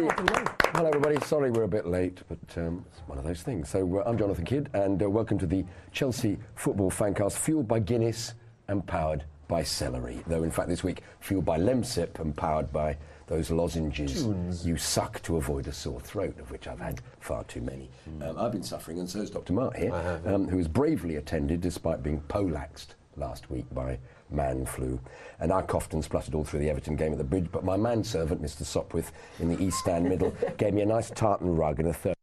Hello, everybody. Sorry we're a bit late, but um, it's one of those things. So uh, I'm Jonathan Kidd, and uh, welcome to the Chelsea Football Fancast, fueled by Guinness and powered by celery. Though, in fact, this week, fueled by Lemsip and powered by those lozenges you suck to avoid a sore throat, of which I've had far too many. Um, I've been suffering, and so has Dr. Mart here, um, who has bravely attended despite being polaxed last week by man flu. And I coughed and spluttered all through the Everton game at the bridge, but my manservant, Mr. Sopwith, in the East Stand middle, gave me a nice tartan rug and a third.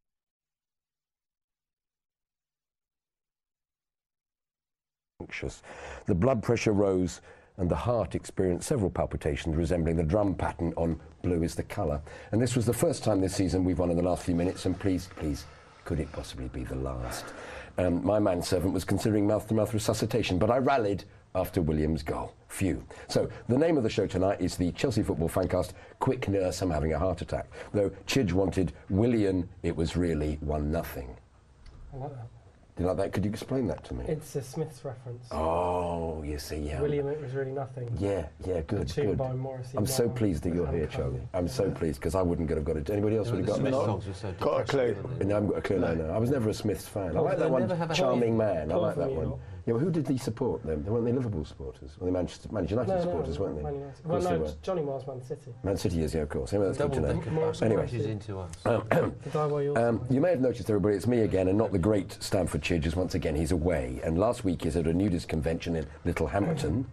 Anxious. The blood pressure rose and the heart experienced several palpitations resembling the drum pattern on Blue is the Colour. And this was the first time this season we've won in the last few minutes, and please, please, could it possibly be the last? Um, my manservant was considering mouth to mouth resuscitation, but I rallied after William's goal. Phew. So, the name of the show tonight is the Chelsea Football Fancast Quick Nurse I'm Having a Heart Attack. Though Chidge wanted William, it was really 1 nothing. Do you like that? Could you explain that to me? Uh-huh. It's a Smith's reference. oh, you see, yeah. William, it was really nothing. Yeah, yeah, good. tune good. by Morrissey I'm so now pleased that with you're here, Uncovered. Charlie. I'm so pleased because I wouldn't have got it. Anybody else would have got it? Got a clue. No, I haven't got a clue. No, no. I was never a Smiths fan. I like that they one, never have a- Charming Man. I Paul like that Vermeer. one. Yeah, well, who did he support then? They weren't they Liverpool supporters? Or they Manchester, Manchester United No, no, supporters, weren't they? Man United. Of Well, course no, they were. Johnny Miles, Man City. Man City is, yeah, of course. Anyway, that's good to know. Anyway. Oh. into us. The guy where you're. Um, you may have noticed, everybody, it's me again, and not the great Stanford Chidge, as once again he's away. And last week he's at a nudist convention in Littlehampton.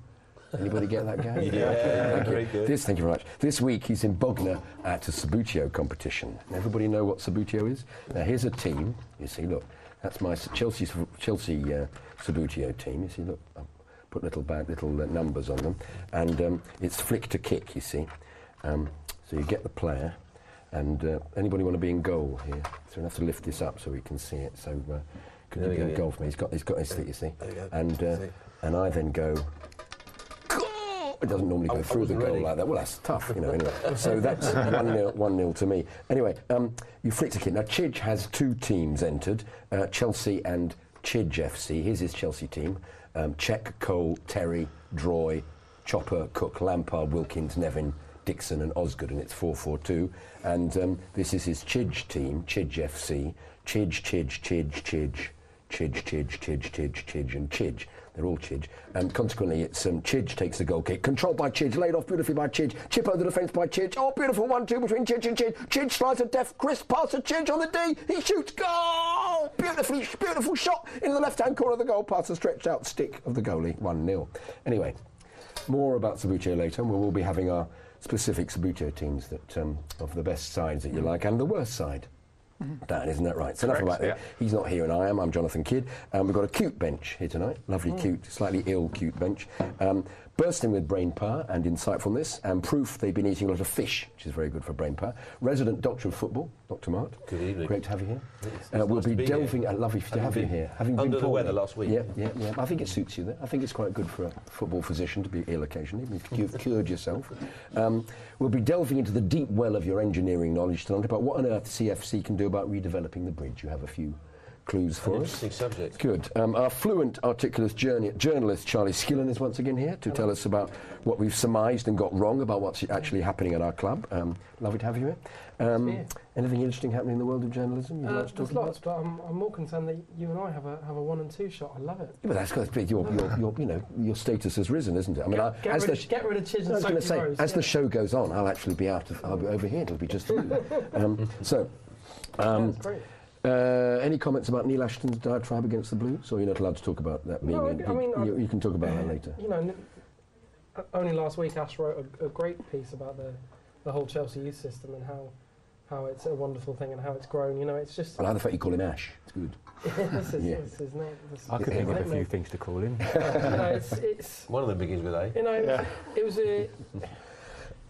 Anybody get that guy? yeah, thank you. This, thank you very much. This week he's in Bognor at a Sabutio competition. Everybody know what Sabutio is? Now here's a team. You see, look, that's my S- Chelsea S- Chelsea uh, Sabutio team. You see, look, I put little bad little uh, numbers on them, and um, it's flick to kick. You see, um, so you get the player. And uh, anybody want to be in goal here? So we have to lift this up so we can see it. So uh, could you be in goal for me? He's got, he's got his thing, you see. And uh, and I then go. "Goal!" It doesn't normally go through the goal like that. Well, that's tough, you know. Anyway, so that's one nil, one nil to me. Anyway, um, you flicked a kick. Now Chidge has two teams entered: uh, Chelsea and Chidge FC. Here's his Chelsea team: um, Czech, Cole, Terry, Droy, Chopper, Cook, Lampard, Wilkins, Nevin, Dixon, and Osgood, and it's 4 4 2. And um, this is his Chidge team, Chidge FC. Chidge, Chidge, Chidge, Chidge, Chidge, Chidge, Chidge, Chidge, Chidge, and Chidge. They're all Chidge. And consequently, it's um, Chidge takes the goal kick. Controlled by Chidge, laid off beautifully by Chidge. Chip over the defence by Chidge. Oh, beautiful 1 2 between Chidge and Chidge. Chidge slides a def, crisp pass to Chidge on the D. He shoots. Goal! Beautifully, beautiful shot into the left hand corner of the goal, past the stretched out stick of the goalie. 1 0. Anyway, more about Sabutio later, and we'll all be having our specific Sabutio teams that um, of the best sides that you like and the worst side. Dan, isn't that right? So enough about that. He's not here, and I am. Hmm. I'm Jonathan Kidd. Um, we've got a cute bench here tonight. Lovely, cute, slightly ill, cute bench. Um, bursting with brain power and insightfulness and proof they've been eating a lot of fish, which is very good for brain power. Resident doctor of football, Dr. Mart. Good evening. Great to have you here. Uh, it's we'll nice to be, be here. delving. I love you to Having have you been here. Having under been the poorly. weather last week. Yeah, yeah, yeah. I think it suits you. There. I think it's quite good for a football physician to be ill occasionally. If you've cured yourself. Um, we'll be delving into the deep well of your engineering knowledge tonight about what on earth CFC can do about redeveloping the bridge. You have a few clues for us. Interesting subject. Good. Um, our fluent articulate journey, journalist Charlie Skillen is once again here to tell us about what we've surmised and got wrong about what's actually happening at our club. Um, lovely to have you here. Um, here. Uh, Anything interesting happening in the world of journalism you'd like to talk there's about? lots, but I'm, I'm more concerned that you and I have a have a one and two shot. I love it. Yeah, but that's because your, your, your, you know, your status has risen, isn't it? I mean, I, Get, rid, sh- get rid of Chidge I and was going to Sophie say, Rose. as yeah. the show goes on, I'll actually be out of, I'll be over here. It'll be just you. um, so, um, That's great. uh, any comments about Neil Ashton's diatribe against the Blues? Or you're not allowed to talk about that? Being No, I- in- I mean, I- you, you can talk about that later. You know, n- o- only last week Ash wrote a, a great piece about the the whole Chelsea youth system and how how it's a wonderful thing and how it's grown. You know, it's just I like the fact you call him Ash. It's good. this is Yeah. this is not. This I is could his think of a few nickname. things to call him. You know, it's it's One of them begins with A. you know it was- it was a.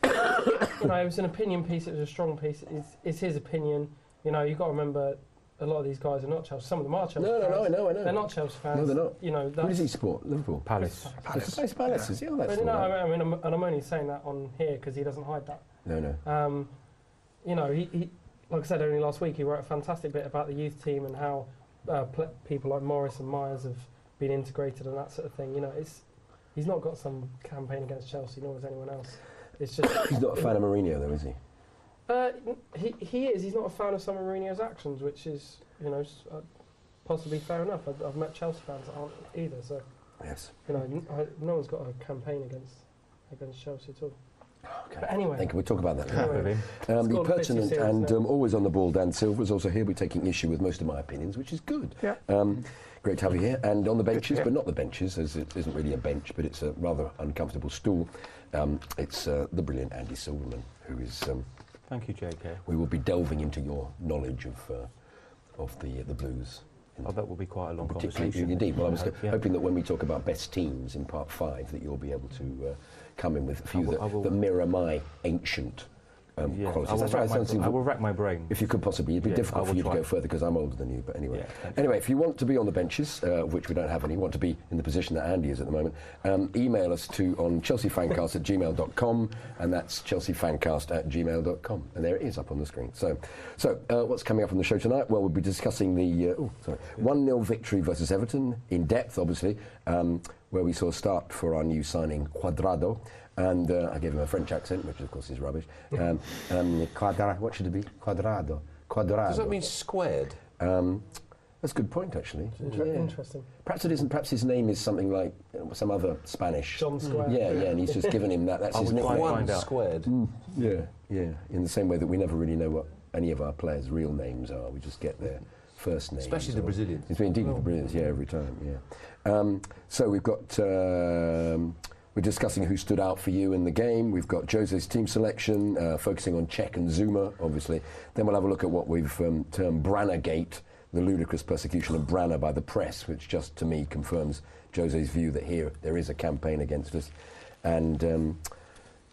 you know, it was an opinion piece. It was a strong piece. It's, it's his opinion. You know, you got to remember, a lot of these guys are not Chelsea. Some of them are Chelsea. No, no, fans. no, I know, I know. They're not Chelsea fans. No, they're not. You know, Who that's, does he support? Liverpool. Palace. Palace. It's Palace. is it? Oh, that's But, you know, all right. I mean, I'm, and I'm only saying that on here because he doesn't hide that. No, no. Um, you know, he, he, like I said only last week, he wrote a fantastic bit about the youth team and how uh, pl- people like Morris and Myers have been integrated and that sort of thing. You know, it's he's not got some campaign against Chelsea, nor has anyone else. It's just He's not a fan of Mourinho, though, is he? uh, n- he, he is. He's not a fan of some of Mourinho's actions, which is you know s- uh, possibly fair enough. I've, I've met Chelsea fans that aren't either, so Yes. you know, n I no one's got a campaign against against Chelsea at all. Okay. But anyway. Thank you. We'll talk about that. Anyway. With him. Um, the called Fifty pertinent Series and now. um, always on the ball, Dan Silver is also here. We're taking issue with most of my opinions, which is good. Yeah. Um, great to have you here. And on the benches, but not the benches, as it isn't really a bench, but it's a rather uncomfortable stool. Um, it's uh, the brilliant Andy Silverman, who is. Um, Thank you, JK. we will be delving into your knowledge of uh, of the uh, the blues. Oh, that will be quite a long Particularly, conversation. indeed. Well, I was hope, yeah. hoping that when we talk about best teams in part five, that you'll be able to uh, come in with a few will- I that, will- that mirror my ancient um, Yeah, I qualities. will That's right. rack it my sounds bra- I even- will rack my brain. if you could possibly, it'd be Yeah, I difficult for will you to try. go further because I'm older than you. But anyway, Yeah, thank anyway, if you want to be on the benches, uh, of which we don't have any, want to be in the position that Andy is at the moment, um, email us to on chelseafancast at gmail.com, and that's chelseafancast at gmail.com, and there it is up on the screen. So, so uh, what's coming up on the show tonight? Well, we'll be discussing the uh, oh, sorry, one 0 victory versus Everton in depth, obviously, um, where we saw a start for our new signing Quadrado. And uh, I gave him a French accent, which of course is rubbish. Um, um, quadra- what should it be? Quadrado. Quadrado. Does that mean squared? Um, that's a good point, actually. Inter- Yeah. Interesting. Perhaps it isn't. Perhaps his name is something like you know, some other Spanish. Hmm. John Square. Yeah, yeah, and he's just given him that. That's I his would nickname. Hmm. find One out. squared. Mm. Yeah, yeah. In the same way that we never really know what any of our players' real names are, we just get their first names. Especially the or- Brazilians. It's been indeed the Brazilians, yeah, every time, yeah. Um, so we've got. Um, we're discussing who stood out for you in the game. We've got Jose's team selection, uh, focusing on Czech and Zuma, obviously. Then we'll have a look at what we've um, termed Branagate, the ludicrous persecution of Branner by the press, which just to me confirms Jose's view that here there is a campaign against us. And um,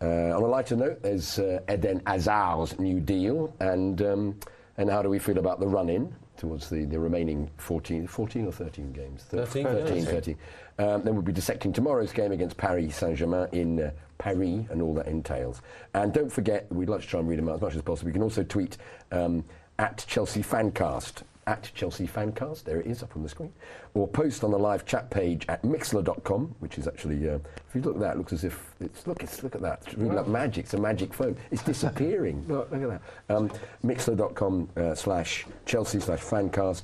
uh, on a lighter note, there's uh, Eden Hazard's new deal, and um, and how do we feel about the run-in towards the, the remaining 14, 14 or 13 games? Thir- 13, 13, 13. 13. Um, then we'll be dissecting tomorrow's game against Paris Saint-Germain in uh, Paris and all that entails. And don't forget, we'd like to try and read them out as much as possible. You can also tweet um, at Chelsea Fancast. At Chelsea Fancast, there it is up on the screen, or post on the live chat page at mixler.com, which is actually, uh, if you look at that, it looks as if it's look, it's look at that, it's really like magic. It's a magic phone. It's disappearing. look, look at that. Um, mixler.com uh, slash Chelsea slash Fancast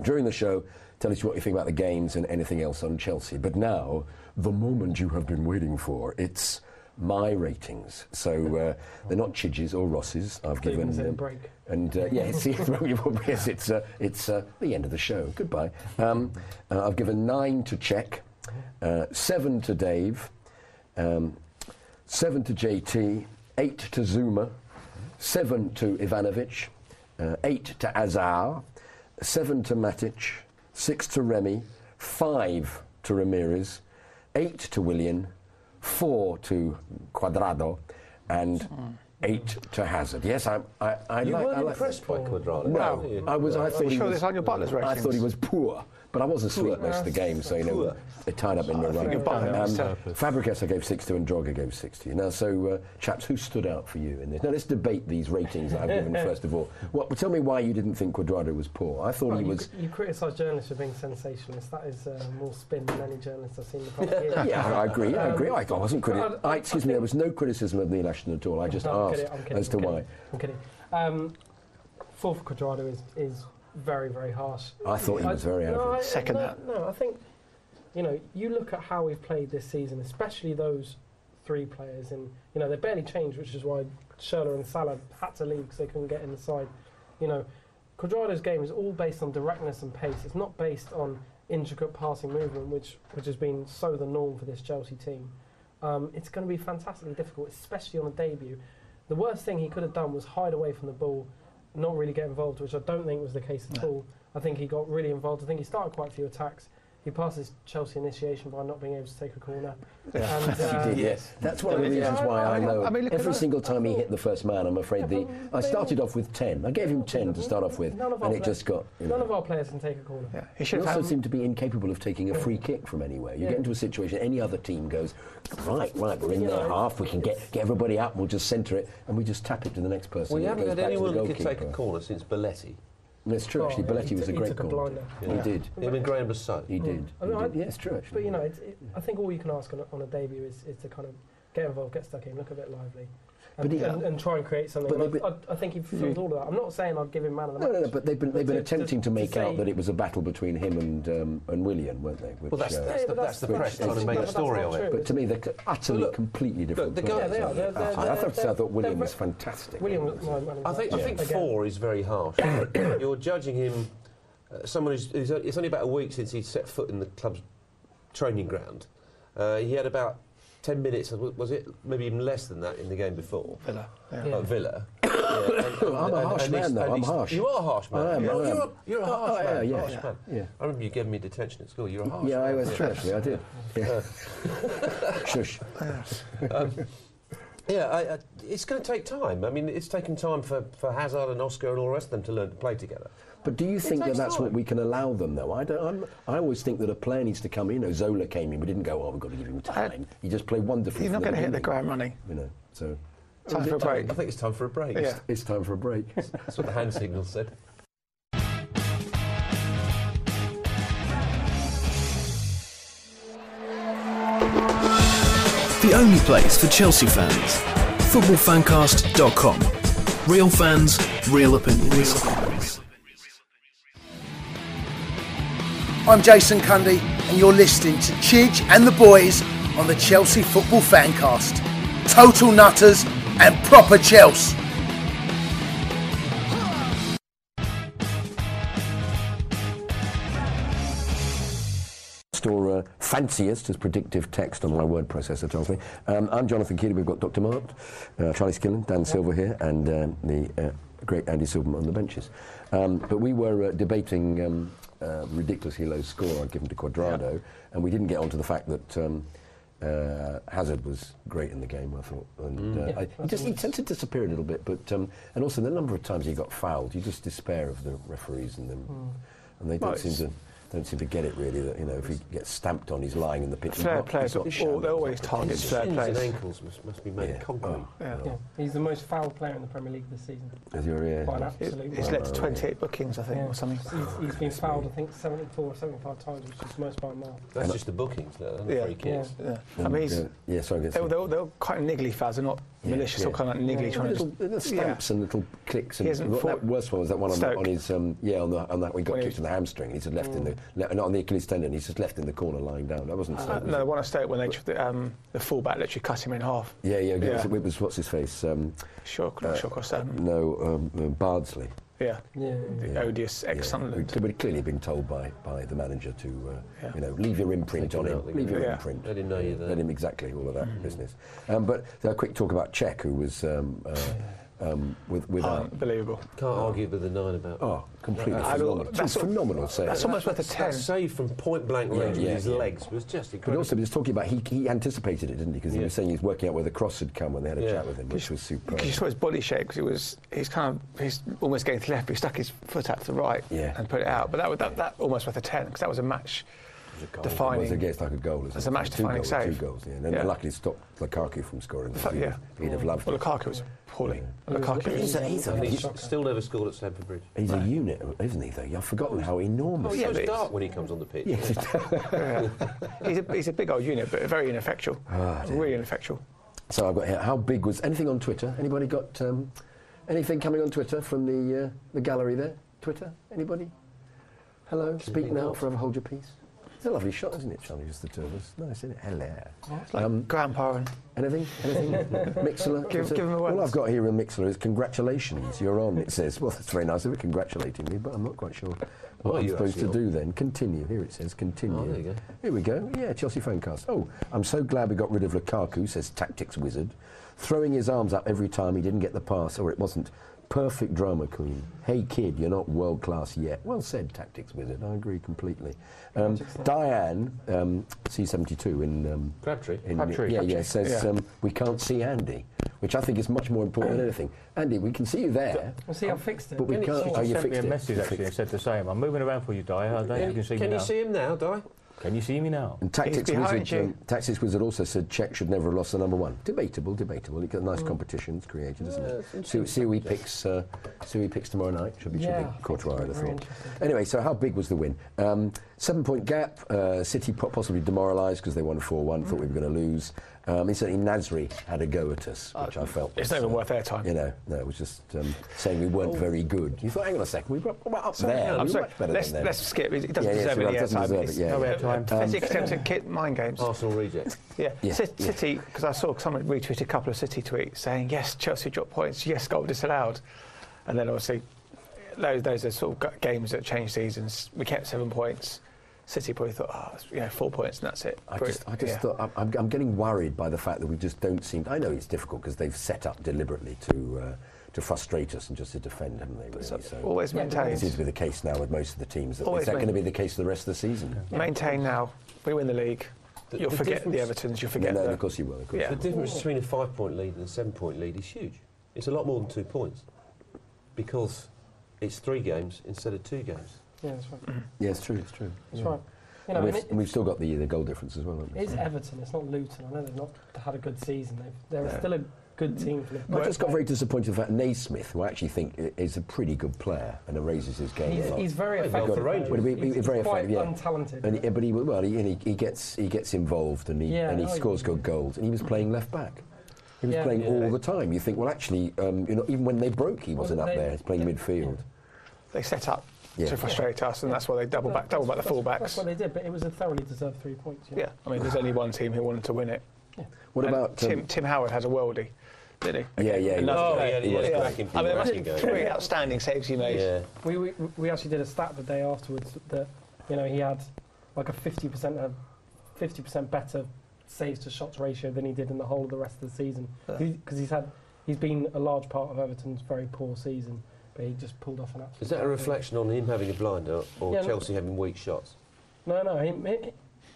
during the show. Tell us what you think about the games and anything else on Chelsea. But now, the moment you have been waiting for, it's my ratings. So uh, they're not Chidge's or Ross's. I've given Stephen's in a them. break. And uh, yeah, see, it's, yes, it's, uh, it's uh, the end of the show. Goodbye. Um, uh, I've given nine to Czech, uh, seven to Dave, um, seven to JT, eight to Zuma, seven to Ivanovic, uh, eight to Azar, seven to Matic, six to Remy, five to Ramirez, eight to Willian, four to Quadrado, and eight to Hazard. Yes, I'm, I, I You like. I weren't like impressed by Quadrado. were no, you? I was. I thought he sure was. this on your Butler's I thought he ratings? was poor, but I wasn't slow at most of the game, so you know Poor. they tied up in the run. Um, your Butler was terrible. Fabregas I gave six to, and Droga gave six to you. Now, so uh, chaps, who stood out for you in this? Now let's debate these ratings that I've given first of all. What, tell me why you didn't think Quadrado was poor. I thought Well, he you, was. cri- you criticise journalists for being sensationalist. That is uh, more spin than any journalist I've seen in the past year. Yeah, I agree. I agree. I, I wasn't criti- Well, I- I, excuse me. There was no criticism of Neil Ashton at all. I just No, I'm asked kidding, I'm kidding, as to I'm kidding, why. I'm kidding. Um, four for Quadrado is, is very, very harsh. I thought he was very no, average. I- Second no, that. No, I think, you know, you look at how we've played this season, especially those three players, and, you know, they barely changed, which is why Schürrle and Salah had to leave because they couldn't get in the side. You know, Quadrado's game is all based on directness and pace. It's not based on intricate passing movement, which, which has been so the norm for this Chelsea team. Um, it's going to be fantastically difficult, especially on a debut. The worst thing he could have done was hide away from the ball, not really get involved, which I don't think was the case at all. I think he got really involved. I think he started quite a few attacks. He passed his Chelsea initiation by not being able to take a corner. And, uh, He did, yes. That's one of the reasons Yeah, why I I- know I mean, look at every that. single time he hit the first man, I'm afraid the. I started off with 10. I gave him 10 to start off with, None of our and it players- just got. You None of know, our players can take a corner. Yeah, he he should also have had. seemed to be incapable of taking a free kick from anywhere. You Um, Yeah. get into a situation, any other team goes, right, right, we're in You their know, half, we can get, get everybody up, we'll just centre it, and we just tap it to the next person. Well, you and it haven't goes back had to the anyone who could take a goalkeeper. corner since Belletti. That's true, Oh, actually. yeah, Belletti he was a took- he great took a corner. blinder. He did. Him and Graham Basso. He did. I He mean, I- did. Yes, true, actually. But you know, it's, it, I think all you can ask on a, on a debut is, is to kind of get involved, get stuck in, look a bit lively, and, But he- and, and try and create something. But- And I, I, I think he fulfilled all of that. I'm not saying I'd give him man of the No, match. no, no, but they've been, they've been to- attempting to to make out say- that it was a battle between him and, um, and William, weren't they? Which, Well, that's, uh, that's, Yeah, the, but that's the that's- press that's- trying to make a that's story not of it. true. but to me, they're c- utterly, look, completely different. the players, guy- they are, they're- aren't they're- I thought, I they're- thought William they're- was fantastic. William was my man of the I think, I match. think Again. four is very harsh. You're judging him, uh, someone who's, who's. It's only about a week since he set foot in the club's training ground. Uh, he had about 10 minutes, was- was it? Maybe even less than that in the game before. Villa. Yeah. At Villa. Yeah, and- I'm and- a and- harsh and man, he's- though. and I'm he's- harsh. You are a harsh man. I am, You're, I am. you're a, you're a Oh, harsh oh, yeah, man. yeah, harsh yeah, man. yeah. I remember you gave me detention at school. You're a harsh Oh, Yeah, I man. was actually, I did. Yeah. Shush. Yeah, I, I, it's going to take time. I mean, it's taken time for, for Hazard and Oscar and all the rest of them to learn to play together. But do you think that takes that's what time. we can allow them, though? I, don't, I'm, I always think that a player needs to come in. You know, Zola came in. We didn't go, oh, we've got to give him time. He just played wonderfully. He's not from going to hit the beginning, ground running. You know, so Time for a break. I think it's time for a break. Yeah. it's time for a break. That's what the hand signal said. The only place for Chelsea fans. Footballfancast.com. Real fans, real opinions. I'm Jason Cundy, and you're listening to Chidge and the boys on the Chelsea Football Fancast. Total nutters and proper Chelsea. or uh, fanciest as predictive text on my word processor tells me. Um, I'm Jonathan Keely. We've got Dr. Mart, uh, Charlie Skillen, Dan Silver here, and um, the uh, great Andy Silverman on the benches. Um, but we were uh, debating um, uh, ridiculously low score I'd given to Quadrado, and we didn't get onto the fact that. Um, uh, Hazard was great in the game, I thought, and uh, I, he just he tends to disappear a little bit. But um, and also the number of times he got fouled, you just despair of the referees and them, and they don't Hmm. Well, seem it's- to don't seem to get it really that you know if he gets stamped on he's lying in the pitch. Fair play. He's not They're shouting. always target fair Shins and plays. ankles must, must be made Yeah. of concrete. Yeah. Yeah, he's the most foul player in the Premier League this season. Is your ear? By an It, absolute mile. it's led to 28 bookings, I think, Yeah. or something. He's- he's been fouled, I think, 74 or 75 times, which is the most by a mile. That's just the bookings, though, and the Yeah. free kicks. Yeah. I mean, he's, yeah, uh, yeah, sorry. that's- they're, they're, they're quite niggly fouls. They're not malicious or yeah. kind of niggly Little, trying to. little stamps and little clicks. And He hasn't what fought- that worst one was that one on, the- Stoke. on his um, yeah on, the, on that when he got When he- Hmm. kicked in the hamstring. He's just left in the le- not on the Achilles tendon. He's just left in the corner lying down. That wasn't. Uh, Stoke, was no, it? the one I stayed when they, tr- the, um, the fullback literally cut him in half. Yeah, yeah, Yeah. It was what's his face? Um, Sure, not sure, cost that. no, um, uh, Bardsley. Yeah, Yeah. the odious ex Sunderland. We'd, we'd clearly been told by, by the manager to uh, Yeah. you know leave your imprint on him. Leave your Yeah. Mm-hmm. imprint. They didn't know you Let there. him exactly all of that business. Um, but a quick talk about Czech, who was um, uh, um, with, Ah. without. Unbelievable. Can't argue with the nine about. Oh, completely I- I- phenomenal. that's It's a al- phenomenal save. that's almost worth a That 10. save from point blank Yeah, range with yeah, his yeah. legs was just But incredible. also, he was talking about he, he anticipated it, didn't he? Because he was saying he was working out where the cross had come when they had a Yeah. chat with him, which was superb. You saw his body shape because he was he's kind of he's almost getting to left. But he stuck his foot out to the right Yeah. and put it out. But that was- that, that almost worth a ten because that was a match It was defining. against like a goal. That's a match defining goals, save. Two goals, yeah. And then Yeah. luckily stopped Lukaku from scoring. Fu- He'd- yeah. He'd have loved Well, it. Lukaku was appalling. Lukaku was He's a- he's a- and he's he's- still never scored at Stamford Bridge. He's a unit, isn't he, though? I've forgotten how enormous. Oh, he yeah, is. it's dark when he comes on the pitch. he's a he's a big old unit, but very ineffectual. Ah, really ineffectual. So I've got here. How big was anything on Twitter? Anybody got um, anything coming on Twitter from the uh, the gallery there? Twitter? Anybody? Hello. Speak now. Forever hold your peace. It's a lovely shot, isn't it, Charlie? Just the two of us. Nice, isn't it? Hello. It's like Um, grandpa and Anything? Anything? Mixler? Give- Twitter? give 'em a All once. I've got here in Mixler is congratulations. You're on. It says. Well, that's very nice of it congratulating me, but I'm not quite sure what Are I'm you supposed to actually do then. Continue. Here it says continue. Oh, there you go. Here we go. Yeah, Chelsea fancast. Oh, I'm so glad we got rid of Lukaku, says Tactics Wizard. Throwing his arms up every time he didn't get the pass or it wasn't. Perfect drama queen. Hey kid, you're not world class yet. Well said, Tactics Wizard. I agree completely. Um, Diane, um, C72 in. Um, Crabtree. in Crabtree. Yeah, yeah, Crabtree. says Yeah. Mm. Um, we can't see Andy, which I think is much more important than anything. Andy, we can see you there. Well, see, I fixed it. But we Didn't it? can't. Someone Oh, you sent me fixed a it. message You actually fixed and said the same. I'm moving around for you, Di. I don't know if you can see Can me now. you see him now, Di? Can you see me now? And Tactics He's behind Wizard, you. um, Tactics Wizard also said Czech should never have lost the number one. Debatable, debatable. You get nice Mm. competitions created, isn't it? See, see who he picks. Uh, see who he picks tomorrow night. Should be Yeah, yeah, I think quarter it's hour, I very thought. Anyway, so how big was the win? Um, Seven-point gap. Uh, City po- possibly demoralised because they won four-one. Thought we were going to lose. Um, incidentally, Nasri had a go at us, which I felt. it's was, not even uh, worth airtime. You know, no, it was just um, saying we weren't very good. You thought, hang on a second, we were, we were up there. we I'm were sorry. much better Let's, than them. let's skip. It doesn't Yeah, yeah, deserve sure, any it doesn't airtime. deserve It's it, yeah, no yeah. Oh, airtime. Pathetic attempt at kid mind games. Arsenal reject. Yeah. Yeah, Ci- yeah. City, because I saw someone retweeted a couple of City tweets saying, yes, Chelsea dropped points, yes, goal disallowed. And then obviously, those, those are sort of g- games that change seasons. We kept seven points. City probably thought, oh, it's, you know, four points and that's it. I Brilliant. just, I just Yeah. thought I'm- I'm, I'm getting worried by the fact that we just don't seem. I know it's difficult because they've set up deliberately to uh, to frustrate us and just to defend, haven't they? Really? So, it always seems maintained. to be the case now with most of the teams. That, is Always that been. going to be the case for the rest of the season? Maintain now. We win the league. you'll the forget the difference- Evertons, you'll No, forget no, the... of course you will. Of course. Yeah. The difference between a five point lead and a seven point lead is huge. It's a lot more than two points because it's three games instead of two games. Yeah, that's right. yeah, it's true. It's true. That's Mm. Yeah. right. You know, And and we've, it, and we've still got the the goal difference as well. haven't we? it's So- Everton. It's not Luton. I know they've not had a good season. They've, they're still a good team for Liverpool. I just got very disappointed with that Naismith, who I actually think i- is a pretty good player and raises his game a He's, lot. he's very Well, effective. for Rangers. though. Well, he- He's, he- he's very quite effective, yeah. untalented. And he, but he well, he, and he, he gets he gets involved and he Yeah, and he oh, yeah. scores good goals. And he was playing left back. He was Yeah. playing Yeah. all the time. You think, well, actually, um, you know, even when they broke, he wasn't up they- there. He's playing yeah. midfield. They set up Yeah. to frustrate us, and that's why they double back, double back the That's- fullbacks. That's what they did, but it was a thoroughly deserved three points. yeah, I mean, there's only one team who wanted to win it. What And about um, Tim? Tim Howard had a worldie, didn't he? Yeah, yeah, he Oh. Another was- player. he had- he had a cracking I mean, it game. must be three outstanding saves he made. We, we, we actually did a stat the day afterwards that you know he had like a 50% of 50% better saves to shots ratio than he did in the whole of the rest of the season because he's had he's been a large part of Everton's very poor season but he just pulled off an absolute Is that a reflection on him having a blinder or Yeah, no. Chelsea having weak shots? no no he, he-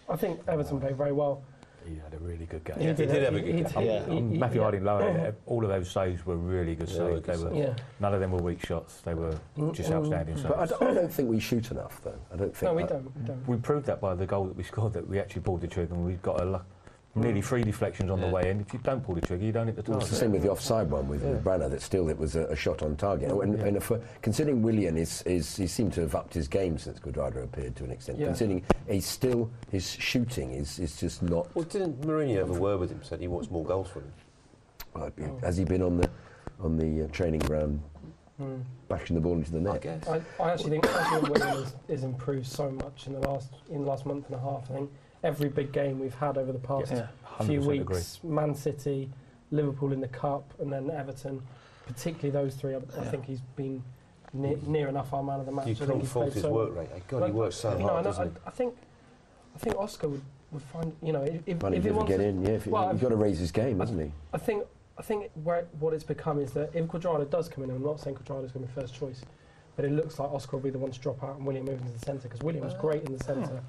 I think Everton played very well He had a really good game. he did have a good game. Um, he- um, he- he- Matthew yeah. Harding, Lowe, all of those saves were really good they were saves. good They were, saves. Yeah. None of them were weak shots. They were just outstanding saves. But I don't, I don't think we shoot enough, though. I don't think. no we I- don't we don't we proved that by the goal that we scored that we actually pulled the trigger and we've got a luck, nearly three deflections on the way in. If you don't pull the trigger, you don't hit the Well, target. it's the same with the offside one with, with Branner. That still it was a, a shot on target. Oh, and, and if, uh, considering Willian is, is he seemed to have upped his game since Guardado appeared to an extent. Yeah. Considering he's still his shooting is, is just not. Well, didn't Mourinho have a word with him, said he wants more goals from him? Well, Has he been on the on the uh, training ground, bashing the ball into the net? I, I actually think Ashley William has, has improved so much in the last in the last month and a half. I think every big game we've had over the Oh, past Yeah, few 100% agree. weeks, Man City, Liverpool in the cup, and then Everton, particularly those three, I, I think he's been near, near enough our man of the match. You I think can't he's fault played his so work well. rate. eh? God, he works so you know, hard, and I, doesn't he? I, I think I think Oscar would, would find you know if, if, Well, he if he doesn't wants get to- in. Yeah, if he, well, has if- got to raise his game, hasn't he? I think I think where, what it's become is that if Quadrado does come in, I'm not saying Quadrado's going to be first choice, but it looks like Oscar will be the one to drop out and William moves into the centre because William was great in the centre.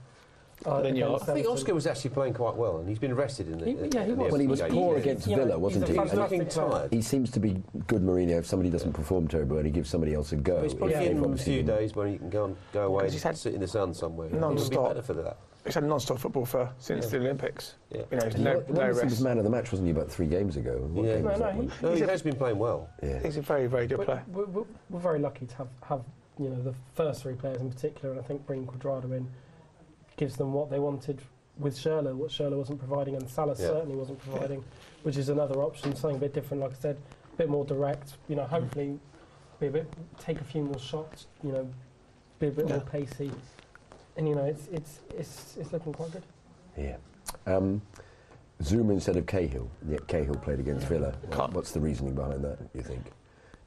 uh, I against think Everton. Oscar was actually playing quite well, and he's been rested in the. He- yeah, he in the was. Everton Well, he was game. poor Yeah. against Yeah. Villa, wasn't he? He's looking And tired. He seems to be good Mourinho if somebody doesn't perform terribly and he gives somebody else a go. But He's probably If they've in a obviously few been- days when he can go and go away Because and he's had sit in the sun somewhere. It would be non-stop. better for that. He's had non-stop football for since the Olympics. Yeah. You know, He no, was- no he was rest. man of the match, wasn't he, about three games ago? What Yeah. game No, was no, that he- one? No, he He's a- has been playing well. Yeah. He's a very, very good player. We're, we're, we're very lucky to have, have you know the first three players in particular, and I think bringing Quadrado in gives them what they wanted with Schürrle, what Schürrle wasn't providing, and Salah Yeah. certainly wasn't providing, which is another option, something a bit different. Like I said, a bit more direct. You know, hopefully be a bit take a few more shots. You know, be a bit more pacey, and you know it's it's it's it's looking quite good. Yeah. Um, Zuma instead of Cahill. Yeah, Cahill played against Villa. Can't- What's the reasoning behind that? You think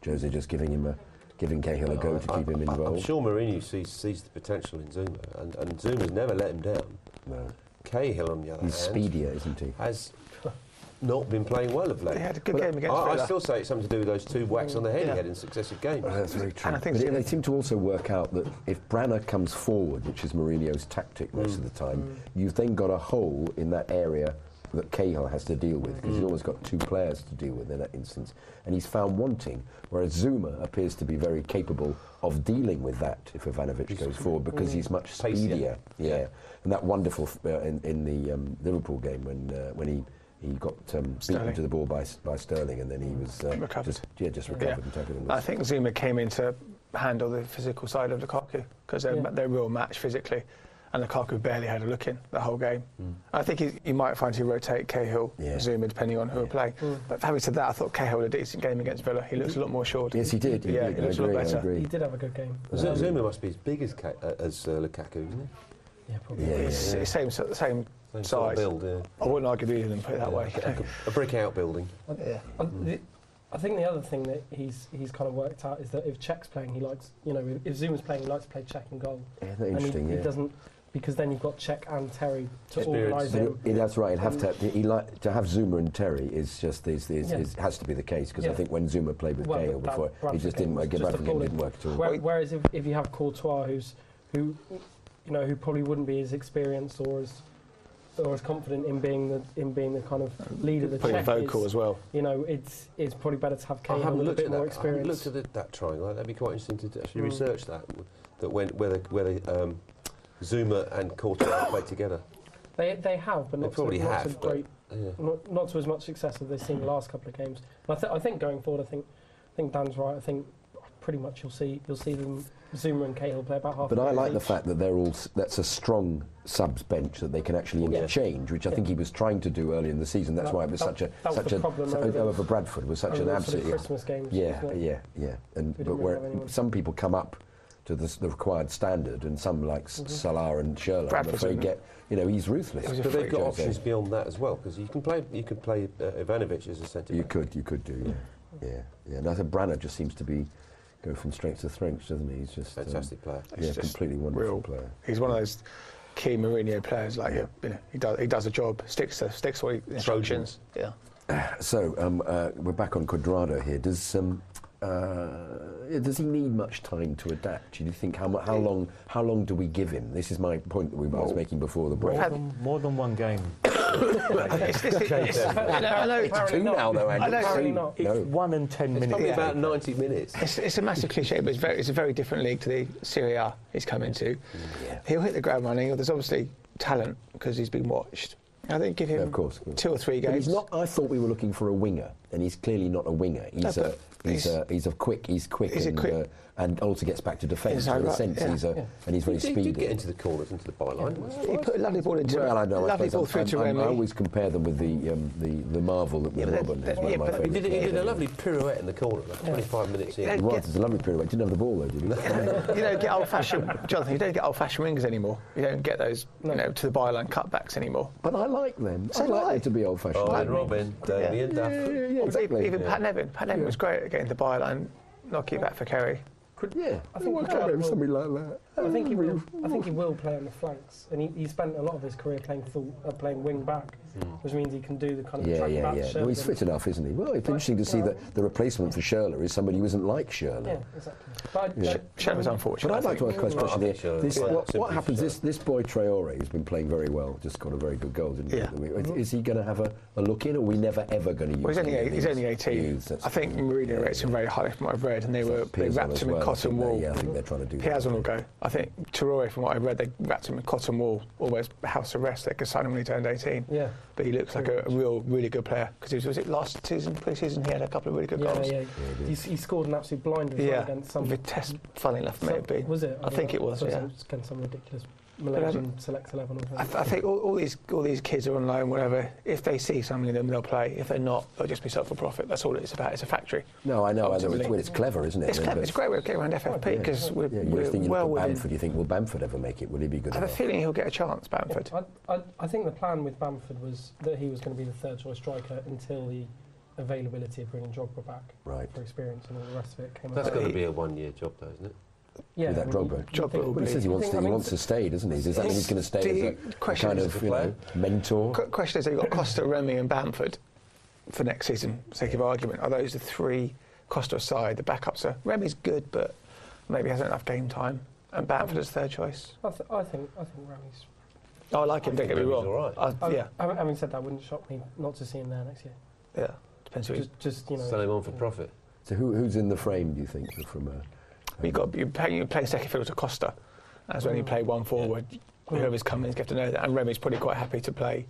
Jose just giving him a giving Cahill a go to Uh, I- keep him I- I'm involved? sure Mourinho sees, sees the potential in Zuma, and, and Zuma's never let him down. No. Cahill, on the other He's hand, speedier, isn't he? has not been playing well of late. He had a good game against I, I Villa. still say it's something to do with those two whacks on the head Yeah. he had in successive games. Well, that's very true. And I think but it's- they seem to also work out that if Branner comes forward, which is Mourinho's tactic most of the time, Mm. you've then got a hole in that area that Cahill has to deal with because Mm. he's almost got two players to deal with in that instance, and he's found wanting. Whereas Zuma appears to be very capable of dealing with that if Ivanovic goes forward because he's much Pacier. speedier. Yeah. and that wonderful f- uh, in, in the um, Liverpool game when uh, when he. He got um, beaten Sterling. to the ball by, S- by Sterling, and then he was uh, Recovered. Just, yeah, just recovered and tackled. and I was- think Zuma came in to handle the physical side of Lukaku because they're, Yeah. they're a real match physically, and Lukaku barely had a look in the whole game. I think he, you might find he rotate Cahill, Mm. Yeah. Mm. Zuma depending on who are playing. But having said that, I thought Cahill had a decent game against Villa. He looks a lot more assured. Yes, he did. He yeah, did. he I looks a lot agree, I better. agree. He did have a good game. Z- Zuma must be as big as, Ca- uh, as uh, Lukaku, isn't Yeah, probably. Yeah, It's, yeah, it's same sort- same, he? Same sort size. of build, yeah. I wouldn't argue with either of them. Put it that Yeah, way. a, a- a brick out building. yeah. I, the, I think the other thing that he's he's kind of worked out is that if Czech's playing, he likes you know if, if Zuma's playing, he likes to play Czech and goal, yeah. Yeah, and he, interesting. he yeah. doesn't because then you've got Czech and Terry to Experience. organise But him. it- it- that's right. it'd Have to, he like, to have Zuma and Terry is just is, is, Yeah. is, has to be the case because I Yeah. think when Zuma played with Well, Cahill that before, it Bradford just didn't game work. was just a Bradford game bullet. didn't work at all. Where, whereas if, if you have Courtois, who's who you know who probably wouldn't be as experienced or as or as confident in being the in being the kind of leader the Pretty Czech vocal is, as well. you know it's it's probably better to have I Cahill haven't with a looked bit at that. more I haven't experience. Mm. looked at the, that triangle. That'd be quite interesting to actually research that. w- That when whether whether um, Zuma and Courtois play together. They they have, but They not to- probably not to have, but- great Yeah. not, not to as much success as they've seen the last couple of games. And I, th- I think going forward, I think I think Dan's right. I think pretty much you'll see you'll see them Zuma and Cahill play about half. But a I game like the each. fact that they're all s- that's a strong subs bench that they can actually Yeah. interchange, which I think he was trying to do early in the season. That's That- why it was that- such a that was such the a problem so- over- over Bradford was such Over an the sort of absolute Christmas games. yeah wasn't it? yeah yeah. And We but didn't where really have anyone. some people come up to the, s- the required standard, and some like s Salah and Sherlock, I'm Bradford's afraid in it. get you know he's ruthless. was a But they've freak, got Jose. options beyond that as well because you can play you can play uh, Ivanovic as a centre You back. could, you could do, yeah, yeah, yeah. And I think Branner just seems to be go from strength to strength, doesn't he? He's just um, Fantastic player. yeah, He's just completely wonderful real. player. He's one of those key Mourinho players. Like you know, he does he does a job, sticks to sticks to what he- instructions. Yeah. So um, uh, we're back on Quadrado here. Does um, uh, yeah, does he need much time to adapt? Do you think how mu- how long how long do we give him? This is my point that we I was making before the break. Well, More than, more than one game. It's- it's- it's- I know- I know- It's two not. now though, Andy. I know. Two. Apparently not. It's No. one and ten It's minutes. probably Yeah. about 90 minutes. It's, it's a massive cliche, but it's, very, it's a very different league to the Serie A he's come into. He'll hit the ground running. There's obviously talent because he's been watched. I think give him of course, of course. two or three But games. he's not. I thought we were looking for a winger, and he's clearly not a winger. He's No, a but he's, he's- a he's a quick. He's quick. He's a and, quick- uh, and also gets back to defence. He's In a right, sense, yeah. he's a and he's very he speedy. did get into the corners, into the byline. he put a lovely ball into Well, I know. I lovely suppose ball I'm- through I'm- to I'm- I Remy. always compare them with the um, the, the Marvel that was Yeah, but Robin. that- is one yeah, of my but He favourite did, he players. did a lovely pirouette in the corner, about 25 minutes in. Yeah. Right, it's a lovely pirouette. Didn't have the ball though, did he? you don't get old-fashioned, Jonathan. You don't get old-fashioned wings anymore. You don't get those, you know, to the byline cutbacks anymore. but I like them. So I do like I. them to be old-fashioned. Oh, and Robin, Damien Duff. Yeah, yeah, exactly. Even Pat Nevin. Pat Nevin was great at getting the byline, knock it back for Kerry. Could, yeah, I think Why Clark can't it be will- somebody like that? I think he will. Mm. I think he will play on the flanks, and he, he spent a lot of his career playing full, uh, playing wing back, which means he can do the kind of Hmm. Yeah, track yeah, back yeah. shirt Well, he's thing. fit enough, isn't he? Well, it's interesting to see that the replacement for Schürrle is somebody who isn't like Schürrle. Yeah, exactly. But I- Yeah. Sherman's unfortunate. But I'd like to ask a question. Well, here. sure, This, yeah, what, what simply happens? sure. This this boy Traore has been playing very well. Just got a very good goal, didn't he? Yeah. I mean, Is, is he going to have a, a look in, or are we never ever going to use? Well, he's only, any eight, of he's these only 18. youths? That's I think the thing. Mourinho rates him very highly from what I've read, and they were they Piers on wrapped as him in well, I cotton think they- wool. yeah, I think they're trying to do that. Piazon will go. I think Torore, from what I read, they wrapped him in cotton wool, almost house arrest. They could sign him when he turned 18. Yeah. But he looks like a, a real, really good player because he was, was it last season, pre-season, he had a couple of really good yeah, goals. yeah. He, he scored an absolute blinder as well Yeah, against some. Vitesse, funnily enough, some- maybe. was it? I think don't it know. was, So it's yeah. Against some ridiculous I don't- Malaysian select eleven. Or I, something. th- I think all, all these all these kids are on loan, whatever. If they see something in them, they'll play. If they're not, they'll just be sold for profit. That's all it's about. It's a factory. No, I know. I know. It's, Ultimately. well, it's clever, isn't it? It's, I mean, clever. but- it's a great way of getting around FFP because we're, Yeah, you we're think you well look at within. Bamford. You think, will Bamford ever make it? Will he be good I have a enough? feeling he'll get a chance, Bamford. Yeah, I, I, I think the plan with Bamford was that he was going to be the third choice striker until the availability of bringing Drogba back Right. for experience and all the rest of it came That's about. got to be a one-year job, though, isn't it? yeah, With that I mean, Drogba. you'd Drogba think- will Well, he says he wants I to. He mean, wants to stay, doesn't he? Does that mean he's going to stay The as a- a question kind is of the you know, mentor? Qu- question is, they've got Costa, Remy, and Bamford for next season. For sake of argument, are those the three Costa aside? The backups are Remy's good, but maybe hasn't enough game time, and Bamford is third choice. I, th- I think I think Ramy's. Oh, I like him. Don't get me Remy's wrong. all right. I- yeah, Having having said that, wouldn't shock me not to see him there next year. yeah. Depends who. you- Just, just you know. Sell him on for profit. So who, who's in the frame? Do you think from? Uh, You got you play, you play second fiddle to Costa. That's when you play one forward. Whoever's coming is going to know that, and Remy's probably quite happy to play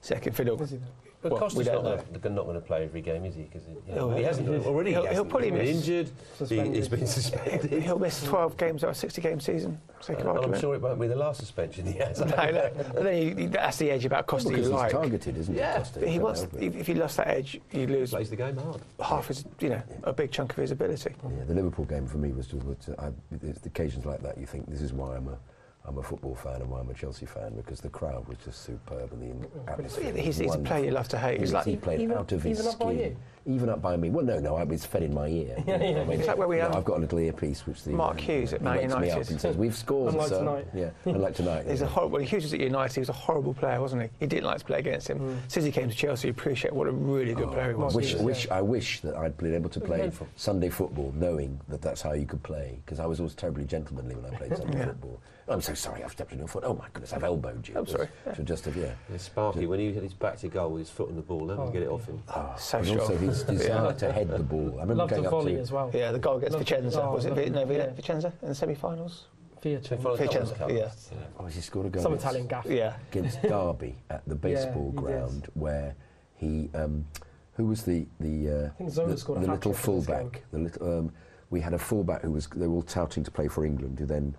second fiddle. Is he though? But Well, we Costa's don't not, know. gonna- not going to play every game, is he? Because he, He'll- he hasn't he'll- already. he'll- he he'll hasn't. probably He's been miss. injured. He, Suspended. he's been suspended. He'll miss 12 games out of a 60 game season. for sake of And Uh, I'm argument. sure it won't be the last suspension he has. No, no. But then you, you- that's the edge about Costa because you he's like. targeted, isn't he? Yeah, Costa? But he You wants, can't help it. if, if you lost that edge, you lose Plays the game hard. half his, you know, a big chunk of his ability. Yeah, the Liverpool game for me was just was, I, it's the occasions like that you think this is why I'm a I'm a football fan and why I'm a Chelsea fan because the crowd was just superb and the in- atmosphere. Yeah, was he's, he's a wonderful. player you love to hate. He, It's was- like, he played even- out of his even up by skin. you? even up by me. Well, no, no, I, it's fed in my ear. You know what I mean? It's like where we You know, have I've got a little earpiece which the Mark Hughes at Man wakes me up United. and says we've scored. Unlike sir." tonight. Yeah, unlike tonight. he's a yeah. horrible, when Hughes was at United, he was a horrible player, wasn't he? He didn't like to play against him. Since he came to Chelsea, you appreciate what a really Oh, good player he was. Wish, Hughes, wish, I wish that I'd been able to play Painful. Sunday football knowing that that's how you could play because I was always terribly gentlemanly when I played Sunday football. I'm so sorry, I've stepped on your foot. Oh my goodness, I've elbowed you. I'm sorry. Should just have, yeah. Yeah, Sparky, when he had his back to goal with his foot on the ball, never Oh, get it off him. So and strong. also his desire to head the ball. I remember Loved going the up volley to as well. Yeah, the goal against Lovely. Vicenza. Oh, was it Vi- no, lovely. Vi- Yeah. Vicenza in the semi finals? Fiat- They follow the Vicenza, colours, yeah. you know. Oh, has he scored a goal? Some against- Italian gaff. Yeah. against Derby at the baseball he did. ground where he um, who was the the uh, think Zola the, scored a the little hat-trick in this fullback the little um, we had a fullback who was they were all touting to play for England who then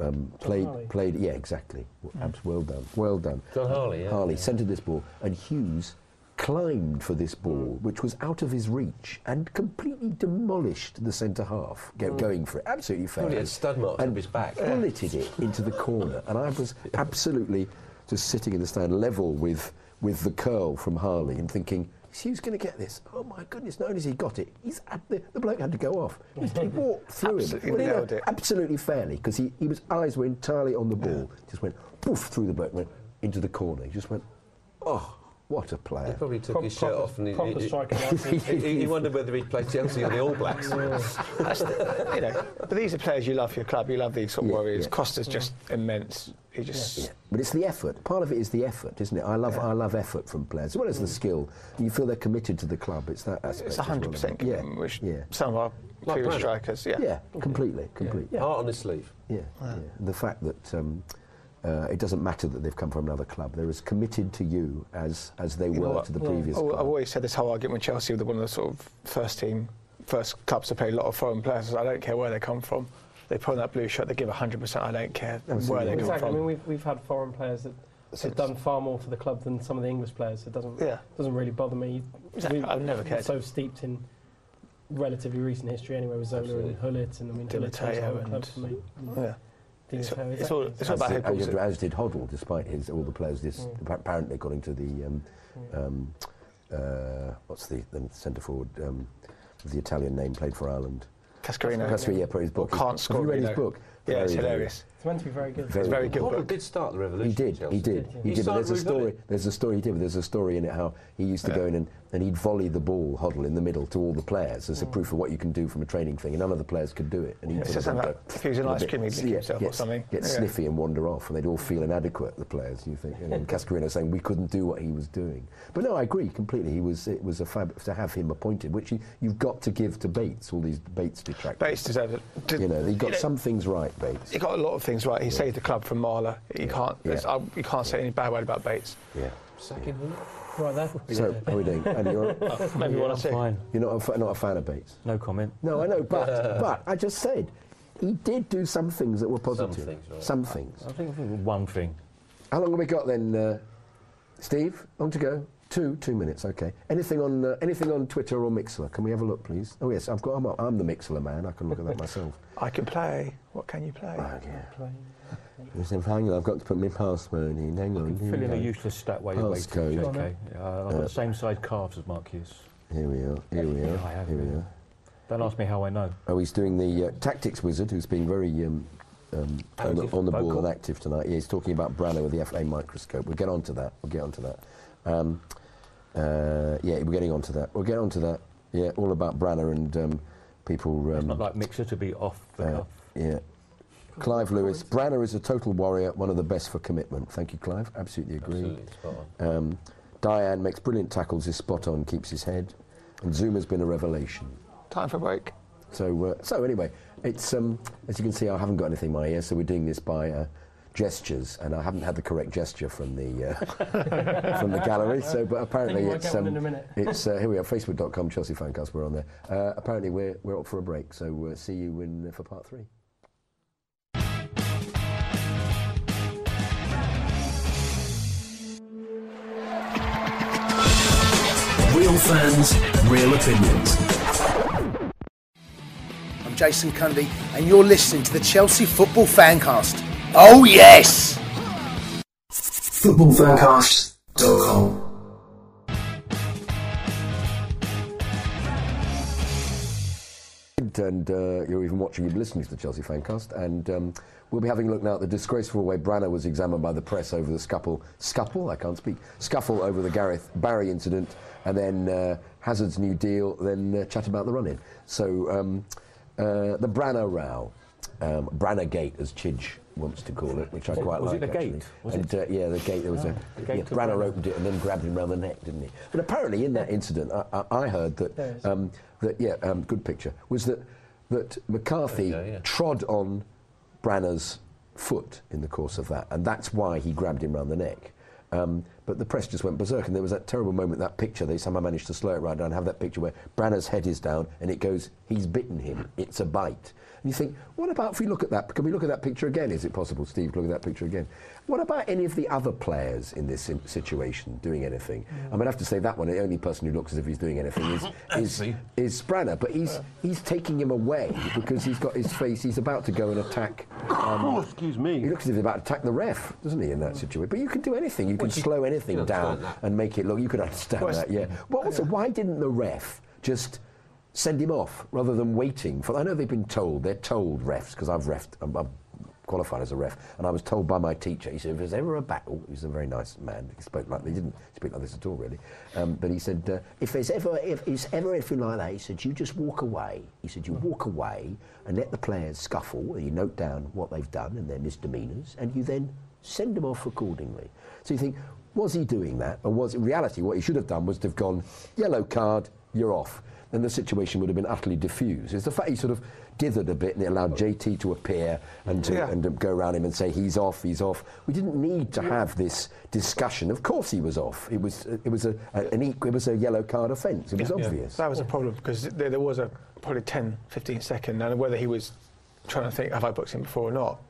um, played Harley? Hmm. played yeah exactly W- abs- well done well done John Harley, yeah. Harley centered this ball and Hughes climbed for this ball Hmm. which was out of his reach and completely demolished the centre half Hmm. go, going for it absolutely fair Probably had stud marks and up his back. bulleted it into the corner, and I was absolutely just sitting in the stand, level with with the curl from Harley, and thinking, "Is Hughes going to get this? Oh my goodness! Not only has he got it, he's ab- the, the bloke had to go off. He's- He walked through Absolutely him, Well, you know, nailed it. absolutely fairly, because he, he was eyes were entirely on the ball. Just went poof through the bloke, went into the corner. He just went, oh, what a He player! probably took Pro- his shirt proper- off and he, proper he- striker he, license. he- he wondered whether he'd play Chelsea or the All Blacks. That's the, you know, but these are players you love for your club. You love these sort of Yeah, warriors. yeah. Costa's just immense. He just Yeah. But it's the effort. Part of it is the effort, isn't it? I love, I love effort from players, as well as the skill. You feel they're committed to the club. It's that aspect. Mm. it's as well, hundred percent. isn't it? Yeah, Which yeah, some of our Like previous Brad. strikers. Yeah. yeah, completely, completely. Yeah, Heart on his sleeve. yeah. yeah. The fact that um, uh, it doesn't matter that they've come from another club. They're as committed to you as as they know were what? to the Yeah. previous Oh, I've club. always said this whole argument with Chelsea were one of the sort of first team, first clubs to play a lot of foreign players. I don't care where they come from. They put on that blue shirt. They give hundred percent. I don't care where they come Exactly. I mean, from. we've, we've had foreign players that have done far more for the club than some of the English players. It doesn't Yeah. doesn't really bother me. Exactly. I've never we're cared. so steeped in relatively recent history anyway with Zola and Hullet and I mean Di Hullet changed the Matteo whole club and- for me. yeah. Di It's, Matteo, it's all, exactly. it's all about who as, calls did, it. Mm. as did Hoddle, despite his all the players. This apparently, according to the um, um, uh, what's the, the centre forward um, with the Italian name played for Ireland. Cascarino. Cascarino, yeah, put his book. Or can't score. Have you read his know. book? Yeah, it's Very, very- hilarious. It's meant to be very good. It's very good Hoddle book. did start the revolution. He did, Chelsea. he did, he did. But started there's a with Hoddle. story. There's a story he did. But there's a story in it how he used to go in and, and he'd volley the ball, Hoddle, in the middle to all the players as a proof of what you can do from a training thing. And none of the players could do it. And Yeah, Mm. it's just sort of about go, if he was an a ice bit- cream, he'd lick yeah, himself get, or something. Get Yeah. Mm. sniffy and wander off, and they'd all feel inadequate. The players, you think, you know, and Cascarino saying we couldn't do what he was doing. But no, I agree completely. He was it was a fab to have him appointed, which you, you've got to give to Bates. All these Bates detractors. Bates deserves it. Did- You know, he got you know, some things right, Bates. He got a lot of things right. He saved the club from Marla. You can't. there's- Yeah. I, you can't say any bad word about Bates. Yeah. Sacking him. Right there. So how are we doing? Andy, you're, Maybe one or I'm two. fine. you're not a, fa- not a fan of Bates. No comment. No, I know, but but I just said he did do some things that were positive. Some things, right. Some things. I think I think one thing. How long have we got then, uh, Steve? On to go. Two, two minutes. Okay. Anything on uh, anything on Twitter or Mixler? Can we have a look, please? Oh yes, I've got. I'm, I'm the Mixler man. I can look at that myself. I can play. What can you play? Oh, yeah. Listen, hang on. I've got to put my password in. Hang on. Here Fill we, in a go. useless stat while you're Passcode. waiting. Okay. Uh, I've got the same size calves as Mark Hughes. Here we are. Here we Yeah, I are. have Here we been. are. Don't ask me how I know. Oh, he's doing the uh, tactics wizard, who's been very um, um, on, the, Active, on the ball vocal. and active tonight. Yeah, he's talking about Branner with the FA microscope. We'll get on to that. We'll get on to that. Um, uh, yeah, we're getting on to that. We'll get on to that. Yeah, all about Branner and um, people. It's Um, not like Mixer to be off the uh, cuff. yeah. Clive Lewis, Branner is a total warrior, one of the best for commitment. Thank you, Clive. Absolutely agree. Absolutely spot on. Um, Diane makes brilliant tackles, is spot on, keeps his head. And Zuma's been a revelation. Time for a break. So, uh, so anyway, it's um, as you can see, I haven't got anything in my ear, so we're doing this by uh, gestures, and I haven't had the correct gesture from the uh, from the gallery. So, but apparently Think we might it's get one um, in a minute. it's uh, here we are, Facebook.com, Chelsea Fancast. We're on there. Uh, apparently, we're we're up for a break, so uh, see you in for part three. Real fans, real opinions. I'm Jason Cundy, and you're listening to the Chelsea Football Fancast. Oh, yes! Footballfancast.com. And uh, you're even watching, you're listening to the Chelsea Fancast, and um, we'll be having a look now at the disgraceful way Branner was examined by the press over the scuffle, scuffle, I can't speak, scuffle over the Gareth Barry incident, and then uh, Hazard's new deal, then uh, chat about the run-in. So um, uh, the Branner row, um, Branner Gate, as Chidge wants to call it, which I quite was like. it the actually. gate? Was and, Uh, yeah, the gate. There was a the gate yeah, to Branner Branner. opened it and then grabbed him round the neck, didn't he? But apparently, in that incident, I, I, I heard that um, that yeah, um, good picture was that that McCarthy There you go, yeah. trod on Branner's foot in the course of that, and that's why he grabbed him round the neck. Um, but the press just went berserk, and there was that terrible moment, that picture. They somehow managed to slow it right down and have that picture where Branner's head is down, and it goes, "He's bitten him. It's a bite." And you think, what about if we look at that? Can we look at that picture again? Is it possible, Steve? Look at that picture again. What about any of the other players in this si- situation doing anything? I mean, I have to say that one. The only person who looks as if he's doing anything is is, is Branner, but he's he's taking him away because he's got his face. He's about to go and attack. um, Oh, excuse He me. looks as if he's about to attack the ref, doesn't he? In that situation, but you can do anything. You can slow anything down and make it look. You can understand Well, it's- that, yeah. But also, why didn't the ref just? Send him off rather than waiting for. I know they've been told. They're told refs because I've refed. I'm, I'm qualified as a ref, and I was told by my teacher. He said, "If there's ever a battle, he's a very nice man. He spoke like he didn't speak like this at all, really. Um, but he said, uh, if there's ever if it's ever anything like that, he said, you just walk away. He said, you walk away and let the players scuffle, and you note down what they've done and their misdemeanours, and you then send them off accordingly. So you think, was he doing that, or was in reality what he should have done was to have gone yellow card, you're off. Then the situation would have been utterly diffused. It's the fact he sort of dithered a bit and it allowed JT to appear and to, Yeah. and to go around him and say he's off, he's off. We didn't need to have this discussion. Of course he was off. It was it was a, a- an equal, it was a yellow card offence. It was obvious. That was a problem because there, there was a probably 10, 15 second, and whether he was trying to think, have I booked him before or not?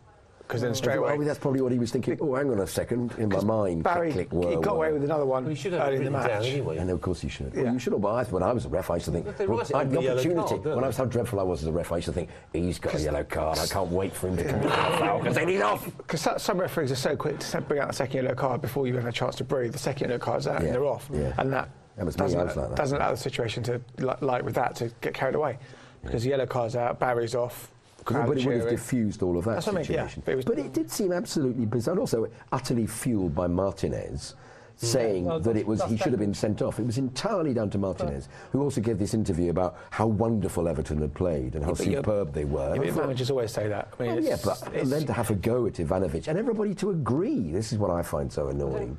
Because then straight away, Well, that's probably what he was thinking. Oh, hang on a second, in my mind, Barry click, click, he whir, got away whir. with another one We should have early it in the written down match. anyway. And of course you should. Well, Yeah. you should have. Well, I, when I was a ref, I used to think, they well, write it I on had the the yellow opportunity. card, don't when I they? was how dreadful I was as a ref, I used to think, he's got a yellow card. I can't wait for him to commit that foul because then he's off. Because some referees are so quick to se- bring out the second yellow card before you even have a chance to breathe. The second yellow card's out Yeah, and they're off. yeah. And that, That was me, I doesn't, was like that. doesn't allow the situation to, li- like with that, to get carried away. because yellow card's out, Barry's off. crowd But it would have cheering. diffused all of that That's what I mean, yeah. situation. but it did seem absolutely bizarre. And also, utterly fueled by Martinez Mm. saying Well, that it was that's- he should have been sent off. It was entirely down to Martinez, who also gave this interview about how wonderful Everton had played and how Yeah, but you're- superb they were. Yeah, but I thought- managers always say that. I mean, Well, Oh, yeah, it's- but and then to have a go at Ivanovic and everybody to agree. This is what I find so annoying.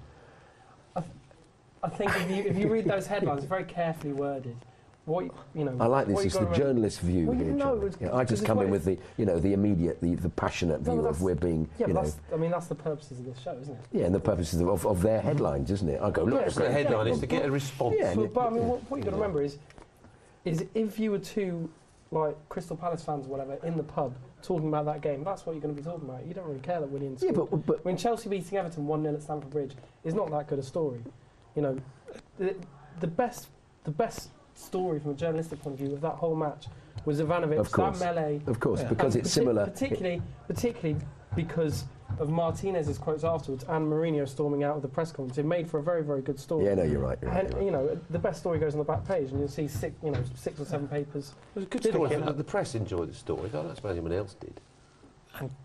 I think if you, if you read those headlines, very carefully worded. What you- you know? I like this. what you It's the gotta remember- journalist view. Well, here, you know, Charlie. it's- You know, I this just is come what in it- with the, you know, the immediate, the, the passionate No, view that's- of we're being, Yeah, you but know, that's, I mean that's the purposes of this show, isn't it? yeah, and the purposes of, of, of their headlines, isn't it? I go look. Yeah, it's but- great. yeah, Yeah, but- but- Yeah, and but, it- but I mean, yeah. what, what you got to remember is, is if you were two like Crystal Palace fans, or whatever, in the pub talking about that game, that's what you're going to be talking about. You don't really care that Williams. Yeah, scored. but- but- when Chelsea beating Everton one 0 at Stamford Bridge is not that good a story. You know, the, the best the best story from a journalistic point of view of that whole match was Ivanovic, Of course. that melee. Of course, And because it's um, partic- similar- Particularly, particularly because of Martinez's quotes afterwards and Mourinho storming out of the press conference. It made for a very, very good story. Yeah, no, you're right, you're right, and you're right. you know, the best story goes on the back page, and you'll see six, you know, six or seven papers. It was a good Did story. get The, that. the press enjoyed the story. I don't suppose anyone else did.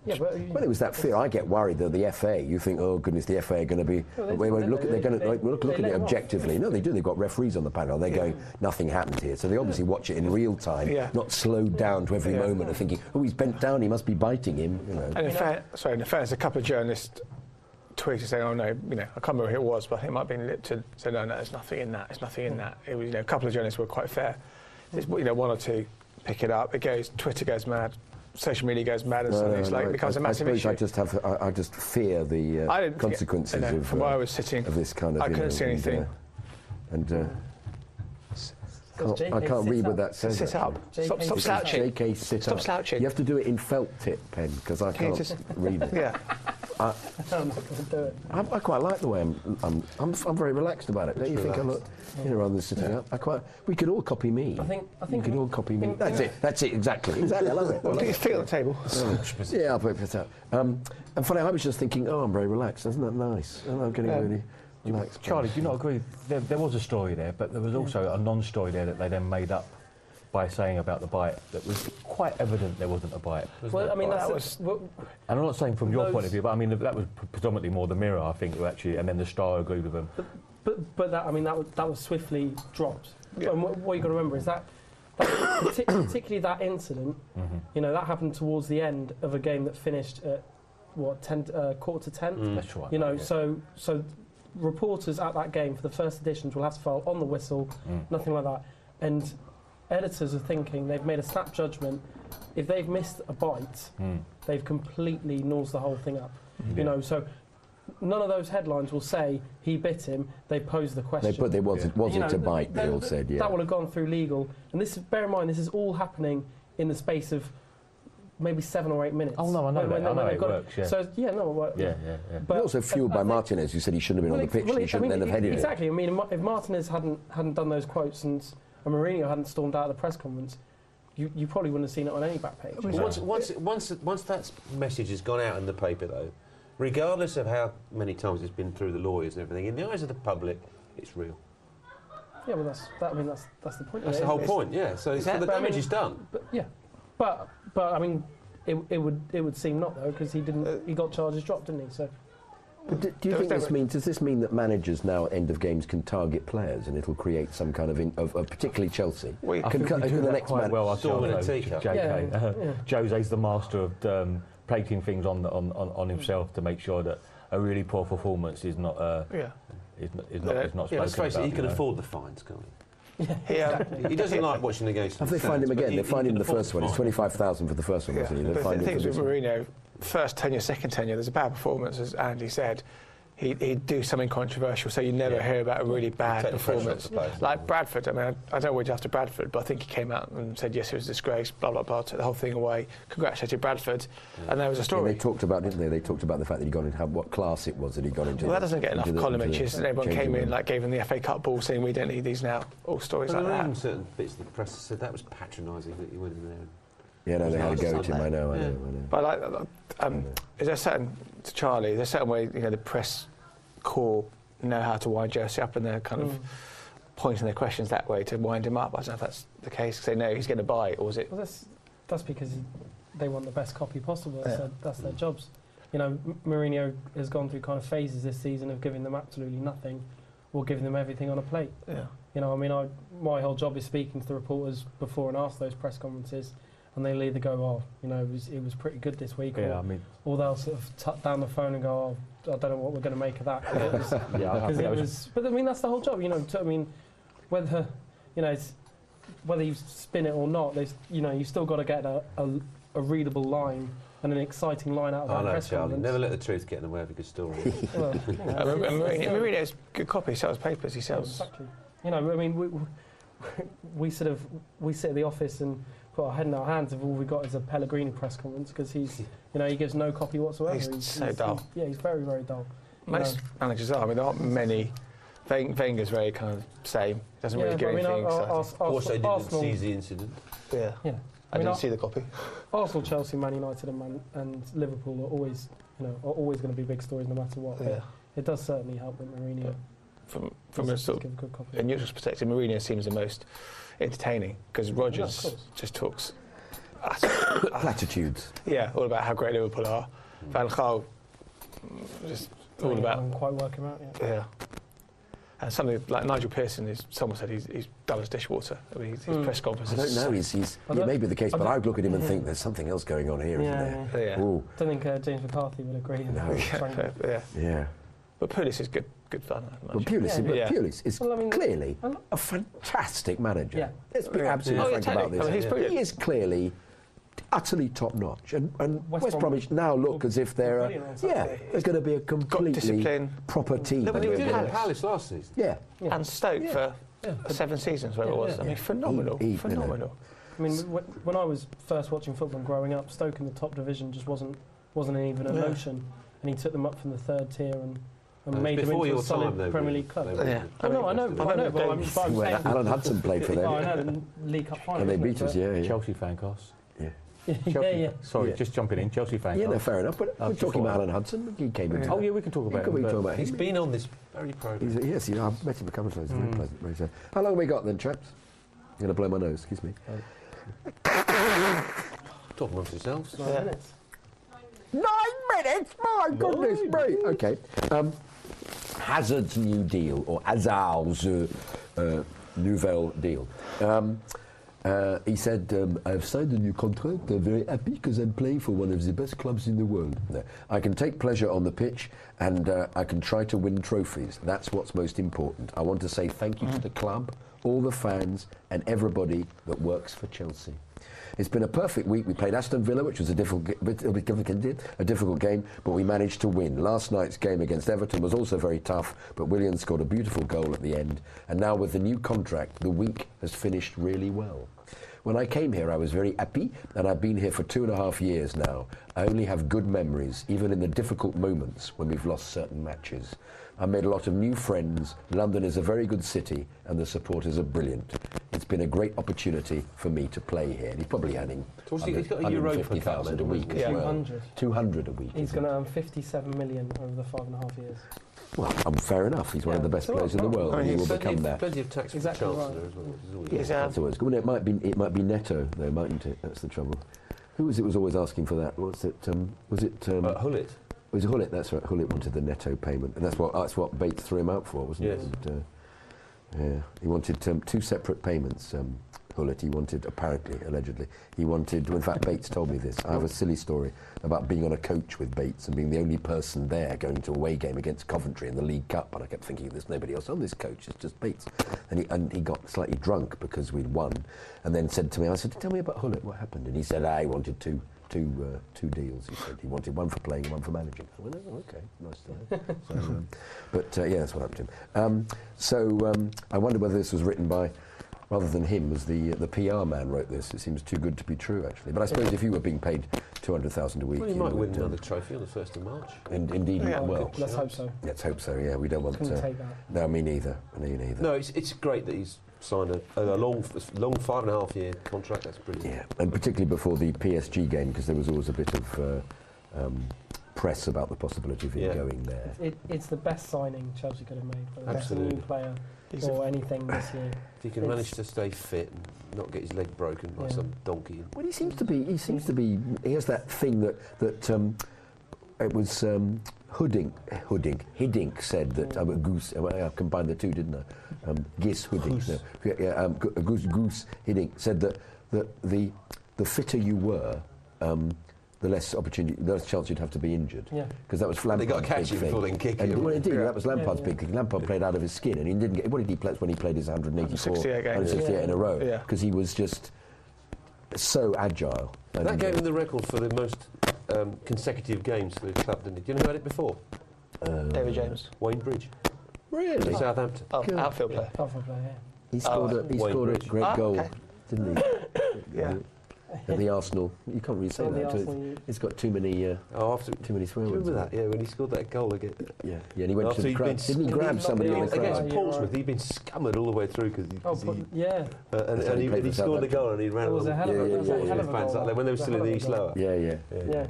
Yeah, but Well, it was that fear. I get worried that the FA. You think, oh goodness, the FA are going to be. Well, they- they won't look. at They're going to they- look, look they at let it them off. objectively. No, they do. They've got referees on the panel. They're going, nothing happened here. So they obviously watch it in real time, Yeah. not slowed down to every Yeah. moment of thinking, oh, he's bent down. He must be biting him. You know. And in fair, sorry, in fairness, a couple of journalists tweeted saying, "Oh no, you know, I can't remember who it was, but I think it might have been Lipton." Said, "No, no, there's nothing in that. There's nothing in that." It was, you know, a couple of journalists were quite fair. There's, you know, one or two pick it up. It goes, Twitter goes mad, social media goes mad, and No, suddenly no, it's like no, it becomes Uh, I, a I massive suppose issue. I just have. I, I just fear the I uh, didn't think- consequences you know, of, from uh, where I was sitting, of this kind of. I you know, couldn't see and, anything. uh, And. Uh, Says can't- I JK, can't sit read what up. that says. Sit up. actually. Stop- stop It says slouching. JK, sit Stop up. slouching. You have to do it in felt tip pen because I Can you can't just- read it. yeah. I'm not going to do it. I, I quite like the way I'm. I'm, I'm, I'm very relaxed about it. Don't you think I look? You know, rather than sitting up, I quite. We could all copy me. I think. I think. you could all copy me. think- That's it. That's it. Exactly. Exactly. I love it. I Well, love put your it. feet on the table. Oh. Yeah, I'll put it out. Um, and funny, I was just thinking, oh, I'm very relaxed. Isn't that nice? And I'm getting Um, really relaxed. Charlie, do you not agree? There, there was a story there, but there was also a non-story there that they then made up by saying about the bite that was quite evident there wasn't a bite. Well, I mean, Well, that's that it. was- Well, And I'm not saying from your Those- point of view, but I mean that was pre- predominantly more the mirror, I think, who actually, and then the star agreed with them. But but that I mean that was, that was swiftly dropped. And what, what you got to remember is that, that partic- particularly that incident, Mm-hmm. you know, that happened towards the end of a game that finished at what ten uh, quarter to ten. That's right. You know, yeah. so so reporters at that game for the first editions will have to file on the whistle, Mm. nothing like that. And editors are thinking they've made a snap judgment. If they've missed a bite, Mm. they've completely nosed the whole thing up. You know, so none of those headlines will say he bit him. They pose the question. They put there was it was You it know, a bite? They th- all th- said, yeah. That will have gone through legal. And this, is- bear in mind, this is all happening in the space of maybe seven or eight minutes. Oh, no, I know that. I know they've it got works, yeah. So yeah, no, well, Yeah, yeah, yeah. But also fueled I- I by think- Martinez, who said he shouldn't have been on the well, pitch. it- well, and it- he shouldn't I mean, then have it- headed it. Exactly. I mean, Ma- if Martinez hadn't hadn't done those quotes and, and Mourinho hadn't stormed out of the press conference, you, you probably wouldn't have seen it on any back page. But Once, once, once, once that message has gone out in the paper, though, regardless of how many times it's been through the lawyers and everything, in the eyes of the public, it's real. Yeah, well, that's that, I mean, that's that's the point. That's of it, the whole isn't it? point, yeah. So, so the But I damage mean- is done. But yeah, but but I mean, it, it would it would seem not though because he didn't he got charges dropped, didn't he? So But do, do you There was think this never- means? Does this mean that managers now at end of games can target players and it'll create some kind of, in, of, of particularly Chelsea? We- I Can- think can- we do can the that next quite man- well Storm in a ourselves, though, teacup. J- JK. Yeah, Jose's the master of um, plating things on, the, on, on, on himself to make sure that a really poor performance is not uh, Yeah. is, n- is not Yeah, is not Yeah, spoken let's face about, it, he can you know. afford the fines, can't He, um, he? He doesn't like watching the games. Have they fined him again? They fined him the first one. It's twenty-five thousand for the first one, Yeah, wasn't he? They but fined the him thing for is with this one. Mourinho, first tenure, second tenure, there's a bad performance, as Andy said. He, he'd do something controversial, so you never hear about a really bad Take the pressure off the performance. players. Like Bradford, I mean, I, I don't wage after Bradford, but I think he came out and said, yes, it was a disgrace, blah, blah, blah, took the whole thing away, congratulated Bradford, and there was a And story. they talked about, didn't they? They talked about the fact that he got into how, what class it was that he got into. well, that the- doesn't get enough into the- column into the inches, and everyone changing came in, room. like, gave him the FA Cup ball, saying, we don't need these now. All stories But like there are even that. certain bits of the press that said that was patronising that he went in there. and- yeah, no, they had a go at him. I know, I know, Yeah. I know. But like, uh, um, is there a certain to Mm. Charlie? Is there a certain way you know the press corps know how to wind Jersey up in their kind of pointing their questions that way to wind him up. I don't know if that's the case. 'cause They know he's going to buy, or is it? Well, that's that's because he, they want the best copy possible. Yeah. That's, their, that's their jobs. You know, M- Mourinho has gone through kind of phases this season of giving them absolutely nothing, or giving them everything on a plate. Yeah. You know, I mean, I, my whole job is speaking to the reporters before and after those press conferences, and they'll either go, "Oh, you know, it was, it was pretty good this week," Yeah, or, I mean- or they'll sort of tuck down the phone and go, "Oh, I don't know what we're going to make of that." 'Cause it was- Yeah, I 'cause think it that was- was- But I mean, that's the whole job. You know, t- I mean, whether you know, it's, whether you spin it or not, there's you know, you have still got to get a, a, a readable line and an exciting line out of Oh that no, press Charlie! conference. Never let the truth get in the way of a good story. Well, you know, Uh, it's- it's- Mourinho- Mourinho's good copy. He sells papers. He sells. Exactly. You know, I mean, we, we- we sort of we sit at the office and put our head in our hands if all we got is a Pellegrini press conference because he's, you know, he gives no copy whatsoever. He's so dull. yeah, he's very, very dull. You know, Most managers are. I mean, there aren't many. Wen- Wenger's very kind of same. Doesn't yeah, really but give I mean, anything our- our- exciting. our- also, didn't Arsenal, seize the incident. yeah. yeah. I mean, didn't Ar- see the copy. Arsenal, Chelsea, Man United, and, Man, and Liverpool are always, you know, are always going to be big stories no matter what. but Yeah. It does certainly help that Mourinho From from a does sort give a good copy. of a neutral perspective, Mourinho seems the most entertaining because Rogers course. just talks. Platitudes. Yeah, all about how great Liverpool are. Van Gaal mm, just all Mourinho about hasn't quite work him out yet. Yeah. And something like Nigel Pearson is someone said he's, he's dull as dishwater. I mean, his, his Mm. press conference. Hmm. I don't know. He's, he's, I it don't- may be the case, I but don't- I look at him and yeah. think there's something else going on here, Yeah, not there? Yeah. Ooh, I don't think uh, James McCarthy would agree. No. With Yeah, Frank. fair- yeah. yeah. But Pulis is good, good fun. I But imagine. Pulis, but Yeah. Pulis is Well, I mean, clearly I lo- a fantastic manager. Yeah. Let's be Yeah. absolutely Oh, yeah, frank about totally. this. I mean, he's brilliant. he is clearly utterly top notch, and, and West West, Brom- Bromwich now look as if they're a, brilliant on yeah, Saturday. they're going to be a completely discipline. proper team. No, but He he did Yeah. it at Palace last season. yeah. Yeah. And Stoke Yeah. for Yeah. seven seasons, whatever Yeah, it was. yeah, I mean, yeah. phenomenal, He- he- phenomenal. I mean, w- when I was first watching football growing up, Stoke in the top division just wasn't wasn't even a Yeah. notion, and he took them up from the third tier and, and Uh, made them before into your a solid time, though, Premier really. League club. They were- Yeah. I know, I know, West I know, Brom. but I'm, but I'm Well, saying, Alan Hudson played for Oh, I them, know, the League Cup final. and they wasn't beat it, us. Yeah, yeah. Chelsea fan costs. but- yeah, yeah. Sorry, Yeah. just jumping in. Chelsea fan Yeah, no, costs. fair enough. But Uh, we're talking before- about Alan Hudson. He came in. Oh yeah, we can talk about. Could we it, but- talk about He's him? been on this very programme. He's a, yes, yeah, I've met him a couple of times. Very pleasant, very sad. How long have we got then, chaps? I'm going to blow my nose. Excuse me. Talk amongst yourselves. Nine Yeah. minutes. Nine minutes? My goodness me. Okay. Um, Hazard's New Deal, or Hazard's uh, uh, Nouvelle Deal. Um, uh, he said, um, I've signed a new contract. I'm very happy because I'm playing for one of the best clubs in the world. No. I can take pleasure on the pitch and uh, I can try to win trophies. That's what's most important. I want to say thank you to the club, all the fans, and everybody that works for Chelsea. It's been a perfect week. We played Aston Villa, which was a difficult, bit- a bit difficult- a difficult game, but we managed to win. Last night's game against Everton was also very tough, but Williams scored a beautiful goal at the end. And now with the new contract, the week has finished really well. When I came here, I was very happy, and I've been here for two and a half years now. I only have good memories, even in the difficult moments when we've lost certain matches. I made a lot of new friends. London is a very good city, and the supporters are brilliant. It's been a great opportunity for me to play here. And he's probably earning Of course, he's got a Europa Cup 150,000 a medal, week hasn't as he? well. 200. 200 a week. He's isn't going it? to earn 57 million over the five and a half years. Well, um, fair enough. He's one of the Yeah, best it's a lot players in the of world, money. and he I mean, will plenty, become of, that. plenty of tax for Exactly Chancellor right. as well. which is always He's, um, That's always. Well, it might be it might be Neto though, mightn't it? That's the trouble. Who was it was always asking for that? What's it? Um, was it? Um, good. Uh, Hullet. was it Hullet? That's right. Hullet wanted the Neto payment, and that's what that's what Bates threw him out for, wasn't Yes. it? And, uh, yeah, he wanted um, two separate payments. Um, Hullet, he wanted apparently, allegedly, he wanted. In fact, Bates told me this. I have a silly story about being on a coach with Bates and being the only person there going to a away game against Coventry in the League Cup, and I kept thinking there's nobody else on this coach. It's just Bates, and he and he got slightly drunk because we'd won, and then said to me, I said, tell me about Hullet. What happened? And he said, I wanted two two uh, two deals. He said he wanted one for playing, and one for managing. I went, oh, okay, nice to know. so, um, but uh, yeah, that's what happened to him. Um, so um, I wonder whether this was written by. Rather than him, as the the PR man wrote this, it seems too good to be true, actually. But I suppose if you were being paid two hundred thousand a week, Well, he you might win would, um, another trophy on the 1st of March. in, indeed, you Yeah. well, uh, Let's hope so. let's hope so. Yeah, we don't want Couldn't to. take that. No, me neither. Me neither. No, it's, it's great that he's signed a, a long, long five and a half year contract. That's brilliant. Yeah, and particularly before the PSG game, because there was always a bit of uh, um, press about the possibility of him Yeah. going there. It, it's the best signing Chelsea could have made. Whether it's a Absolutely. new player He's a- or anything this year. If he can It's- manage to stay fit and not get his leg broken by Yeah. some donkey. Well, he seems to be. He seems to be. He has that thing that that um, it was um, Hooding, Hooding, Hiddink said that um, Goose. uh, I combined the two, didn't I? Um, Gis Hooding. Goose. No, yeah, yeah, um, Go- Goose, Goose Hiddink said that that the the fitter you were. Um, the less opportunity, the less chance you'd have to be injured. Yeah. Because that was They Lampard's gotta catch big you thing. before they can kick and, you. Well, indeed, Yeah. that was Lampard's Yeah, big thing. Lampard played out of his skin, and he didn't get. What did he play? That's when he played his 184, 168 games. 168 in a row. Yeah. Because he was just so agile. And, That gave uh, him the record for the most um, consecutive games for the club, didn't it? Do you know who had it before? uh, David James. Wayne Bridge. Really? In Southampton. Oh, outfield player. Powerful player, He scored, a, he Wayne scored a Bridge. great Ah, goal, okay. didn't he? Yeah. At the Arsenal. You can't really say At the that. Arsenal, It's- you- it's got too many, uh, Oh, after. too many swear Do you words. remember in that? it. Yeah, when he scored that goal again. Yeah. yeah, and he went After to the he'd crowd. been Didn't he sc- grab somebody in the knocked out crowd? Against Yeah, Portsmouth, right. he'd been scummered all the way through because he, Oh, 'cause but, he- yeah. uh, and, That's how and he he, played he for scored the Southampton. goal and he ran It all was the a hell of a- yeah, it was a yeah, hell his of a fans goal. out there when It they were was a still in hell the of a East goal. Lower. Yeah, yeah. Yeah.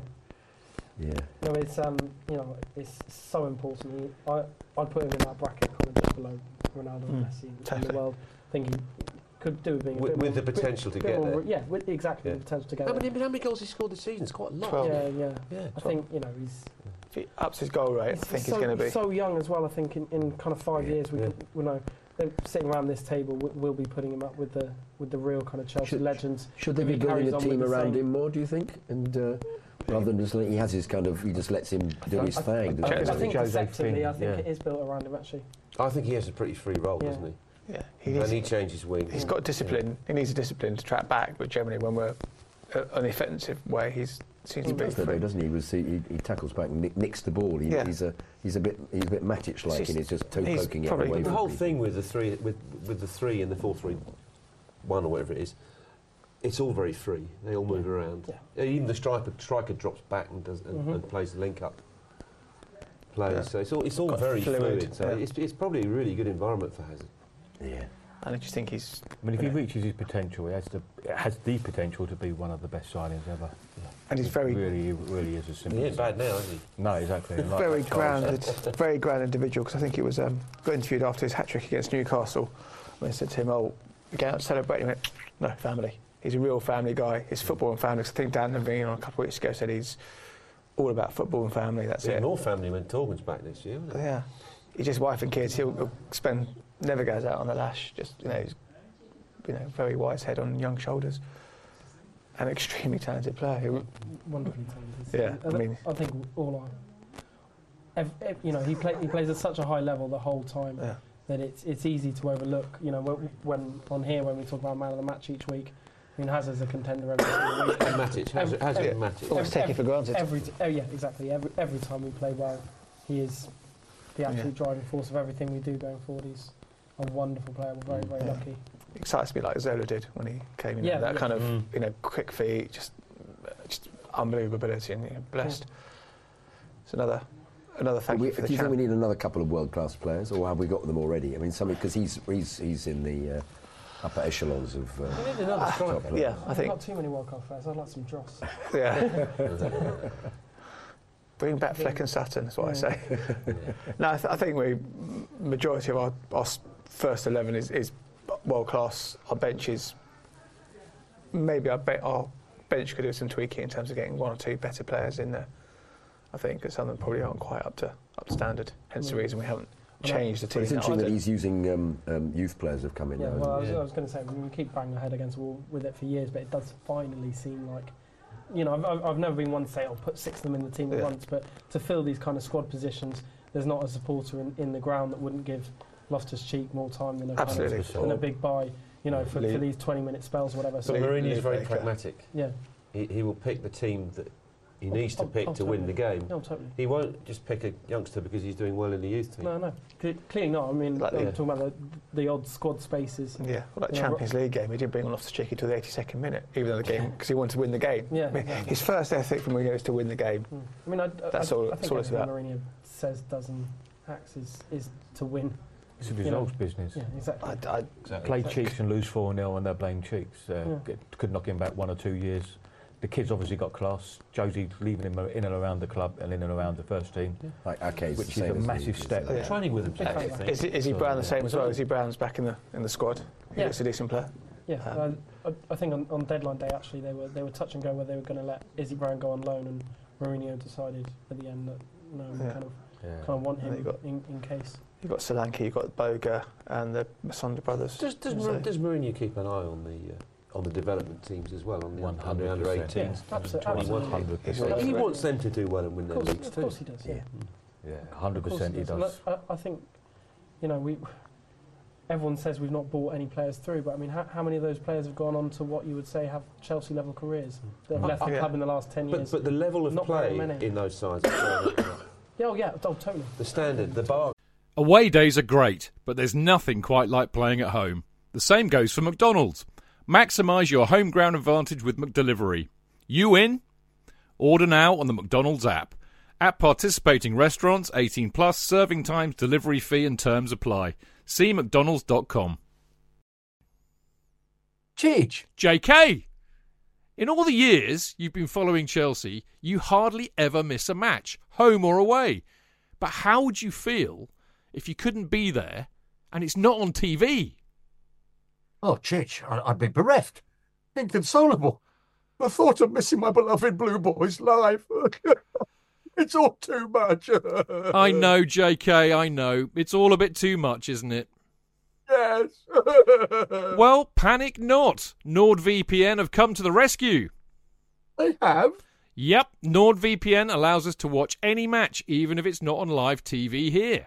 Yeah. No, it's um, you know, it's so important. He- I I'd put him in that bracket, kind of just below Ronaldo and Messi in the Totally. world. I think he could do with being a Hmm. With- bit with more- the potential to bit get more- there. Yeah, with, exactly Yeah. the potential to get How there. many, how many goals he scored this season? It's quite a lot. Twelve. Yeah, yeah. Yeah, I twelve. think you know he's. If he ups his goal rate, I think so, he's going to be. so young as well. I think in, in kind of five years we yeah. could, you know they're sitting around this table we, we'll be putting him up with the with the real kind of Chelsea Should- legends. Should they if be he building carries a on with team the around same- him more, do you think? And uh, rather than just let, he has his kind of, he just lets him do his thing. doesn't he? I, think- I think Jose deceptively, Finn, I think yeah. it is built around him actually. I think he has a pretty free role, Yeah. doesn't Yeah, he he? and needs, he changes wing. he's got discipline. He needs a discipline to track back, but generally when we're uh, on the offensive way, he's seems He to be. does that though, doesn't he? He, was, he, he- he tackles back and nick- nicks the ball. He, Yeah. He's a he's a bit he's a bit Matic like, It's and he's just toe he's poking it probably- away. The from whole people. thing with the three, with with the three and the four, three, one or whatever it is, it's all very free. They all move around. Even the striker, striker drops back and does Mm-hmm. and, and plays the link up plays. Yeah. So it's all it's all Got very fluid. fluid, So yeah. it's, it's probably a really good environment for Hazard. Yeah. And I just think he's. I mean, if he reaches his potential, he has the, it has the potential to be one of the best signings ever. And he's very- really, really is as simple. He as ain't bad now, is he? No, exactly. and like very that Charles said, grounded, very ground individual. Because I think he was um, got interviewed after his hat trick against Newcastle. When I said to him, "Oh, you going out to celebrate?" He went, "No, family. He's a real family guy. It's football and family." 'Cause I think Dan Levine on a couple of weeks ago said he's all about football and family. That's Even it. more family when Torben's back next year. Isn't it? Yeah, he's just wife and kids. He'll, he'll spend never goes out on the lash. Just you know, he's you know very wise head on young shoulders. An extremely talented player. Who, Wonderfully talented. Yeah, I, I mean- uh, I think all I, ev ev- you know, he play, he plays at such a high level the whole time Yeah. that it's it's easy to overlook. You know, when, when on here when we talk about man of the match each week, I mean Hazard's a contender every single week. And Matic, Hazard, Hazard and Matic. Always take it for granted. Every t- oh yeah, exactly. Every every time we play well, he is the absolute driving force of everything we do going forward. He's a wonderful player. We're very very Mm. Yeah. lucky. excites me like Zola did when he came in. Yeah, that yeah. kind of Mm. you know quick feet, just just unbelievable ability, and you know, blessed. It's another another thank We- you for the do you think chance. we need another couple of world class players, or have we got them already? I mean, somebody because he's he's he's in the uh, upper echelons of. Uh, We need another top striker. level. yeah, Ah, I think Not too many World Cup players. I'd like some dross. yeah. Bring back Fleck and Sutton. That's what I say. no, I, th- I think we majority of our, our s- first eleven is, is world class. Our bench is maybe our, be- our bench could do some tweaking in terms of getting one or two better players in there. I think because some of them probably aren't quite up to up to standard. Hence the reason we haven't changed the but team. it's interesting I that don't- he's using um, um, youth players have come in Yeah, now. well, hasn't I was, Yeah. I was going to say, I mean, we keep banging our head against the wall with it for years, but it does finally seem like, you know, I've, I've, I've never been one to say, I'll put six of them in the team at Yeah. once, but to fill these kind of squad positions, there's not a supporter in, in the ground that wouldn't give Loftus Cheek more time than a, kind Absolutely. of, than a big buy, you know, for, for Leave. these 20 minute spells or whatever. So, Leave. Mourinho is very Lukaku. pragmatic. yeah. He, he will pick the team that he needs to Oh, pick oh, to win the totally. game. No, totally. He won't just pick a youngster because he's doing well in the youth team. No, no. Cle- Clearly not. I mean, Like Mm. I'm the- talking about the, the odd squad spaces. Yeah, well, that Yeah, Champions League game, he didn't bring on off Cheeky until the 82nd minute, even though the game, because he wanted to win the game. Yeah, I mean, exactly. his first ethic from Mourinho is to win the game. Hmm. I mean, I, That's I, all- I that's think all it's everything Mourinho about. says, does, and acts is, is to win. It's a you know. results business. Yeah, exactly. I, I, Play Cheeks and lose 4 0 and they're playing Cheeks. Uh, Yeah. get- Could knock him back one or two years. The kids obviously got class. Josie leaving him in and around the club and in and around the first team, Like Ake's which the is a same as massive Leeds, uh, step. isn't it? Training with him, I think. Is, is he So, Brown the same yeah. as well? Is he Brown's back in the in the squad? He Yeah. looks a decent player. Yeah, I, I- I think on, on deadline day actually they were they were touch and go whether they were going to let Izzy Brown go on loan, and Mourinho decided at the end that no, we Yeah. kind of Yeah. kind of want And him they got- in, in case. You've got Solanke, you've got Boga, and the Masonda brothers. Does, does, So- Mar- does Mourinho keep an eye on the uh, on the development teams as well, on the under 100%. under 18s? Yeah, abso- absolutely. 100%. He wants them to do well and win Of course, their leagues of too. course he does. Yeah, Yeah, Of course 100% he does. Look, I, I think you know we. Everyone says we've not bought any players through, but I mean, how, how many of those players have gone on to what you would say have Chelsea level careers that have Mm. left the Yeah. club in the last ten years? But, but the level of Not very play many. in those sides, is going up. Yeah, oh yeah, oh, totally. the standard, the bar Away days are great, but there's nothing quite like playing at home. The same goes for McDonald's. Maximise your home ground advantage with McDelivery. You in? Order now on the McDonald's app. At participating restaurants, 18 plus, serving times, delivery fee and terms apply. See mcdonalds.com. Cheech. JK. In all the years you've been following Chelsea, you hardly ever miss a match, home or away. But how would you feel if you couldn't be there and it's not on TV? Oh, Chich, I- I'd be bereft, inconsolable. The thought of missing my beloved Blue Boys live. it's all too much. I know, JK, I know. It's all a bit too much, isn't it? Yes. Uh. Well, panic not. NordVPN have come to the rescue. They have? Yep, NordVPN allows us to watch any match, even if it's not on live TV here.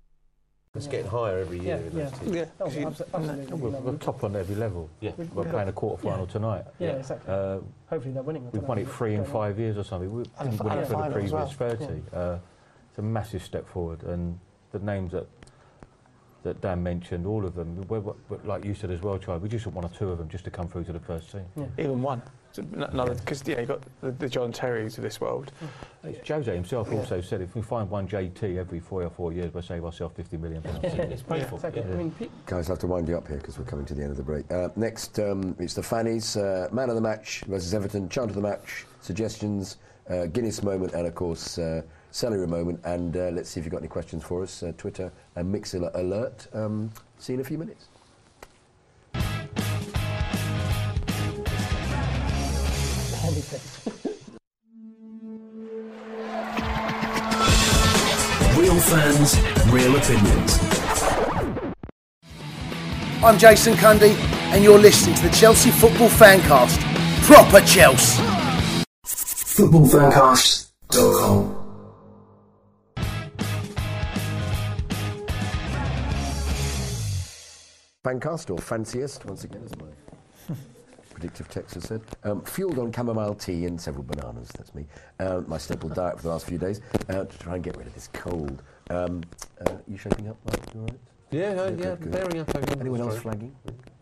is getting higher every year. in those teams. Oh, abso- absolutely. No, we're, You know, we're we've- top on every level. Yeah. We're, we've playing got- a quarter final yeah. tonight. Yeah, exactly. Uh, Hopefully they're winning. I We've don't won know it what's three in going on. five years or something. We And a didn't fi- win and it a for the final as previous well. 30. Uh, it's a massive step forward, and the names that that Dan mentioned, all of them, we're, we're- but like you said as well, Charlie, we just want one or two of them just to come through to the first team. Even one. So n- Another because yeah, you got the, the John Terrys of this world. It's Jose himself also said, if we find one JT every three or four years, we'll save ourselves 50 million pounds. It's painful. Exactly. I mean, pe- Guys, I'll have to wind you up here because we're coming to the end of the break. Uh, next, um, it's the Fannies, uh, man of the match versus Everton, chant of the match, suggestions, uh, Guinness moment, and of course, uh, Celery moment. And uh, let's see if you've got any questions for us. Uh, Twitter and Mixilla alert. Um, see you in a few minutes. Real fans, real opinions. I'm Jason Cundy, and you're listening to the Chelsea Football Fancast. Proper Chelsea. Footballfancast.com. Fancast or fanciest, once again, as my predictive text has said. Um, fueled on chamomile tea and several bananas, that's me. Uh, my staple diet for the last few days uh, to try and get rid of this cold. Um, uh, you shaping up, Mike? You all right? Yeah, no, Good, yeah, good, good. bearing up. over the Anyone else stroke. flagging?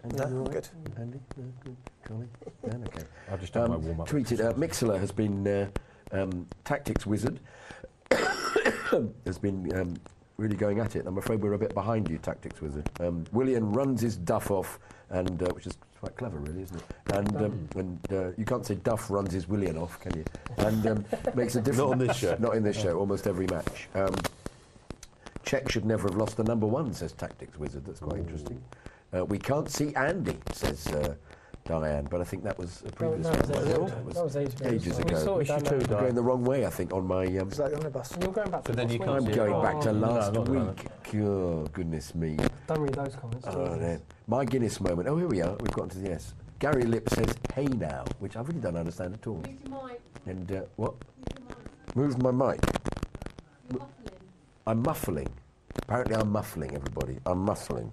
Andy, you No, all I'm right? good. Andy? No, good. Charlie? Dan, okay. I've just done my warm-up. Tweeted, uh, Mixler has been, uh, um, tactics wizard, has been um, really going at it. I'm afraid we're a bit behind you, tactics wizard. Um, William runs his duff off, and uh, which is quite clever, really, isn't it? And, um, and uh, you can't say duff runs his William off, can you? And um, makes a difference. Not on this show. Not in this show, almost every match. Um, Czech should never have lost the number one, says Tactics Wizard. That's quite interesting. Uh, we can't see Andy, says uh, Diane, but I think that was a No, previous that was one. ages ago. That was That was ages ago. ages We ago. sorted that I'm now. going the wrong way, I think, on my. Um, You're going back to last week. I'm going back to Oh, last no, not that. week. Oh, goodness me. Don't read those comments. Oh, Jesus. no. My Guinness moment. Oh, here we are. We've gotten to the S. Gary Lip says, hey now, which I really don't understand at all. And uh, what? Move my mic. M- I'm muffling. Apparently, I'm muffling, everybody. I'm muffling.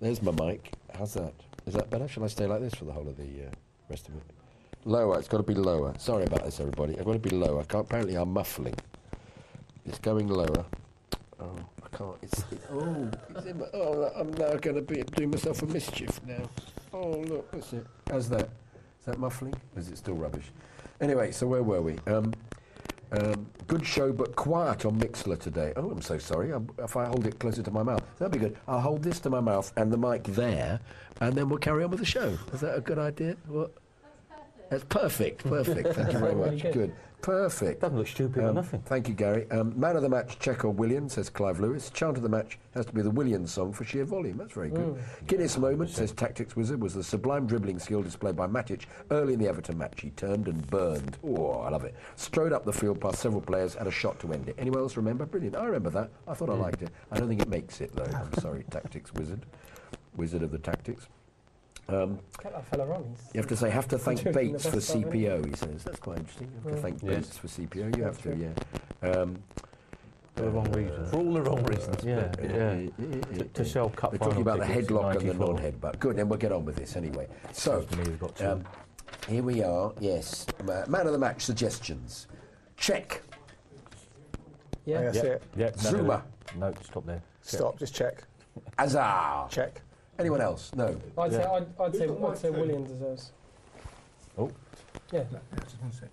There's my mic. How's that? Is that better? Shall I stay like this for the whole of the uh, rest of it? Lower. It's got to be lower. Sorry about this, everybody. I've got to be lower. I can't, apparently, I'm muffling. It's going lower. Oh, I can't. It's, it, oh, it's in my, oh, I'm now going to be doing myself a mischief now. Oh, look, that's it. How's that? Is that muffling? Or is it still rubbish? Anyway, so where were we? Um, um, good show, but quiet on Mixler today. Oh, I'm so sorry. i if I hold it closer to my mouth, that'd be good. I'll hold this to my mouth and the mic there, and then we'll carry on with the show. Is that a good idea? What? That's perfect. Perfect. Thank you very Really much. good. Good. Perfect. Doesn't look stupid or nothing. Thank you, Gary. Um, Man of the match, Checker Williams, says Clive Lewis. Chant of the match has to be the Williams song for sheer volume. That's very good. Mm. Guinness moment, says Tactics Wizard, was the sublime dribbling skill displayed by Matic early in the Everton match. He turned and burned. Oh, I love it. Strode up the field past several players, had a shot to end it. Anyone else remember? Brilliant. I remember that. I thought I Mm. liked it. I don't think it makes it, though. I'm sorry, Tactics Wizard. Wizard of the Tactics. Um, Get that fella on. he's- you have to say, have to thank Doing the Bates for best stuff, isn't he? CPO, he says. That's quite interesting. You have to Yeah. thank Mm. Yes. Bates for CPO. You have to, yeah. Um, For the wrong reasons. For all the wrong reasons. Yeah, uh, yeah. To- to sell cup We're talking final about the tickets in headlock and the 94. non-headbutt. Good, then we'll get on with this anyway. So, two. um, here we are. Yes, Ma- man of the match suggestions. Check. Yeah, Oh, that's it. Yeah, no, no, Zuma. No, stop there. Stop, just check. Azar. Check. Anyone else? No. I'd say, Yeah. I'd, I'd Who's say, got I'd mic say two? William deserves. Oh. Yeah. Just one sec.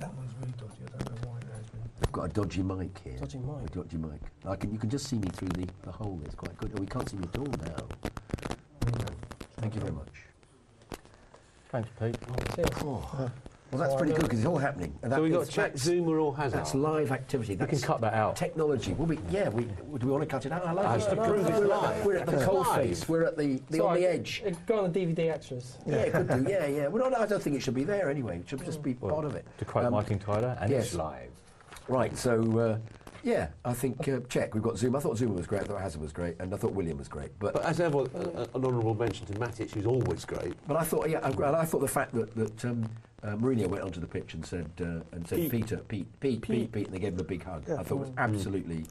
That one's really dodgy. I don't know why it has been. We've got a dodgy mic here. Dodgy mic. A dodgy mic. I can, you can just see me through the, the hole. It's quite good. Oh, we can't see me at all now. Thank you very much. Thanks, Pete. Oh. Well, that's pretty good because it's all happening. So we got it's- Czech, that's- Zuma or Hazard? That's live activity. That's we can cut that out. Technology. Well, we, yeah, we, do we want to cut it out? I like That's it. to prove it's We're- live. We're at the It's cold live. face. We're at the, the So on the I- edge. it- uh, Go on the DVD extras. Yeah, it could do. Yeah, yeah. Well, no, I don't think it should be there anyway. It should just be part of it. To quote Um, Martin Tyler, and yes. it's live. Right, so uh, yeah, I think uh, check. We've got Zoom. I thought Zuma was great. I thought Hazard was great, and I thought William was great. But But as ever, a- a- Uh, an honourable mention to Matic, who's always great. But I thought, yeah, I, and I thought the fact that that um, uh, Mourinho went onto the pitch and said uh, and said Pete. Peter, Pete, Pete, Pete, Pete, and they gave him a big hug. Yeah. I thought was Mm. absolutely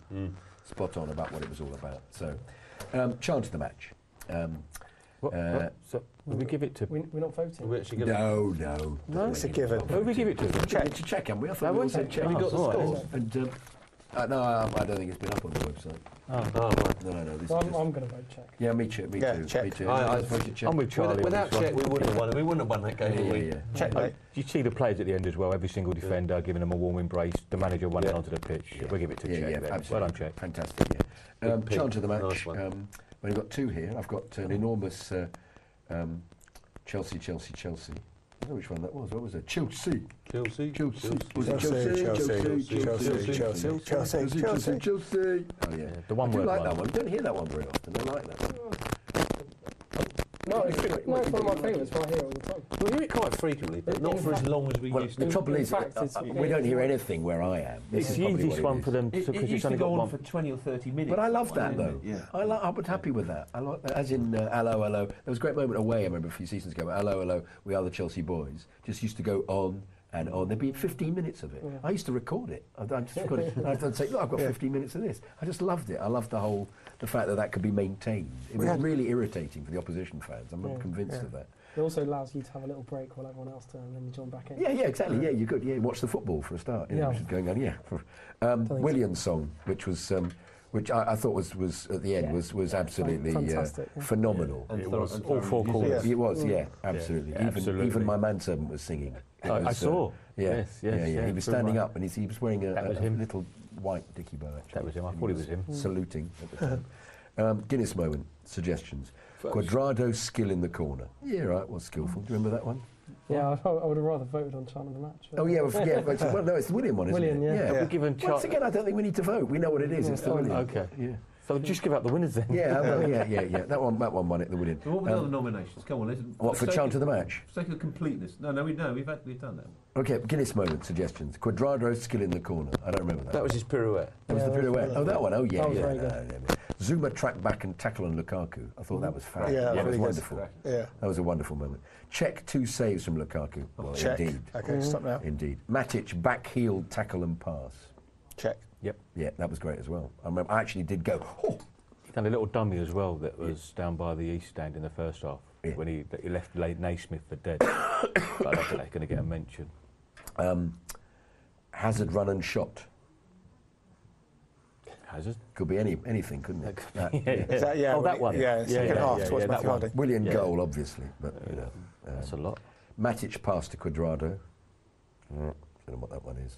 spot on about what it was all about. So, um, chance of the match. Um, uh, So, will we give it to. We, we're not voting. We're actually no, no, No? It's a given. Who we give it to? Check. To check, haven't we? I thought Oh, we all was said it? check. Have you got the Oh, all score? right. And, um, uh, no, I, I don't think it's been up on the website. Oh. Oh, right. No, no, no. This Well, is I'm, just, I'm going to vote check. yeah, me too. Me Yeah, too. check. Me too. I- I- I voted check. I'm with Charlie. on Without this one. Czech, we wouldn't have won. We wouldn't have won that game, Yeah, would we? yeah, yeah. Check, Oh, mate. you see the players at the end as well. Every single defender giving them a warm embrace. The manager running onto the pitch. We'll give it to Yeah, Czech. yeah, then. absolutely. well done, Czech. Fantastic, yeah. Um, Big pick. chance of the match. Nice one. Um, well, I've got two here. I've got an enormous uh, um, Chelsea, Chelsea, Chelsea. I don't know which one that was. What was it? Chelsea. Chelsea. Chelsea. Was it Chelsea? Chelsea, Chelsea, Chelsea, Chelsea. Chelsea, Chelsea. Chelsea. Oh, yeah. The one I do word like one. that one. Don't hear that one very often. I like that one. No, it's, no, it's one of my favourites. Right here all the time. We hear it quite frequently, but not In for as fact- long as we Well, used to. the trouble in is, fact, uh, it's- uh, we don't hear anything where I am. This It's is the probably easiest what it one is. for them because it's only got one. for 20 or 30 minutes. But I love that though. I, li- I was happy with that. I like that. As in, uh, hello, hello. There was a great moment away. I remember a few seasons ago. where Hello, hello. We are the Chelsea boys. Just used to go on and on. There'd be 15 minutes of it. I used to record it. I'd, I'd just record it. And I'd, I'd say, look, I've got 15 minutes of this. I just loved it. I loved the whole the fact that that could be maintained. It was really irritating for the opposition fans. I'm not Yeah, convinced yeah. of that. It also allows you to have a little break while everyone else does, and then you join back in. Yeah, yeah, exactly. Yeah, you could. Yeah, watch the football for a start. You know, Yeah. which is going on. Yeah, um, so. Williams' song, which was. Um, which I, I thought was, was at the end Yeah. was, was absolutely fantastic, uh, yeah. Mm. phenomenal. It was all four corners. It was, yeah, absolutely. Yeah, even absolutely. even my manservant was singing. It I- I was, uh, saw. yeah, Yes, yes, yeah, yeah, yeah. He was very standing right. up and he's, he was wearing a, That a- was a him. little white dicky bow. Actually, That was him. I And thought he it was him. Mm. Saluting at the time. um, Guinness moment suggestions. Quadrado's skill in the corner. Yeah, right. Was skillful. Do you remember that one? Yeah, I, I would have rather voted on China the match. Oh yeah, well, yeah. Well, it's, well, no, it's the William one, isn't William, it? yeah. Have we given Once Charlie? Oh, again, I don't think we need to vote. We know what it is. It's the William. Okay. Yeah. So just give out the winners then. Yeah, well, yeah, yeah, yeah. That one, that one won it. The winning. So what were the Um, other nominations? Come on, let's. what, for sake chant of the match? For sake of completeness. No, no, we know we've had, we've done that. Okay, Guinness moment suggestions. Quadrado skill in the corner. I don't remember that. That was his pirouette. That was Yeah, the that was pirouette. good. Oh, that one. Oh, yeah. That was yeah, very no, good. no, no. Zuma track back and tackle on Lukaku. I thought that was fab. Yeah, that really was good. wonderful. Yeah. That was a wonderful moment. Check two saves from Lukaku. Oh, Well, Check. indeed. Okay, Mhm. stop now. Indeed. Matic back heel tackle and pass. Check. Yep. Yeah, that was great as well. I remember I actually did go. Oh, And a little dummy as well that was down by the east stand in the first half when he, that he left La- Naismith for dead. but I don't think that's going to get a mention. Um, Hazard run and shot. Hazard could be any anything, couldn't it? That- yeah, yeah. Is that- yeah, Oh, that Willi- one. yeah, Yeah, second yeah, half yeah, towards yeah, that Matthew one. Hardy. Willian Yeah. goal, obviously, but you know, uh, that's a lot. Matic pass to Quadrado. Mm, don't know what that one is.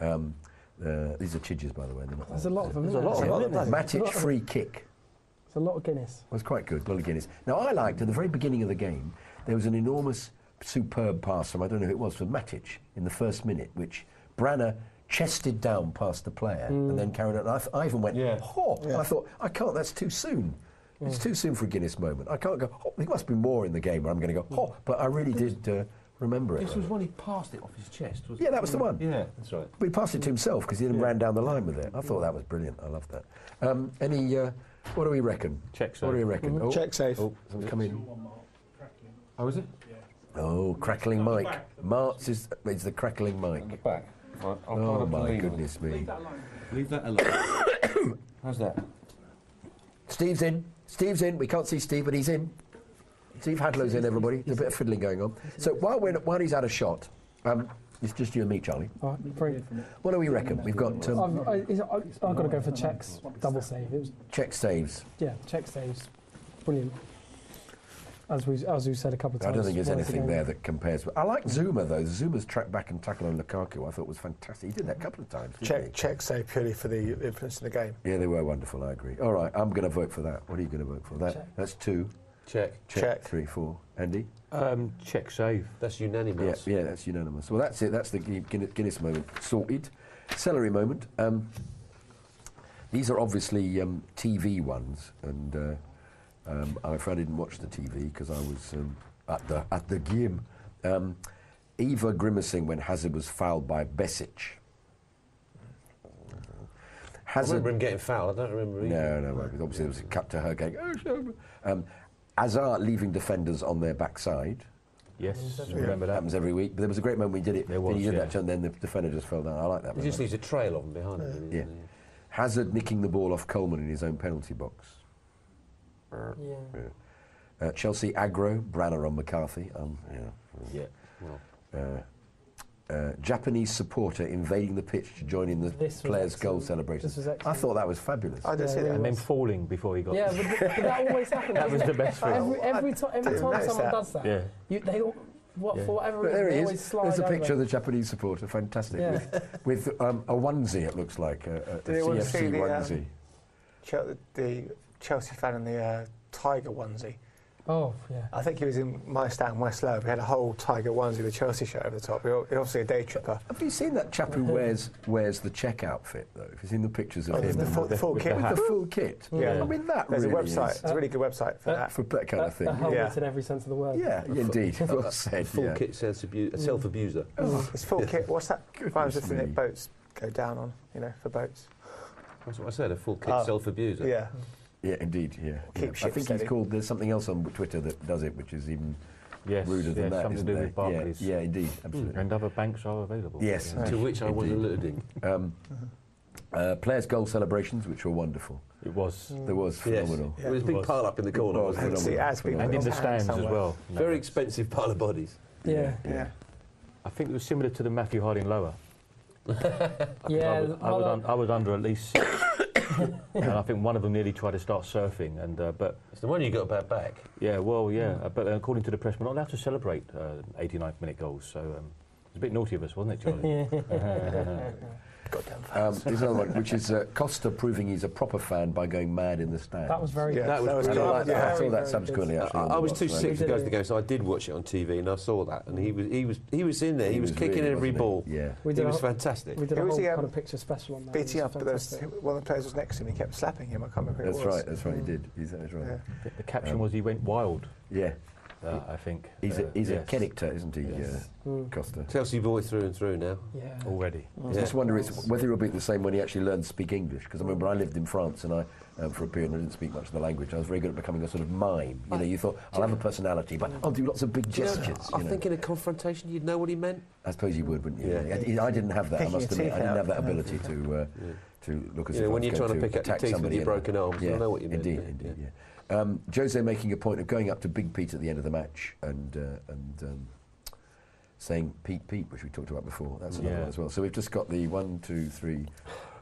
Um, uh, these are Chidges, by the way. They're not There's a lot of them, There's a isn't lot there? of them. There's a lot of them. Matic free kick. It's a lot of Guinness. It was quite good, Lolly Guinness. Now, I liked at the very beginning of the game, there was an enormous, superb pass from, I don't know who it was, from Matic in the first minute, which Branner chested down past the player Mm. and then carried on. I, th- I even went, oh, I thought, I can't, that's too soon. It's too soon for a Guinness moment. I can't go, oh, there must be more in the game where I'm going to go, oh, but I really did uh, remember it. Mm. This was when he passed it off his chest. Was Yeah, that was the one. Yeah, that's right. But he passed it to himself because he then ran down the line with it. I thought that was brilliant. I loved that. Um, any, uh, what do we reckon? Check What do we reckon? Mm-hmm. Mhm. Check safe. Oh, someone's come in. How is it? Oh, crackling Mike. Mart's is, is the crackling Mike. back. try Oh not to my lean on goodness me. Leave that alone. How's that? Steve's in. Steve's in. We can't see Steve, but he's in. Steve Hadlow's in. Everybody, there's a bit of fiddling going on. So while we're while he's had a shot, um, it's just you and me, Charlie. All right, brilliant. What do we reckon? We've got um, I've, I, is, I, I've got to go for checks, double save. It was, check saves. yeah, check saves, brilliant. As we as we said a couple of I times. don't think there's once anything again. there that compares. with I like Zuma though. Zuma's track back and tackle on Lukaku, I thought was fantastic. He did that a couple of times. didn't Check, check, say purely for the influence in the game. he? Yeah, they were wonderful. I agree. All right, I'm going to vote for that. What are you going to vote for? That that's two. Check. Check. Check. Three, four. Andy. Um, check save. That's unanimous. Yeah, yeah, that's unanimous. Well, that's it. That's the Gui- Guinness, Guinness moment sorted. Celery moment. Um, these are obviously um, TV ones, and uh, um, I'm afraid I didn't watch the TV because I was um, at the at the game. Um, Eva grimacing when Hazard was fouled by Besic. I remember him getting fouled. I don't remember. him. No, no, no. Obviously, there was a cut to her going, oh, no. Um, Azar leaving defenders on their backside. Yes, remember that. Happens every week. But there was a great moment we did it. There was, you did yeah. that, and then the defender just fell down. I like that. He just moment. leaves a trail of them behind him. really, Yeah. doesn't he? Hazard nicking the ball off Coleman in his own penalty box. Yeah. Uh, Chelsea aggro, Branner on McCarthy. Um, yeah. Uh, uh, Japanese supporter invading the pitch to join in the This was players' goal excellent. celebration. This was I excellent. thought that was fabulous. I didn't Yeah, see that. it And then was. falling before he got. Yeah, but, but that always happens. That was doesn't the it? best thing. Every, every, ti- every didn't time notice someone that. does that, Yeah. you, they all, what, Yeah. for whatever But reason, there they he always is. slide There's a over. picture of the Japanese supporter. Fantastic. Yeah. With, with um, a onesie, it looks like. A, a, Did a anyone CFC see the, um, onesie. Chel- the Chelsea fan in the uh, Tiger onesie. Oh, yeah. I think he was in my stand, West Low. He had a whole Tiger onesie with a Chelsea shirt over the top. He was obviously a day tripper. Have you seen that chap who wears wears the check outfit though? If you've seen the pictures of Oh, him, the and full- the full with kit. the, With the full kit. Yeah. I mean that There's a really website. Uh, is- Uh, It's a really good website for that. for that kind of thing. The helmet yeah. in every sense of the word. Yeah, indeed. Well said. Full yeah. kit self Mm. abu- self abuser. Oh. It's full kit. What's that? Rhymes with the thing me. that boats go down on, you know, for boats. That's what I said. A full kit Ah. self abuser. Yeah. Yeah, indeed. Yeah. Keep yeah. I ship think he's steady. called. There's something else on Twitter that does it, which is even Yes, ruder than yeah, that. something to isn't do there? with Barclays. Hmm. Yeah, yeah, indeed, absolutely. And other banks are available. Yes, To which I was alluding. Um, uh, players' goal celebrations, which were wonderful. It was. Hmm. There was Yes. phenomenal. There was a big pile up in the corner. It was wasn't phenomenal, phenomenal. Very expensive pile of bodies. Yeah. yeah. I think it was similar to the Matthew Harding lower. I think I Yeah, was, I, was Lower- un- I was under at least six. and I think one of them nearly tried to start surfing, and uh, but it's the one you got about back. Yeah, well, yeah, Hmm. uh, but according to the press, we're not allowed to celebrate uh, 89th minute goals, so um, it's a bit naughty of us, wasn't it, Charlie? Goddamn fans. Um, there's another one, which is uh, Costa proving he's a proper fan by going mad in the stands. That was very good. That was, That was brilliant. good. I, like that. I Very, saw very that good. subsequently. I, Actually, I was too Right. sick to go to the game, so I did watch it on TV, and I saw that. And he was he was he was in there. He, was, kicking really, every wasn't he? ball. Yeah. he We did was a- fantastic. We did a Who was whole the, um, kind of picture special on that. beating It was up, but there was, fantastic. one of the players was next to him. He kept slapping him. I can't remember who That's it was. right. That's right. He did. He's, that's right. Yeah. The, the caption was he went wild. Yeah. Uh, I think Um, He's a Uh, he's a yes. character, isn't he? Yes. Yeah. Costa. Chelsea boy through and through now. Mm. Yeah. Already. I just wonder if, whether he'll be the same when he actually learns to speak English. Because I remember I lived in France and I, um, for a period, I didn't speak much of the language. I was very good at becoming a sort of mime. You know, you thought I'll have a personality, but I'll do lots of big Mm. Do you know, gestures. I you know. think in a confrontation, you'd know what he meant. I suppose you would, wouldn't you? Yeah. I- I, didn't have that. I Picking must your admit, I teeth didn't out. have that ability to uh, to look as You know, if I when was going you're trying to pick up your attack teeth with somebody your in- broken arms, Yeah, you'll know what you meant, Indeed, yeah. indeed. Yeah. Um, Jose making a point of going up to Big Pete at the end of the match and uh, and um, saying Pete Pete, which we talked about before. That's another Yeah. one as well. So we've just got the one, two, three,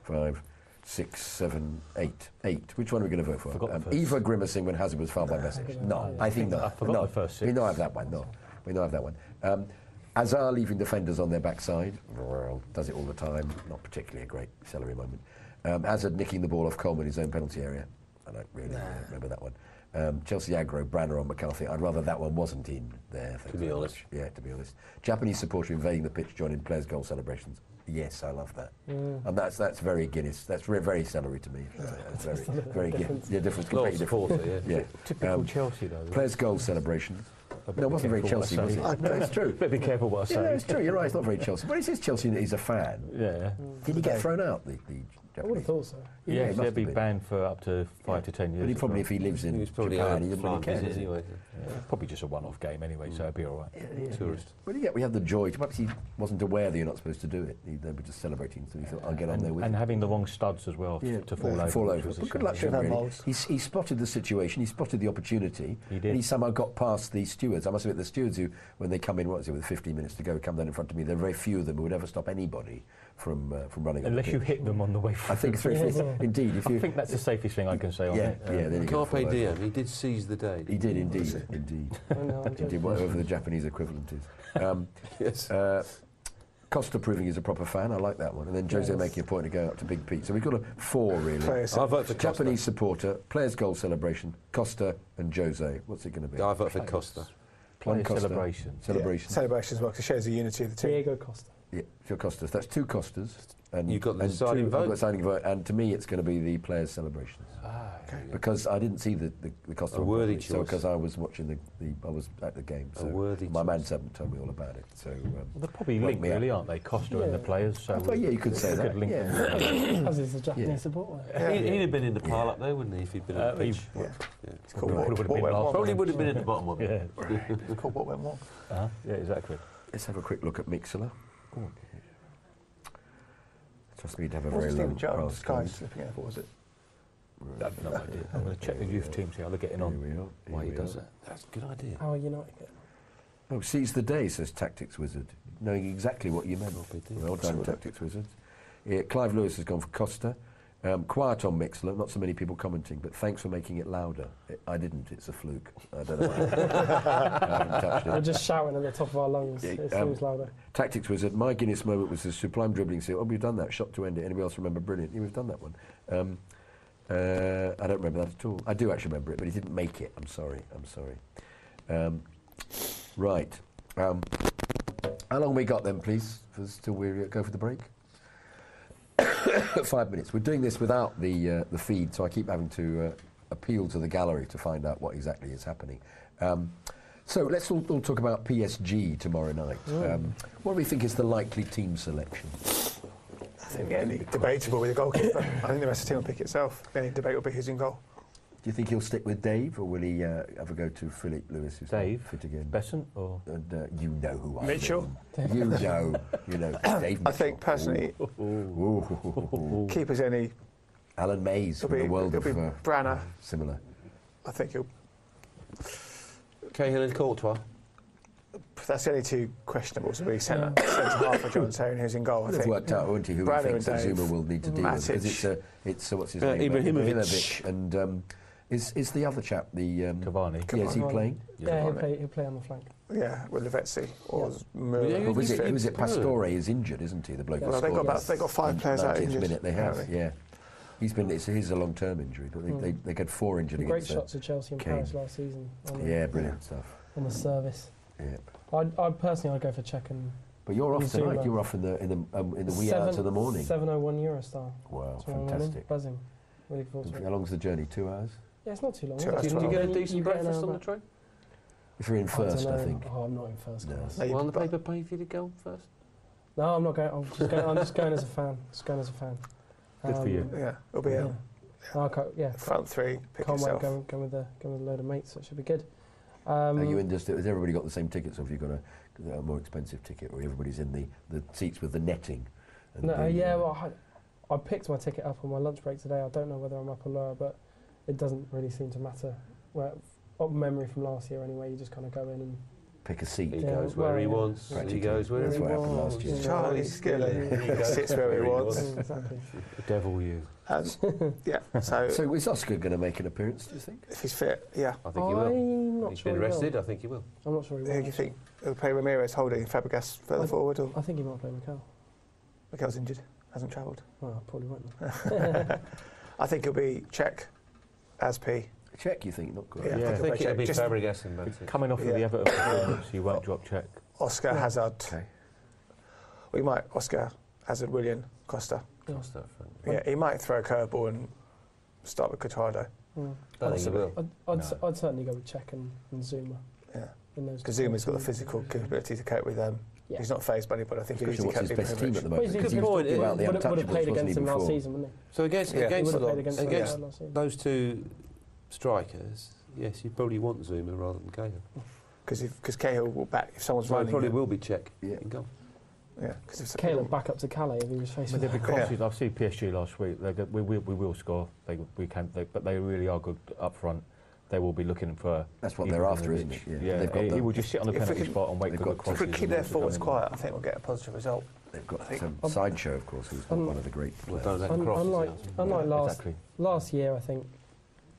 five, six, seven, eight, eight. Which one are we going to vote for? Forgot the Um, first. Eva grimacing when Hazard was fouled Ah, by Message. No, I think not. I forgot no. the first We six. know I have that one. No, we know I have that one. Um, Azar leaving defenders on their backside. Well, Does it all the time. Not particularly a great celery moment. Um, Hazard nicking the ball off Coleman in his own penalty area. I don't really remember that one. Um, Chelsea aggro, Branner on McCarthy. I'd rather that one wasn't in there. thanks To be very honest. much. Yeah, to be honest. Japanese supporter invading the pitch, joining players' goal celebrations. Yes, I love that. Mm. And that's that's very Guinness. That's very, very celery to me. That's very, very Guinness. Difference. Yeah, difference. Lot of Completely supporter, different. yeah. yeah. Um, Typical Chelsea, though, isn't Players' goal celebrations. But No, it be wasn't very careful what I Chelsea, was say. it? No, it's true. Better be careful what I Yeah, no, say. it's true. You're right. It's not very Chelsea. But it says Chelsea that he's a fan. Yeah. Did he get thrown out, the, the Japanese? I would have thought so. Yeah, Yeah, he must they'd have be been. banned for up to five to ten years. he as probably, well. if he lives in He was probably Japan, on a he doesn't really flight care, visit does he? anyway. Yeah, Probably just a one-off game anyway, so it'd be all right. Tourist. But yet we had the joy. To, perhaps he wasn't aware that you're not supposed to do it. He, they were just celebrating, so he thought, "I'll get on And, there with and it." having the wrong studs as well Yeah, to fall yeah, over. Uh, Fall which over. was a But good shame. luck to him, really. He, s- he spotted the situation. He spotted the opportunity. He did. And he somehow got past the stewards. I must admit, the stewards who, when they come in, what is it, with 15 minutes to go, come down in front of me, there are very few of them who would ever stop anybody from, uh, from running on the Unless you pitch. hit them on the way. I think three fifths. Indeed, if I you- think that's the safest thing I can say on Yeah, it. yeah, there you go. Carpe diem. He did seize the day. He did indeed, indeed, indeed. Whatever the Japanese equivalent is. Um, yes. Uh, Costa proving he's a proper fan. I like that one. And then Jose Yes. making a point of going up to Big Pete. So we've got a four really. Player I'll vote for Japanese supporter, players' goal celebration, Costa and Jose. What's it going to be? I vote for Costa. One Player Costa. celebration. Celebration. Yeah. Celebration as well, 'cause it shows the unity of the team. Diego Costa. Yeah, for Costas. That's two Costas. And You've got the and deciding two, vote. I've got the deciding vote. And to me, it's going to be the players' celebrations. Ah, okay. Because I didn't see the, the, the Costa A one worthy properly, So choice. because I was watching the, the, I was at the game. A So worthy My man's haven't told me all about it. So um, They're probably wake linked, me up. really, aren't they? Costa and the players. So Well, yeah, you could say that. link yeah. them. As is the Japanese supporter. He'd, he'd have been in the pile up there, wouldn't he, if he'd been Uh, at the he- pitch? yeah. It's called Probably what- would've what been went last wrong. Probably would have been at the bottom of it. Yeah. It's called What Went Wrong. Uh-huh. Yeah, exactly. Let's have a quick look at Mixler. Trust me, you'd have a What was very long Stephen Gerrard pass. sky slipping out? What was it? I have no idea. I'm going to check the youth team, see how they're getting on. Why he does that? That's a good idea. How are United? Oh, seize the day, says Tactics Wizard, knowing exactly what you meant. Well done, Sort of. Tactics Wizard. Yeah, Clive Lewis has gone for Costa. Um, quiet on Mixler, not so many people commenting, but thanks for making it louder. It, I didn't, it's a fluke. I don't know. why. I haven't touched it. We're just shouting at the top of our lungs. Yeah, It um, seems louder. Tactics was at my Guinness moment was the sublime dribbling seal. Oh, we've done that. Shot to end it. Anybody else remember? Brilliant. Yeah, we've done that one. Um, uh, I don't remember that at all. I do actually remember it, but he didn't make it. I'm sorry. I'm sorry. Um, right. Um, how long we got then, please? For still we go for the break. Five minutes. We're doing this without the uh, the feed, so I keep having to uh, appeal to the gallery to find out what exactly is happening. Um, so let's all, all talk about PSG tomorrow night. Oh. Um, what do we think is the likely team selection? I think the only debatable with the goalkeeper. I think the rest of the team will pick itself. The only debate will be who's in goal. Do you think he'll stick with Dave, or will he uh, have a go to Philip Lewis, who's not Dave? fit again? Besson or And, uh, you know who I Mitchell? mean. You know, you know. Dave I think personally, Ooh. keeper's only. Alan Mays It'll from the be- world of it'll be uh, Branner. similar. I think he'll. Cahill and Courtois. That's the only two questionables. Will be centre centre half for John Terry and who's in goal. I Well, think. they've worked out, haven't he, who he Branner thinks and that Dave. Zuma will need to deal with. Because Matic. it's, uh, it's uh, what's his Uh, name? Ibrahimovic. And um, is, is the other chap, the... Um, Cavani. Yeah, is he Cavani. playing? Yeah, he'll play, he'll play on the flank. yeah, with Lavezzi or Mura. Well, was it, was it Pastore is injured, isn't he? The bloke. Yeah, who well, they got scored about- they got five in players out 19th injured, minute they have. apparently. Yeah, he's been. It's, his a long-term injury, but they, Mm. they, they got four injured Great against. uh, shots at Chelsea and Kane. Paris last season. on the- Yeah, brilliant stuff. On the service. Yeah. I, I personally, I'd go for Czech and. But you're off Missoula. tonight. You're off in the in the um, in the wee Seven- hours of the morning. 7.01 Eurostar. Wow, Tomorrow morning. fantastic. Buzzing. Really forward to it. How long's the journey? Two hours. Yeah, it's not too long. Two is it? hours, Do you get a You- decent you get an breakfast hour on the back. train? If you're in first, I dunno. think. Oh, I'm not in first No. class. Will the paper pay for you to go first? No, I'm not going. I'm just going, I'm just going as a fan. Just going as a fan. Good for you. Yeah, it'll be a- I can't, yeah. Front three, pick can't yourself. wait going, going with the going with a load of mates. So it should be good. Um, Are you in just? Has everybody got the same tickets, or have you got a, a more expensive ticket, or everybody's in the, the seats with the netting? and uh, No, uh, the- yeah. Well, I, I picked my ticket up on my lunch break today. I don't know whether I'm up or lower, but it doesn't really seem to matter. Well, up memory from last year, anyway. You just kind of go in and Pick a seat. He Yeah, goes where well, he yeah. wants, Right, he goes where that's he what happened wants. last year. Charlie He Skillet goes sits where he wants. Exactly. Devil you. Um, yeah, so, so is Oscar going to make an appearance? Do you think? if he's fit, yeah. I think he will. I'm not He's sure been he rested, will. I think he will. I'm not sure he Who will. do you think? He'll play Ramirez holding Fabregas further I- forward or I think he might play Mikel. Mikel's injured, hasn't travelled. Well, I probably won't. I think it'll be Czech, Aspi. Czech, you think? Not good. Yeah, I think it'll be Fabregas and that's it. Coming off of the Yeah. Everton performance, you won't drop check. Oscar Yeah. Hazard. We might Oscar Hazard, William Costa. Costa, Yeah, he might throw a curveball and start with Cotardo. Mm. I don't think he will. I'd, I'd, s- I'd certainly go with Czech and, and Zuma. Yeah. In those Because Zuma's got the physical capability to cope with them. Yeah. He's not phased by anybody. I think Good he's question, what's his best team at the moment? Well, he's- Because he's he was good. talking about the Would have- would have untouchables, wasn't played against he, him last before? season, wouldn't he? So against Yeah. He against, would've lot- played against Zuma against last season. those two strikers, yes, you probably want Zuma rather than Cahill. Because Cahill will back if someone's so he running. probably him. will be check. Yeah. Yeah, because if Caleb back up to Calais if he was facing. But there'll be crosses. I've seen PSG last week. They go, we, we, we will score. They, we can, they, but they really are good up front. They will be looking for. That's what even they're after, Ivanovic. isn't it? Yeah. Yeah, They've got he, he the- will just sit on the If we penalty can- spot and wait they've for the got- If we crosses. we keep their and to come forwards in. quiet, I think we'll get a positive result. They've got I think- some Um, sideshow, of course, who's got um, one of the great players. Un- unlike unlike last Exactly. last year, I think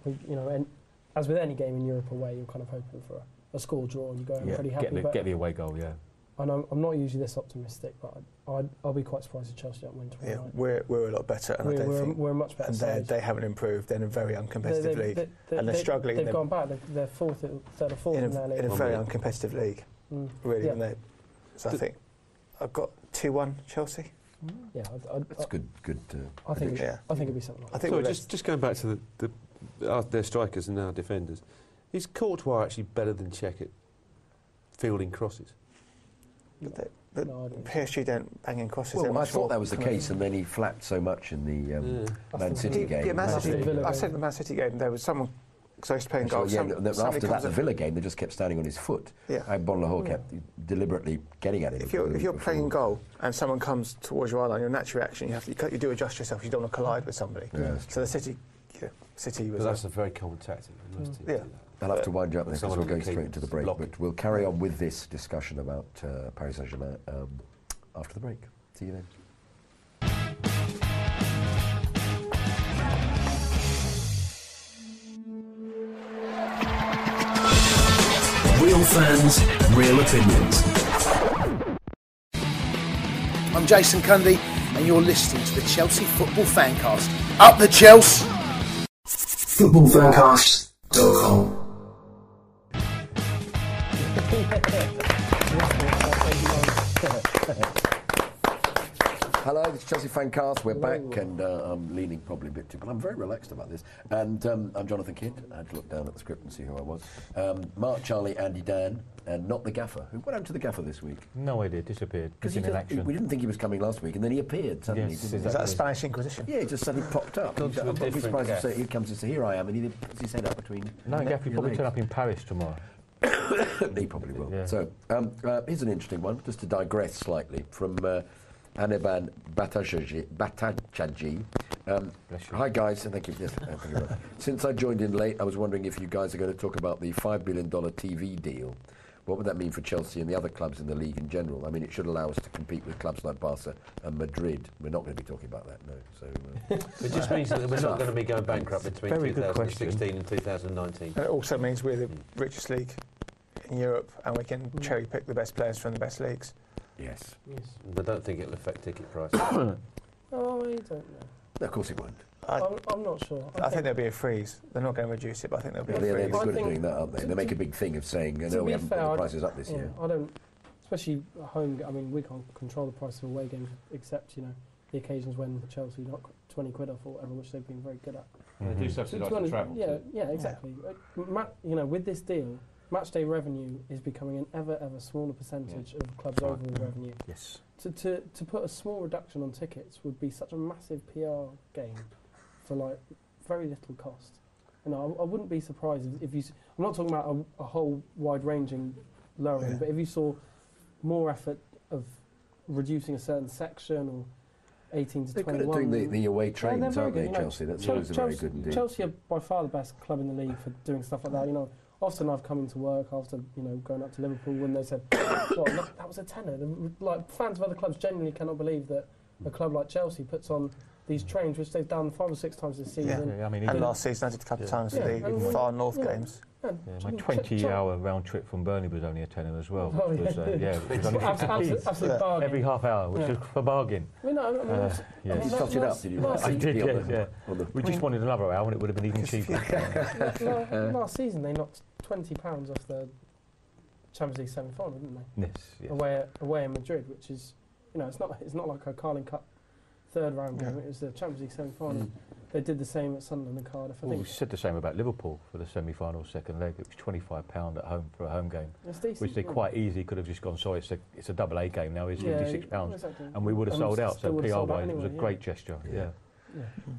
we, you know, and as with any game in Europe away, you're kind of hoping for a, a score draw and you go home Yeah, pretty get, happy. the, but get the away goal, yeah. and I'm, I'm not usually this optimistic, but I, I'd, I'll be quite surprised if Chelsea don't win tomorrow Yeah, night. we're, we're a lot better. And We're- I don't we're- think, we're a much better And they're- side. they haven't improved. They're in a very uncompetitive They- they- league. they- they- and they're they- struggling. They've They're gone back. They're, they're fourth, in- third or fourth in in, a, their league. in a very uncompetitive league, Mm. really. Yeah. And they, so I Th- think I've got 2 1 Chelsea. Yeah, I, I, That's good. Good. Uh, I think. prediction. It, I think it'd be something. Like I think Sorry, we'll just, just going back to the, the our, their strikers and our defenders, is Courtois actually better than Czech at fielding crosses? But the, PSG don't bang in crosses. they're well, I much thought more that was the committed. case, and then he flapped so much in the um, Man City Yeah, game. Yeah, Man City. Actually, I said the Man City game. There was someone. Because I used to play in goal. yeah, some- and then somebody after that, comes the up- Villa game, they just kept standing on his foot. Yeah. And Bon Lahore Yeah. kept deliberately getting at him. If you're, if you're playing goal and someone comes towards your eye line, your natural reaction, you have to, you, can't- you do adjust yourself. You don't want to collide with somebody. Yeah, that's so the City, yeah, City was. But that's a very common tactic. and Most teams Yeah. do that. I'll have to wind you up because Someone we're going can straight into the break, block. but we'll carry on with this discussion about uh, Paris Saint Germain um, after the break. See you then. Real fans, real opinions. I'm Jason Cundy, and you're listening to the Chelsea Football Fancast. Up the Chelsea! Footballfancast.com. Hello, this is Chelsea Fancast. We're back, and uh, I'm leaning probably a bit too, but I'm very relaxed about this. And um, I'm Jonathan Kidd. I had to look down at the script and see who I was. Um, Mark, Charlie, Andy, Dan, and not the gaffer. Who went out to the gaffer this week? No idea, disappeared. Because he in an did- action. we didn't think he was coming last week, and then he appeared suddenly. Yes, didn't he? Is that the Spanish Inquisition? Yeah, he just suddenly popped up. Gone He's- to a I'm not different surprised to gaff. say he comes and says, "Here I am," and he puts his head up between. No, your Gaff, you probably legs. turn up in Paris tomorrow. he probably will. So um, uh, here's an interesting one, just to digress slightly from uh, Haniban Batachaji. Batachaji. Um, hi guys, and thank you. Yes, uh, thank you very much. Since I joined in late, I was wondering if you guys are going to talk about the five billion dollar TV deal. What would that mean for Chelsea and the other clubs in the league in general? I mean, it should allow us to compete with clubs like Barca and Madrid. We're not going to be talking about that, no. So uh, It just means that we're not tough. going to be going bankrupt between Very good 2016 and 2019. And it also means we're the richest league in Europe, and we can Mm. cherry pick the best players from the best leagues. Yes. Yes. I don't think it'll affect ticket prices. Oh, I don't know. of course it won't. I, I'm, I'm not sure. I think there'll be a freeze. They're not going to reduce it, but I think there'll be They're, they're a freeze. good at doing that, aren't they? They make a big thing of saying, To "No, we be haven't fair, put the I- prices up this yeah, year." I don't, especially at home. I mean, we can't control the price of away games, except you know the occasions when Chelsea knock twenty quid off or whatever, which they've been very good at. They do To- subsidise to the honest- travel, Yeah, too. yeah, exactly. Uh, Ma- you know, with this deal, match day revenue is becoming an ever ever smaller percentage of clubs' Right. overall revenue. Yes. To, to to put a small reduction on tickets would be such a massive PR game for like very little cost. You know, I, I wouldn't be surprised if, if you. s- I'm not talking about a, a whole wide-ranging lowering, Yeah. but if you saw more effort of reducing a certain section or 18 to They're good at doing 21. the- the away Yeah, they're trains, very aren't good, they, you know. Chelsea? That's Chel- always a very Chelsea- good indeed. Chelsea are by far the best club in the league for doing stuff like that. You know, often I've come into work after you know going up to Liverpool when they said, "God, look, that was a tenner." The- Like fans of other clubs genuinely cannot believe that a club like Chelsea puts on these trains, which they've done five or six times this season. and last season I did a couple of times Yeah, with the and when- far north you know, games. yeah, Yeah, I my mean, Ch- 20 Chel- hour round trip from Burnley was only a tenner as well. Oh, which yeah. was, uh, yeah, it was only Abs- abs- absolute Yeah. bargain. Every half hour, which Yeah. was a bargain. Uh, Well, no, I mean, it's- I mean, You that- totted up, that's- did you? that's- I did, Yeah, yeah. on the- yeah. on the- We just wanted another hour and it would have been even cheaper. La- la- last season they knocked twenty pounds off the Champions League semi-final, didn't they? Yes, yes. Away at, away in Madrid, which is you know it's not it's not like a Carling Cup third round game. It was the Champions League semi-final. They did the same at Sunderland and Cardiff. I Mm. Well, we think said the same about Liverpool for the semi-final second leg. It was twenty-five pound at home for a home game, That's decent, which they yeah. quite easily could have just gone. Sorry, it's a it's a double A game now. It's Yeah, fifty-six pounds, exactly. and we would have And sold out. still So would have PR sold out wise, it was a anyway, yeah. great gesture. Yeah.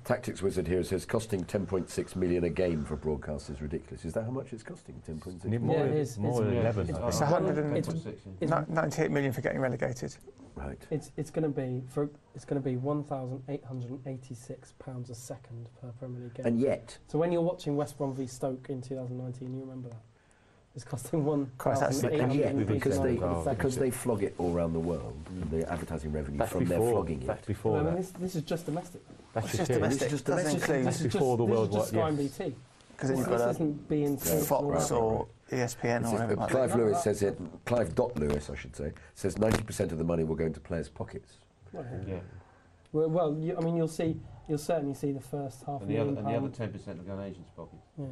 Tactics Wizard here says costing 10.6 million a game for broadcast is ridiculous. Is that how much it's costing? 10.6 Yeah, million? it is. More than 11, I It's think. 100 It's- it's- 98 million for getting relegated. Right. it's it's going to be for it's going to be one thousand eight hundred and eighty-six pounds a second per Premier League game. And yet- so when you're watching West Brom v Stoke in 2019, you remember that it's costing one thousand eight and hundred yet, and because they, eighty-six pounds a second. because they flog it all around the world, the advertising revenue Mm. That's from their before- flogging it. that's before I mean, this, this is just domestic. That's just it. This is just That's domestic. This is That's just, before the this world is just war, Sky yes. BT. 'Cause this, then you've got a- isn't being Fox or E ESPN It's or just- whatever. uh, like Clive that. Lewis says it. Clive dot Lewis, I should say, says 90% of the money will go into players' pockets. Yeah. Well, well you, I mean, you'll see. You'll certainly see the first half And the other, million and the other pound- 10% will go in agents' pockets. yeah,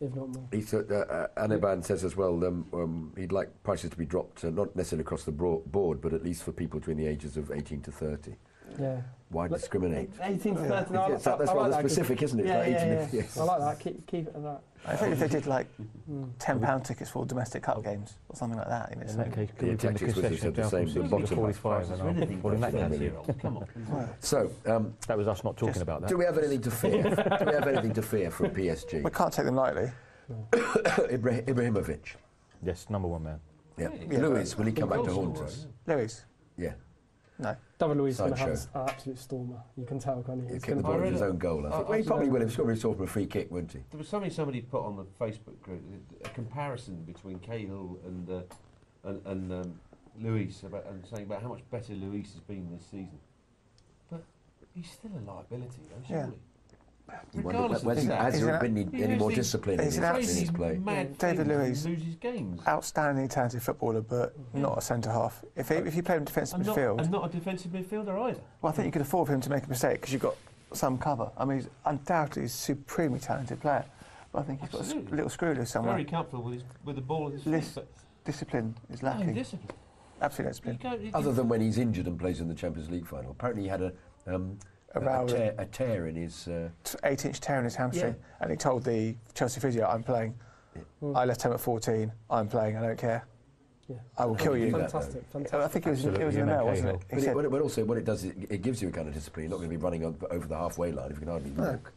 if not more. He said, uh, uh, Anaban says as well um, um, he'd like prices to be dropped, uh, not necessarily across the bro- board, but at least for people between the ages of 18 to 30. Yeah. Why discriminate? 18 to 30. no, I Yeah, like that- that's I like rather that, 'cause- specific, isn't it? Yeah, Like yeah, 18 yeah. yes. I like that. Keep, keep it at that. I think if they did like Mm. £10 tickets for domestic cup games or something like that. You know, In something- that case, could we bring the concession down from 60 to 45? And I'll- well, in that case, So um, that was us not talking about that. Do we have anything to fear? do we have anything to fear from PSG? We can't take them lightly. Ibra- Ibrahimovic. Yes, number one man. Yeah. Louis, will he come back to haunt us? Louis. Yeah. No. David Luiz is going to Sideshow. have an absolute stormer. You can tell, can't you? He'll kick the ball into his own goal, I think. Well, he probably will. He's probably scored from a free kick, wouldn't he? There was something somebody put on the Facebook group a comparison between Cahill and uh, and, and um, Luis about and saying about how much better Luis has been this season. But he's still a liability, though, Yeah. surely. You wonder Regardless whether- of the has stats. there been any- He any more usually- discipline in he's his- an in his absolutely play? mad David thing. Luiz. loses games. Outstanding, talented footballer, but not a centre half. If, he, if you play him defensive And not, midfield. and not a defensive midfielder either. Well, I think you could afford for him to make a mistake because you've got some cover. I mean, he's undoubtedly a supremely talented player, but I think he's got a Absolutely. s- little screw loose somewhere. Very comfortable with, his, with the ball in his Lis- feet, discipline is No, lacking. discipline. Absolute but you discipline. can't- you- Other than when he's injured and plays in the Champions League final. Apparently, he had a, um, A a, row a, with- tear, a tear in his. Uh, T- Eight inch tear in his hamstring, Yeah. and he told the Chelsea physio, I'm playing. I left him at 14. I'm playing. I don't care. Yeah. I will kill you. Fantastic, fantastic. I think it was, it was in the mail, wasn't it? He But it- said- but, it, but also, what it does, is it, it gives you a kind of discipline. You're not going to be running on, over the halfway line if you can hardly No. walk.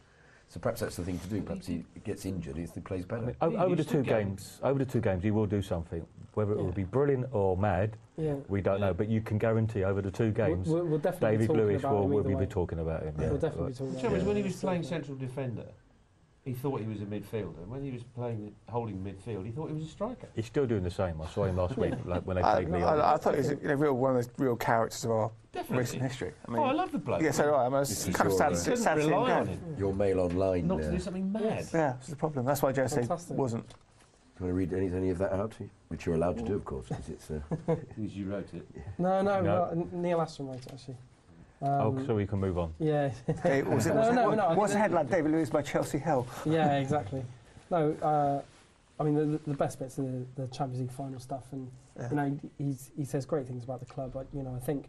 So perhaps that's the thing to do. Perhaps he gets injured if he plays better. O- over the two games, over the two games, he will do something. Whether it will be brilliant or mad, Yeah. we don't know. But you can guarantee over the two games, we'll- we'll definitely be David talking Lewis about will, him will either be way. talking about him. We'll definitely be Like- talking The about trouble is him. when he was playing central defender, he thought he was a midfielder. And when he was playing the- holding midfield, he thought he was a striker. He's still doing the same. I saw him last week, like when they I, played me. I, I thought he was a, you know, real, one of those real characters of our Definitely. recent history. Oh, I love the bloke. Yeah, so do I. I mean, I This was is kind of your, sad, uh, sad, Couldn't sad to see him rely go. on him. Your mail online. uh, Not there. to do something mad. Yeah, that's the problem. That's why Jose Fantastic. wasn't. Do you want to read any, any of that out to you? Which you're allowed to do, of course, because it's. Uh, Because you wrote it. No, no, No. well, N- Neil Ashton wrote it actually. oh, Um, so we can move on. Yeah. Okay, what was it- no, what was it- no, what- no, I what's think the Headline David Lewis by Chelsea Hill. yeah, exactly. No, uh, I mean the, the best bits are the, the Champions League final stuff, and Yeah. you know he's, he says great things about the club. But you know, I think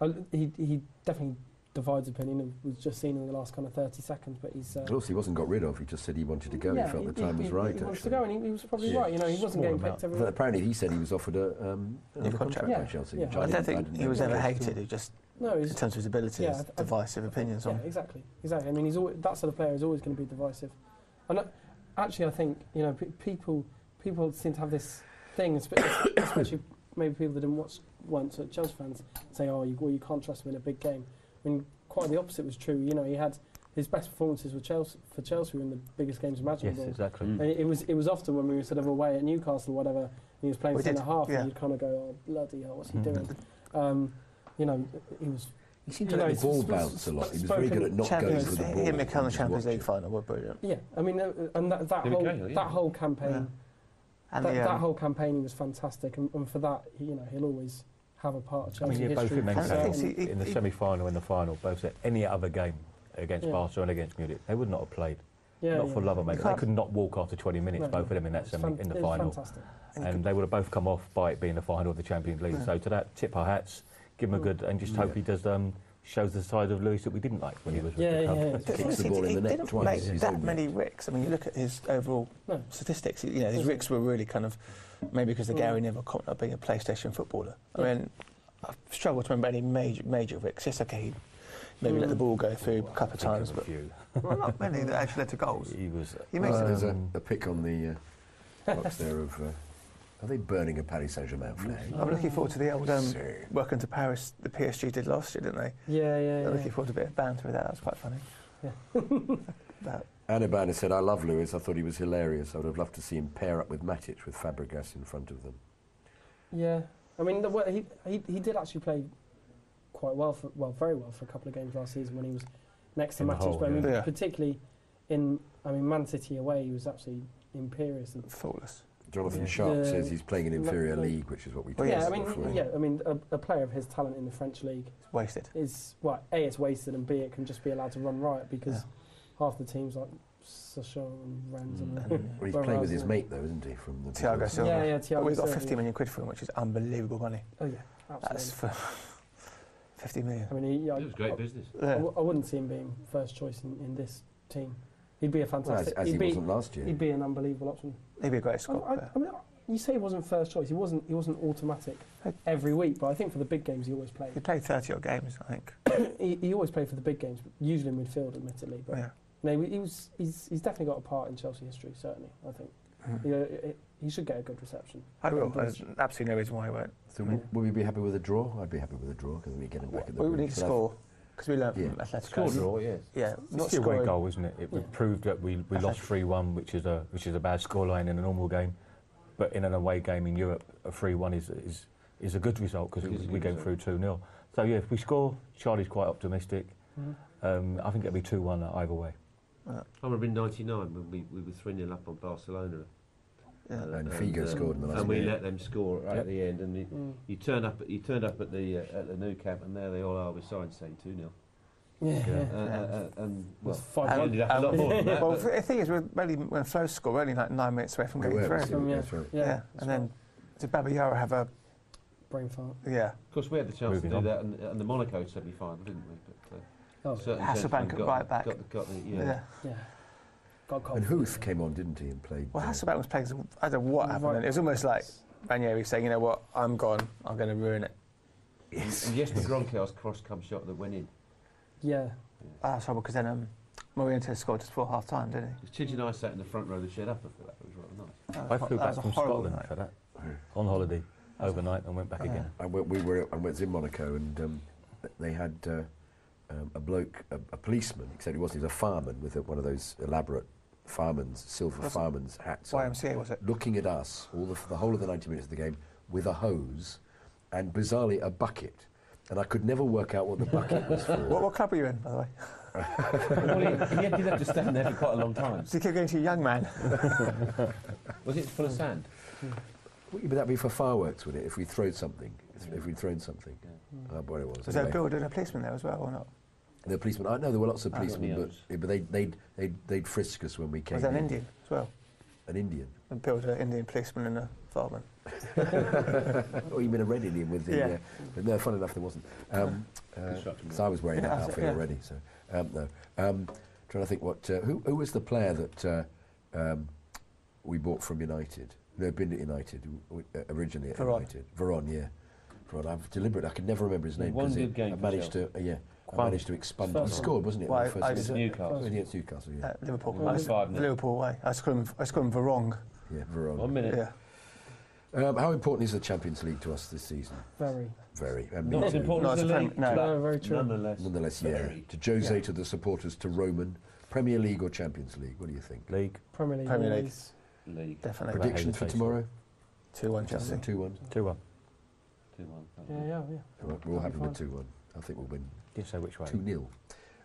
uh, he he definitely divides opinion, and was just seen in the last kind of thirty seconds. But he's uh, But also, he wasn't got rid of. He just said he wanted to go. Yeah, he felt he- the time he- was he- right. he wants to actually. go, and he- he was probably right, you know, he wasn't Small getting picked amount. every But week. apparently, he said he was offered a, um, another contract, contract. by Yeah, Chelsea. yeah. which I don't didn't- think didn't he was know. ever hated. He just, No, in he's- terms of his ability, Yeah, is I- I- divisive opinions on. Yeah, exactly, exactly. I mean, he's always, that sort of player is always going to be divisive, and uh, actually, I think you know pe- people people seem to have this thing, espe- especially maybe people that didn't watch once at Chelsea fans say, "Oh, you, well, you can't trust him in a big game." When quite the opposite was true. You know, he had his best performances with Chelsea for Chelsea were in the biggest games imaginable. Yes, exactly. Mm. And it was it was often when we were sort of away at Newcastle or whatever, and he was playing We centre did, half, yeah. and you'd kind of go, "Oh, bloody hell, what's he Mm. doing?" Um, you know, he was. He seemed to let the ball bounce a lot. He was very good at not going Champions, for the ball. Him and Kane in the Just Champions watch League final were brilliant. Yeah, I mean, uh, and that, that There we whole go, yeah. that whole campaign, And that, the, um, that whole campaign, he was fantastic, and, and for that, he- you know, he'll always have a part of I mean, Chelsea yeah, both history. in, for certain. in the semi-final and the final, both said any other game against Yeah. Barca and against Munich, they would not have played. Yeah, not for yeah. love of mate. They Can't- could not walk after 20 minutes, No, both of them in that it's semi, fan- in the it's final. fantastic. And, they would have both come off by it being the final of the Champions League. Yeah. So to that, tip our hats, give him a Mm. good, uh, and just Mm. hope he does um, shows the side of Lewis that we didn't like when he was with Yeah, the yeah, club. yeah. Kicks But honestly, he didn't make that many ricks. I mean, you look at his overall statistics. You know, his ricks were really kind of maybe because of Mm. Gary Neville comment of being a PlayStation footballer. Yeah. I mean, I struggle to remember any major major ricks. Yes, okay, he maybe let the Mm. ball go through a couple of times, but well, not many that actually led to goals. He was. He makes Uh, it- there's a, Um, a pic on the uh, box there of. Uh, are they burning a Paris Saint Germain flag? I'm looking forward to the old um, Sick. Welcome to Paris. The PSG did last year, didn't they? Yeah, yeah, I'm yeah. looking forward to a bit of banter with that. That was quite funny. Anabana said, I love Lewis. I thought he was hilarious. I would have loved to see him pair up with Matic with Fabregas in front of them. Yeah, I mean, the, way- he, he he did actually play quite well for well, very well for a couple of games last season when he was next to In the Matic. hole, but I mean, yeah. Yeah. particularly in I mean, Man City away, he was absolutely imperious and thoughtless. Jonathan Yeah. Sharp Yeah. says he's playing an inferior Yeah. league, which is what we Well, talked yeah, I about mean, before. yeah, I mean, a, a player of his talent in the French league Wasted. is well, a it's wasted, and b it can just be allowed to run riot because half the teams like Sochaux and Rennes Mm. and Well, he's Whereas, playing with his uh, mate, though, isn't he? From the Thiago Silva. Yeah, yeah, But we Thiago oh, got Silva, 50 yeah. million quid for him, which is unbelievable money. Oh yeah, That's absolutely. for 50 million. I mean, he, yeah, It was great I, business. I, w- I wouldn't see him being first choice in, in this team. He'd be a fantastic. as he'd he be, wasn't last year. He'd be an unbelievable option. He'd be a great I, squad I, player. I mean, you say he wasn't first choice. He wasn't. He wasn't automatic every week. But I think for the big games, he always played. He played 30 odd games, I think. he, he always played for the big games, usually in midfield, admittedly. But Yeah. no, he was, he's, he's definitely got a part in Chelsea history, certainly, I think. Mm. You know, it, it- he should get a good reception. I will. From There's Bridge. absolutely no reason why he won't. So w- would we be happy with a draw? I'd be happy with a draw because we get him back at the We would need to But I- score because we learned Yeah. from Atletico. Score draw, yes. Yeah, It's not still a scoring. great goal, isn't it? It Yeah. proved that we, we lost 3 1, which is a which is a bad scoreline in a normal game. But in an away game in Europe, a 3 1 is, is is a good result because It is a we good go through 2 0. So, yeah, if we score, Charlie's quite optimistic. Mhm. Um, I think it'll be 2 1 either way. I remember in '99 when we, we were 3 0 up on Barcelona. um, Yeah. And Figo scored in the last And we minute. let them score right Yep. at the end. And you, Hmm. Mm. you turned up you turned up at the uh, at the new camp, and there they all are with signs saying 2 0. Yeah. Yeah. Uh, uh, uh, and well, That's five it ended up a lot more than that. well, but- the thing is, we're really, when Flo scored, we're only like nine minutes away from We getting were, through. yeah, that's right. Yeah, Yeah, that's and then did Baba Yara have a Brain fart. yeah? Of course, we had the chance Moving to do on. that in, in the Monaco semi-final, didn't we? But, uh, Oh. certain Hasselbank gentlemen at got right the- back. Got the, got the, yeah. Yeah. Yeah. Got cold. And Huth came on, didn't he, and played. Well, uh, Hasselbank was playing. some- I don't know what happened. then. It was almost like Ranieri saying, "You know what? I'm gone. I'm going to ruin it." Yes. And Jesper Gronkow's cross-come shot that went in. Yeah. Ah, that's horrible because then um, Moriente scored just before half time, didn't he? Because Chidge and I sat in the front row of the shed up for that. It was rather nice. That was I hor- flew that back was a from horrible Scotland night. for that on holiday overnight and went back again. I went, we were I was in Monaco and um, th- they had uh, um, a bloke, a, a policeman, except he wasn't, he was a fireman with a, one of those elaborate fireman's, silver Was it fireman's hats. YMCA, was it? Looking at us, all the, the whole of the 90 minutes of the game, with a hose and bizarrely a bucket. And I could never work out what the bucket was for. What, what club were you in, by the way? well, he, he did have to stand there for quite a long time. So you kept going to a young man. Was it full of sand? Would that be for fireworks, would it? If we throwed something, if we'd thrown something, I don't know what it was. Was there a Anyway. builder and a policeman there as well, or not? The policemen. I know there were lots of Ah. policemen, but, yeah, but they'd, they'd, they'd, they'd frisk us when we came. Was that an in. Indian as well? An Indian. A builder, Indian policeman, and a fireman. or you mean a red Indian with the. Yeah. Uh, but no, fun enough, there wasn't. Um, uh, Construction 'cause I was wearing Yeah, that that's it, outfit yeah. already, so. Um, no. Um, trying to think what. Uh, who, who was the player that uh, um, we bought from United? No, been at United w- w- originally at Veron. United. Veron, yeah. Veron. I've deliberately, I could never remember his He name. won 'cause good it- game I for managed to, Chelsea. uh, yeah. I Fun. managed to expand. Fun. He scored, wasn't it? Well, on I- the first I game? just- Newcastle. Against Newcastle, yeah. Uh, Liverpool. Yeah, I was five nil. Liverpool away. I was calling. I was calling Verong. Yeah, Veron. One minute. Yeah. Um, how important is the Champions League to us this season? Very. Very. and Not me as too. important as the No, it's a league. prem- no. No, very true. Nonetheless. Nonetheless, yeah. To Jose, to the supporters, to Roman. Premier League or Champions League? What do you think? League. Premier League. Premier League. always. League. Definitely. Prediction for hesitate. tomorrow? Two one Chelsea. 2 1. 2 1. 2 1. Yeah, yeah, yeah. We're all happy with Fine. 2 1. I think we'll win Didn't say which way. 2 0.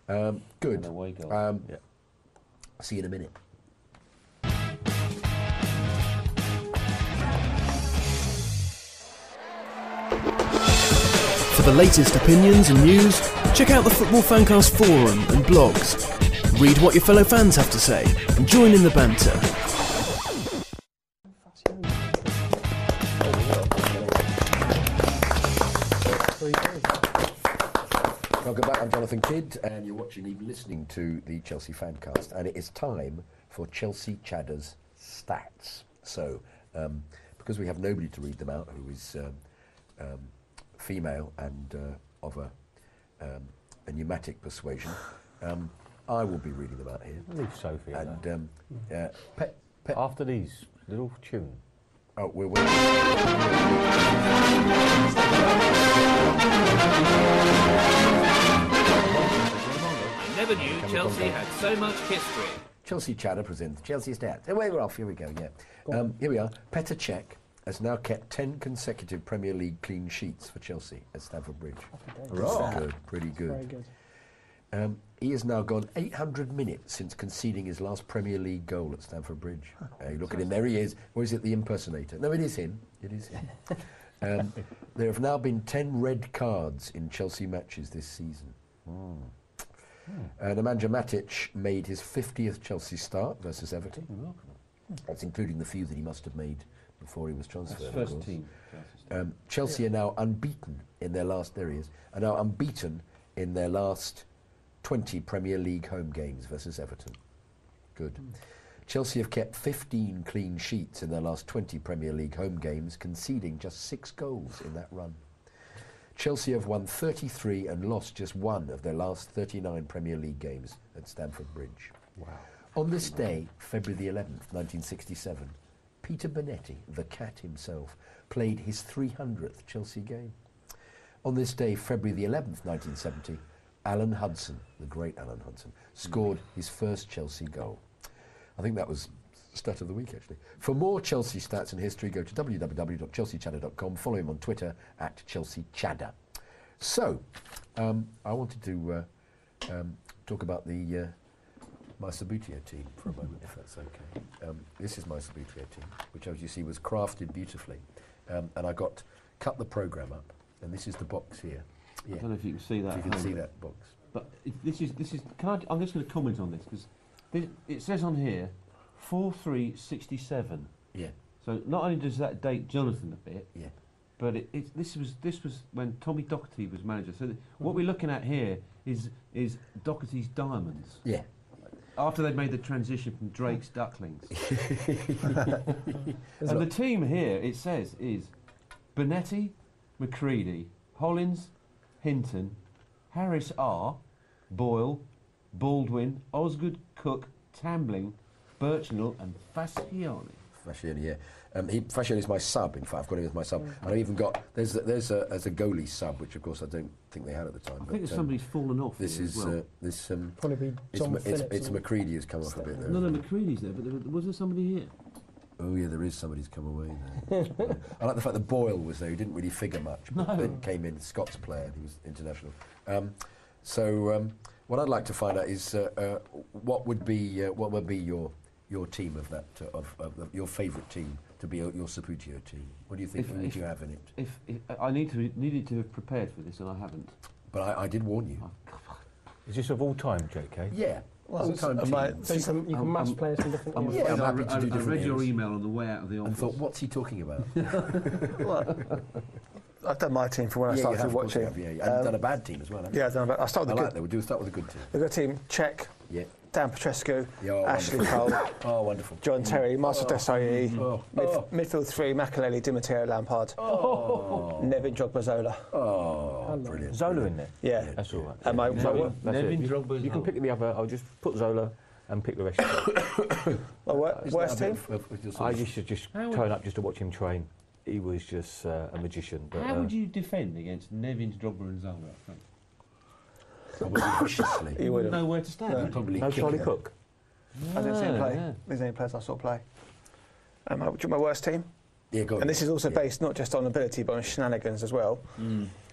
Um, good. And away goal. Um, Yeah. See you in a minute. For the latest opinions and news, check out the Football Fancast forum and blogs. Read what your fellow fans have to say and join in the banter. Three goals. Welcome back. I'm Jonathan Kidd, and you're watching, even listening to the Chelsea Fancast. And it is time for Chelsea Chadder's stats. So, um, because we have nobody to read them out who is um, um, female and uh, of a, um, a pneumatic persuasion, um, I will be reading them out here. Leave Sophie. alone. And um, uh, pet, After these, little tune. oh, we're waiting. I never knew Chelsea had so much history. Chelsea Chatter presents Chelsea Stats. Away we're off. Here we go. Yeah. Um, here we are. Petr Cech has now kept 10 consecutive Premier League clean sheets for Chelsea at Stamford Bridge. Pretty good. Pretty Very good. good. Um, he has now gone 800 minutes since conceding his last Premier League goal at Stamford Bridge. Hey, look at him. There he is. Or is it the impersonator? No, it is him. It is him. um, there have now been 10 red cards in Chelsea matches this season. Hmm. Uh, Nemanja Matic made his 50th Chelsea start versus Everton. That's including the few that he must have made before he was transferred. of first course. team. Um, Chelsea are now unbeaten in their last. There he is. Are now unbeaten in their last 20 Premier League home games versus Everton. Good. Chelsea have kept 15 clean sheets in their last 20 Premier League home games, conceding just six goals in that run. Chelsea have won 33 and lost just one of their last 39 Premier League games at Stamford Bridge. Wow. On this day, February the 11th, 1967, Peter Bonetti, the cat himself, played his 300th Chelsea game. On this day, February the 11th, 1970, Alan Hudson, the great Alan Hudson, scored his first Chelsea goal. I think that was stat of the week, actually. For more Chelsea stats and history, go to www.chelseachadder.com. Follow him on Twitter at Chelsea Chadder. So, um, I wanted to uh, um, talk about the uh, my Sabutio team for a moment, if that's okay. Um, this is my Sabutio team, which, as you see, was crafted beautifully. Um, and I got cut the program up, and this is the box here. I don't know if you can see that. If you at can home. see that box. But if- this is this is. Can I? I'm just going to comment on this because it says on here, four three sixty seven. Yeah, So not only does that date Jonathan a bit, yeah. but it, it, this was this was when Tommy Doherty was manager. So th- what we're looking at here is is Doherty's diamonds Yeah. after they'd made the transition from Drake's ducklings. and the team here it says is Benetti, McCready, Hollins, Hinton, Harris R, Boyle, Baldwin, Osgood, Cook, Tambling, Birchnell, and Fasciani. Fascioni, yeah. Um, he, Fascioni is my sub, in fact. I've got him as my Mm. sub. And I've even got, there's a, there's, a, there's a goalie sub, which of course I don't think they had at the time. I think there's um, somebody's fallen off. This here as is, well. uh, this, um, Probably be it's, John Ma- it's, Phillips it's or- McCready has come off a bit there. No, no, McCready's there, but there was, was there somebody here? Oh, yeah, there is somebody's come away there. Yeah. I like the fact that Boyle was there, who didn't really figure much, but No. then came in, Scots player, and he was international. Um, so, um, what I'd like to find out is uh, uh, what would be uh, what would be your your team of that uh, of, of the, your favourite team to be your, your Saputio team? What do you think? If- What did if- you have in it? If, if I need to needed to have prepared for this, and I haven't. But I, I did warn you. Oh, Is this of all time, JK? Yeah. Well, All it's- time uh, team. my- so you can- you can I'm- mash I'm- players from different I'm eras. afraid Yeah, I'm I- happy I- to do I different read your eras. email on the way out of the And office. thought, what's he talking about? I've done my team for when Yeah, I you started have, of course watching. you have, yeah, yeah. And you've done a bad team as well, haven't you? Um, Yeah, I've done a bad. I started I with the like good. that. We'll do start with a good team. The good team: Czech, Yeah. Dan Petrescu, Yeah, oh, Ashley Cole, wonderful. oh wonderful, John Terry, Marcel Oh. Desailly, Oh. midf- midfield three: Makaleli, Di Matteo, Lampard, Nevin Jogba, Zola. Oh, brilliant! Zola in there. Yeah, That's all right. And my- my- Zola, that's it. Nevin You- Drogba's You can out. pick the other. I'll just put Zola and pick the rest. my wor- Isn't worst that a team. bit I used to just How would- turn up just to watch him train. He was just uh, a magician. But, How uh, would you defend against Nevin Drogba and Zola? up front? viciously. You would've. know where to stand. No. would you? Probably No kick Charlie it. Cook. I didn't see him play. These are the only players I saw play. Um, my, my worst team. Oh, Yeah, go on. And this is also based not just on ability but on shenanigans as well.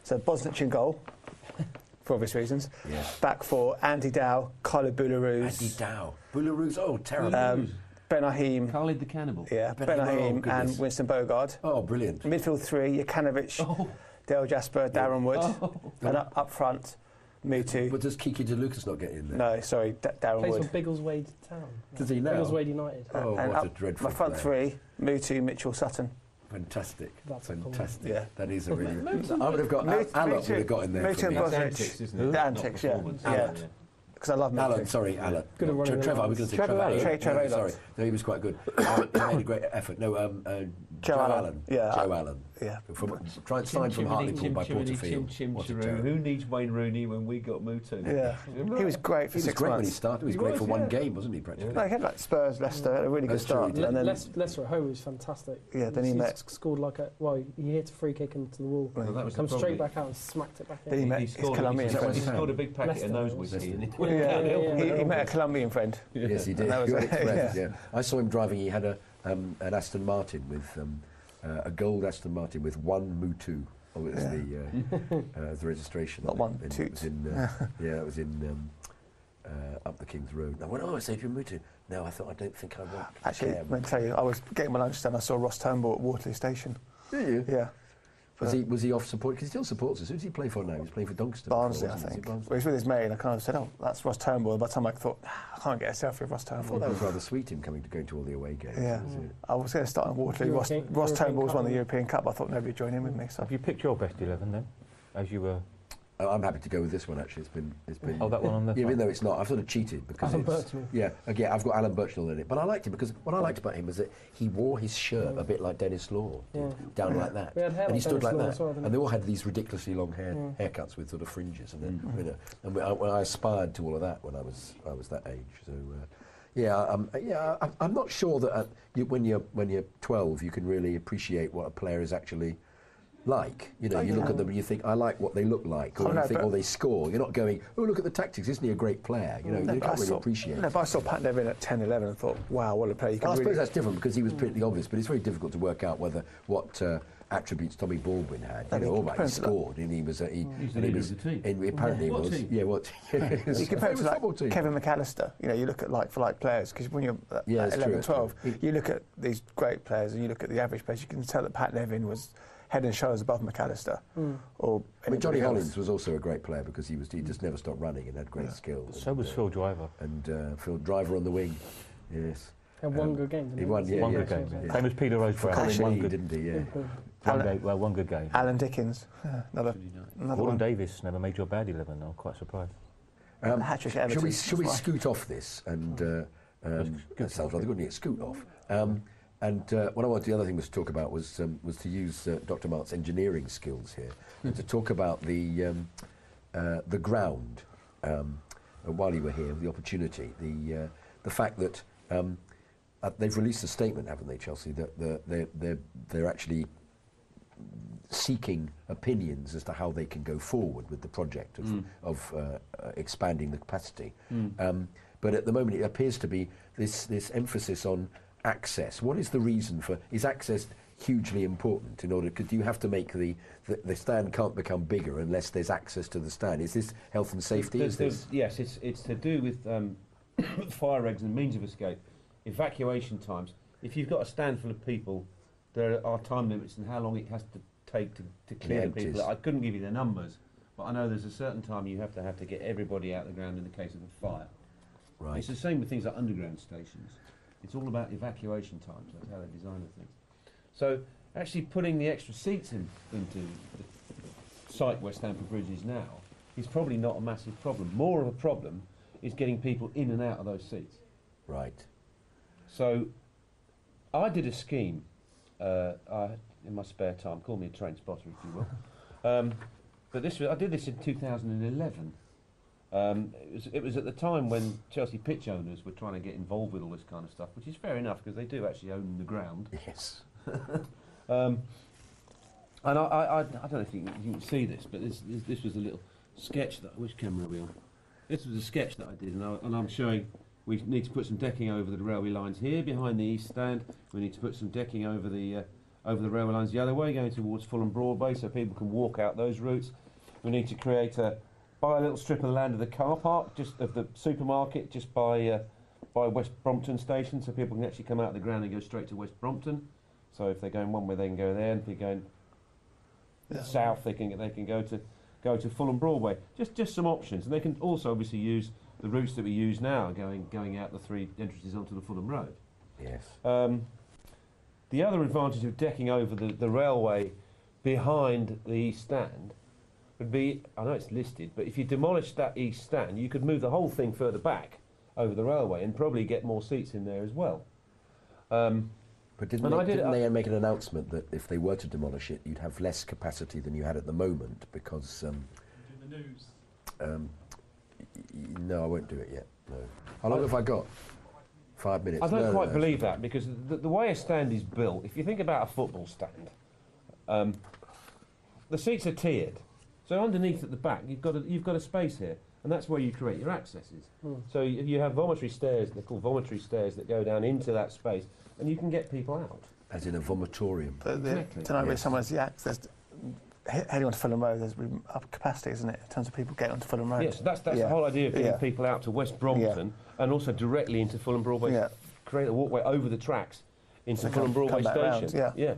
So Bosnich in goal, for obvious reasons. Yeah. Back for Andy Dow, Kyla Boularus. Andy Dow, Boularus, oh terrible. Um, ben Ahim. Khalid the Cannibal. Yeah, Ben Ben, Ahim, oh, Ahim goodness. and Winston Bogard. Oh, brilliant. Midfield three, Jokanovic, Dale Jasper, Darren Wood. And up, up front, Mutu. But does Kiki De Lucas not get in there? No, sorry, D- Darren Plays Wood. for Biggleswade Town. Does he now? Biggleswade United. Oh, And what a up- dreadful My front player. three, Mutu, Mitchell, Sutton. Fantastic. That's Fantastic. Yeah. That is a really. Moots- I would have got. Moots- Alan would Moots- have got in there. Moots for and me. Bozanic. Antics, isn't it? The Not antics, yeah. performance. Yeah. Alan. 'Cause I love Moots. Alan, sorry, Alan. Good at No, running Tre- the Trevor, I was lines. going to say Trevor Trevor. Allen. Allen. Tre- Trevor No, Sorry, Allen. no, he was quite good. Um, he made a great effort. No, um, uh, Joe, Allen. Allen. Yeah, Joe I- Allen. yeah. From, try and sign from Hartlepool by Porterfield. What a terrible- Who needs Wayne Rooney when we got Mutu? Yeah. He was great for He was six great when months. he started. He was He great was, for one yeah. game, wasn't he? Practically. No, he had like Spurs, Leicester, had a really good That's true, start. he did. and then Les- Lesser at home was fantastic. Yeah, then he He's met- scored like a well. He hit a free kick into the wall. Well, that was the come straight problem. back out and smacked it back in. Then he met his Colombian friend. Leicester. Yeah, He, he met a Leicester. Colombian friend. Yes, he did. And that was You're it, correct, yeah. I saw him driving. He had a, um, an Aston Martin with um, uh, a gold Aston Martin with one Mutu. Oh, it was Yeah. the, uh, uh, the registration. Not on it. one, And it toot. was in, uh, yeah, that was in um, uh, up the King's Road. And I went, oh, it's Adrian Mutu. No, I thought I don't think I want. Actually, Cam. I'm going to tell you, I was getting my lunch done. I saw Ross Turnbull at Waterloo Station. Did you? Yeah. Was he was he off support? Because he still supports us. Who does he play for now? He's playing for Doncaster. before, Barnsley, I wasn't he? Is think. it Barnsley? Well, he was with his mate, and I kind of said, "Oh, that's Ross Turnbull." And by the time I thought, "Ah, I can't get a selfie with Ross I thought Turnbull. that was rather sweet him coming to going to all the away games. yeah, It was, uh, I was going to start on Waterloo. Ross, European- Ross European Turnbull's won the Cup. European Cup. I thought nobody would join in with me. So Have you picked your best eleven then, as you were? Oh, I'm happy to go with this one. Actually, it's been it's been. Oh, that one on the Even front. though it's not, I've sort of cheated because Alan it's Birchnell. yeah again I've got Alan Birchnell in it, but I liked it because what I liked about him was that he wore his shirt a bit like Dennis Law, did, Mm. Yeah. down Yeah. like that, We had hair and he like stood Dennis like Law that, as well, didn't and they we? all had these ridiculously long hair haircuts with sort of fringes, and then Mm. you know, and we, I, well, I aspired to all of that when I was I was that age, so. Uh, yeah, um, yeah. I'm, I'm not sure that uh, you, when you're when you're 12, you can really appreciate what a player is actually like. You know, Oh, you look yeah. at them and you think, I like what they look like, or Oh, you no, think, but- oh, they score. You're not going, oh, look at the tactics. Isn't he a great player? You know, No, you but I can't really saw- appreciate. No, it. but I saw Pat Nevin at 10, 11 and thought, wow, what a player. You can I suppose really- Mm. that's different because he was pretty obvious, but it's very difficult to work out whether what uh, attributes Tommy Baldwin had. You I mean, know, all right, he compared to that- scored and he was Mm. uh, he, He's the and he leader was of the team. and apparently What he was team? yeah what yes. You It compare it was to football team. like Kevin McAllister. You know, you look at like for like players because when you're at Yeah, at that's true, 11, that's true. 12, you look at these great players and you look at the average players. You can tell that Pat Nevin was head and shoulders above McAllister. Hmm. Or I mean, Johnny anybody else. Hollins was also a great player because he was he just never stopped running and had great skill. So and, was uh, Phil Driver. and uh, Phil Driver on the wing. Yes. And um, one good game, didn't he he? won, yeah, One yeah, good game. yeah. Same as Peter Rose For Brown. Colin One Lee, good- didn't he? Yeah. One Alan- game, well, one good game. Alan Dickens, another, another Gordon one. Davis never made your bad eleven. I'm quite surprised. Um, Hat-trick at Shall we, Everton, shall we that's scoot off this? And uh, um, that sounds rather good, doesn't it? Scoot off. Um, and uh, what I wanted, the other thing was to talk about was um, was to use uh, Dr. Mart's engineering skills here and to talk about the um, uh, the ground um, uh, while you were here, the opportunity, the uh, the fact that um, uh, they've released a statement, haven't they, Chelsea? That they're, they're, they're, they're actually seeking opinions as to how they can go forward with the project of, Mm. of uh, uh, expanding the capacity. Um, but at the moment, it appears to be this, this emphasis on access. What is the reason for? Is access hugely important in order? Because you have to make the, the the stand can't become bigger unless there's access to the stand. Is this health and safety? There's- Is this there's- Yes, it's, it's to do with um, fire eggs and means of escape. evacuation times. If you've got a stand full of people, there are time limits and how long it has to take to, to clear the empties. people. I couldn't give you the numbers, but I know there's a certain time you have to have to get everybody out of the ground in the case of a fire. Right. It's the same with things like underground stations. It's all about evacuation times. That's how they design the thing. So actually putting the extra seats in, into the site where Stamford Bridge is now is probably not a massive problem. More of a problem is getting people in and out of those seats. Right. So I did a scheme uh, I, in my spare time. Call me a train spotter, if you will. Um, but this was, I did this in 2011. Um, it, was, it was at the time when Chelsea pitch owners were trying to get involved with all this kind of stuff, which is fair enough because they do actually own the ground. Yes. um, and I, I, I, I don't know if you can, you can see this, but this, this, this was a little sketch that. Which camera are we on? This was a sketch that I did, and, I, and I'm showing we need to put some decking over the railway lines here behind the east stand. We need to put some decking over the uh, over the railway lines the other way, going towards Fulham Broadway, so people can walk out those routes. We need to create a buy a little strip of land of the car park, just of the supermarket, just by uh, by West Brompton station, so people can actually come out of the ground and go straight to West Brompton. So if they're going one way, they can go there, and if they're going south, they can they can go to go to Fulham Broadway. Just just some options, and they can also obviously use the routes that we use now, going going out the three entrances onto the Fulham Road. Yes. Um, the other advantage of decking over the, the railway behind the east stand would be I know it's listed, but if you demolish that east stand, you could move the whole thing further back over the railway and probably get more seats in there as well. Um, But didn't, and they, I did- uh, didn't I- they make an announcement that if they were to demolish it, you'd have less capacity than you had at the moment because. Um, um, y- y- no, I won't do it yet. No. How long I- have I got? Five minutes. I don't No, no, quite no. believe that because the, the way a stand is built, if you think about a football stand, um, the seats are tiered. So underneath at the back, you've got a, you've got a space here, and that's where you create your accesses. Mm. So you, you have vomitory stairs. They're called vomitory stairs that go down into that space, and you can get people out. As in a vomitorium. But the, Exactly. tonight with Yes. someone's yeah, there's he- heading onto Fulham Road. There's room- up capacity, isn't it, in terms of people getting onto Fulham Road? Yes, that's, that's Yeah. the whole idea of getting Yeah. people out to West Brompton and also directly into Fulham Broadway. Yeah. Create a walkway over the tracks into So Fulham come- come Broadway back round, station. yeah.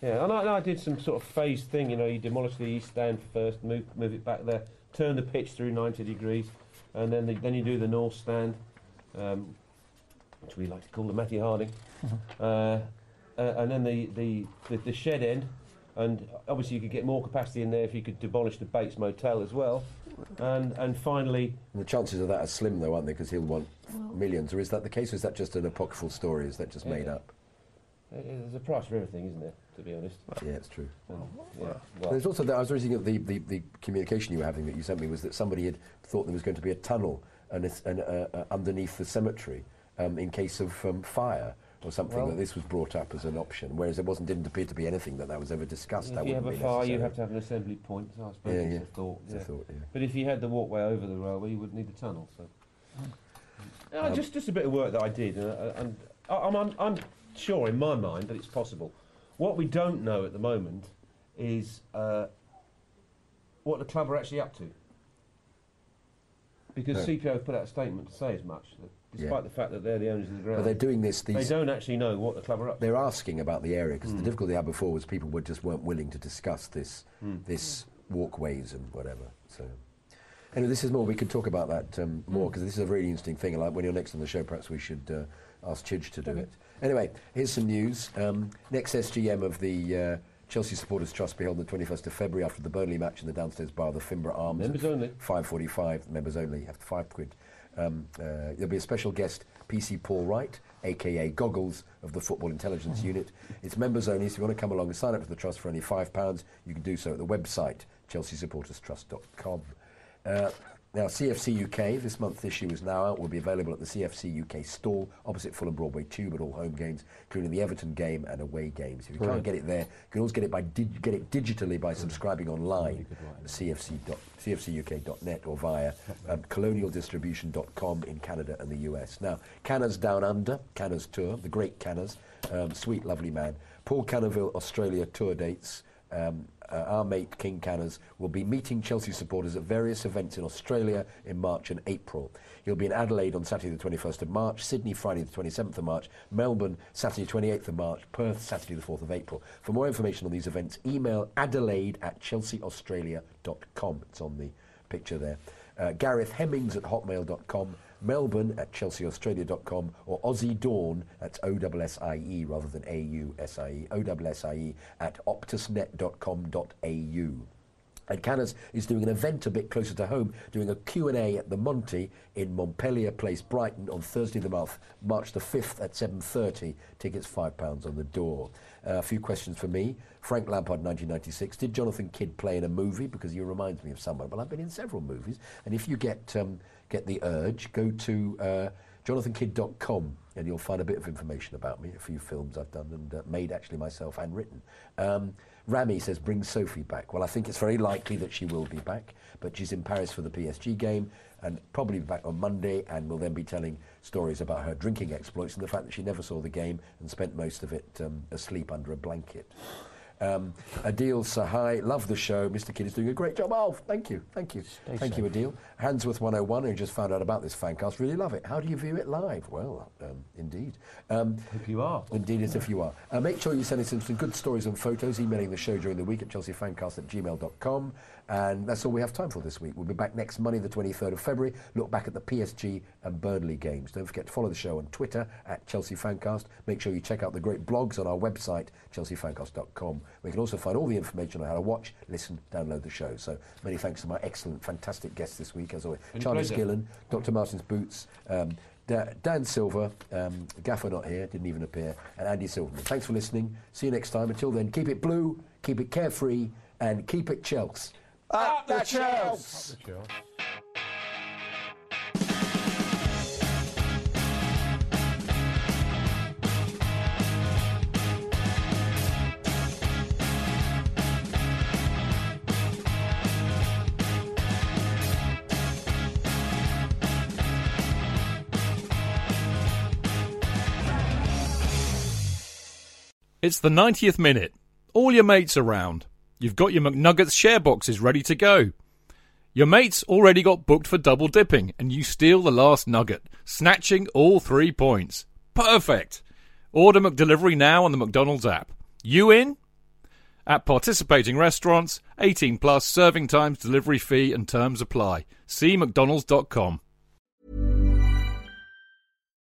Yeah, and I, and I did some sort of phased thing, you know, you demolish the east stand first, move, move it back there, turn the pitch through 90 degrees, and then, the, then you do the north stand, um, which we like to call the Matty Harding, Mm-hmm. uh, uh, and then the, the, the, the shed end, and obviously you could get more capacity in there if you could demolish the Bates Motel as well, and, and finally... The chances of that are slim, though, aren't they? Because he'll want millions. Or is that the case? Or is that just an apocryphal story? Is that just Yeah. made up? Uh, There's a price for everything, isn't there? To be honest. Yeah, it's true. Well, yeah. There's also the, I was reading the, the, the communication you were having that you sent me was that somebody had thought there was going to be a tunnel and it's, and, uh, uh, underneath the cemetery um, in case of um, fire or something. Well- that this was brought up as an option, whereas there wasn't didn't appear to be anything that that was ever discussed. that if you have a wouldn't be fire, you necessary. have to have an assembly point. So I suppose Yeah, it's yeah. a thought. It's a thought, yeah. But if you had the walkway over the railway, you wouldn't need the tunnel. So Uh, Um, just just a bit of work that I did, and, uh, and I, I'm, I'm I'm sure in my mind that it's possible. What we don't know at the moment is uh, what the club are actually up to. Because No. CPO have put out a statement to say as much, that Yeah. despite the fact that they're the owners of the ground. But they're doing this. They These don't actually know what the club are up to. they're asking about the area because the difficulty they had before was people were just weren't willing to discuss this Mm. this walkways and whatever. So anyway, this is more. We could talk about that um, more because this is a really interesting thing. And like when you're next on the show, perhaps we should uh, ask Chidge to do it. Anyway, here's some news. Um, next SGM of the. Uh, Chelsea Supporters Trust be held on the 21st of February after the Burnley match in the downstairs bar of the Finborough Arms. Members at only. 5.45, members only, have to five quid. Um, uh, there'll be a special guest, PC Paul Wright, aka Goggles of the Football Intelligence Unit. It's members only, so if you want to come along and sign up for the trust for only £5, pounds, you can do so at the website, chelseasupporterstrust.com. Uh, now, CFC UK, this month's issue is now out, will be available at the CFC UK stall opposite Fulham Broadway Tube at all home games, including the Everton game and away games. If you can't Right. get it there, you can always get it, by dig- get it digitally by subscribing online CFC dot, cfcuk.net or via um, colonialdistribution.com in Canada and the US. Now, Canners Down Under, Canners Tour, the great Canners, um, sweet, lovely man. Paul Cannerville Australia tour dates um, uh, our mate King Canners will be meeting Chelsea supporters at various events in Australia in March and April. He'll be in Adelaide on Saturday the 21st of March, Sydney Friday the 27th of March, Melbourne Saturday 28th of March, Perth Saturday the 4th of April. For more information on these events, email adelaide at chelseaaustralia.com. It's on the picture there. Uh, Gareth Hemmings at hotmail.com, Melbourne at chelseaaustralia.com, or Aussie Dawn, that's O-S-S-I-E E rather than A-U-S-I-E, O-S-S-I-E E at optusnet.com.au. And Canners is doing an event a bit closer to home, doing a Q&A at the Monty in Montpellier Place, Brighton, on Thursday the month, March the 5th at 7.30. Tickets £5 on the door. Uh, a few questions for me. Frank Lampard, 1996. Did Jonathan Kidd play in a movie? Because he reminds me of someone. Well, I've been in several movies. And if you get, um, get the urge, go to uh, jonathankidd.com and you'll find a bit of information about me, a few films I've done and uh, made actually myself and written. Um, Rami says, bring Sophie back. Well, I think it's very likely that she will be back, but she's in Paris for the PSG game and probably back on Monday and will then be telling stories about her drinking exploits and the fact that she never saw the game and spent most of it um, asleep under a blanket. Um, Adil Sahai, love the show. Mr. Kidd is doing a great job. Oh, thank you, thank you, thank you, safe. Adil. Handsworth 101, who just found out about this fancast, really love it. How do you view it live? Well, um, indeed. Um, if you are. Indeed, as if you are. Uh, make sure you send us in some good stories and photos, emailing the show during the week at chelseafancast at gmail.com. And that's all we have time for this week. We'll be back next Monday, the 23rd of February. Look back at the PSG and Burnley games. Don't forget to follow the show on Twitter at Chelsea Fancast. Make sure you check out the great blogs on our website, chelseafancast.com. We can also find all the information on how to watch, listen, download the show. So many thanks to my excellent, fantastic guests this week, as always. Any Charlie pleasure. Skillen, Dr. Martin's Boots, um, Da- Dan Silver, um, Gaffer not here, didn't even appear, and Andy Silverman. Thanks for listening. See you next time. Until then, keep it blue, keep it carefree, and keep it Chelsea. Up the Chels. It's the 90th minute. All your mates around. You've got your McNuggets share boxes ready to go. Your mates already got booked for double dipping, and you steal the last nugget, snatching all three points. Perfect! Order McDelivery now on the McDonald's app. You in? At participating restaurants, 18 plus serving times, delivery fee, and terms apply. See McDonald's.com.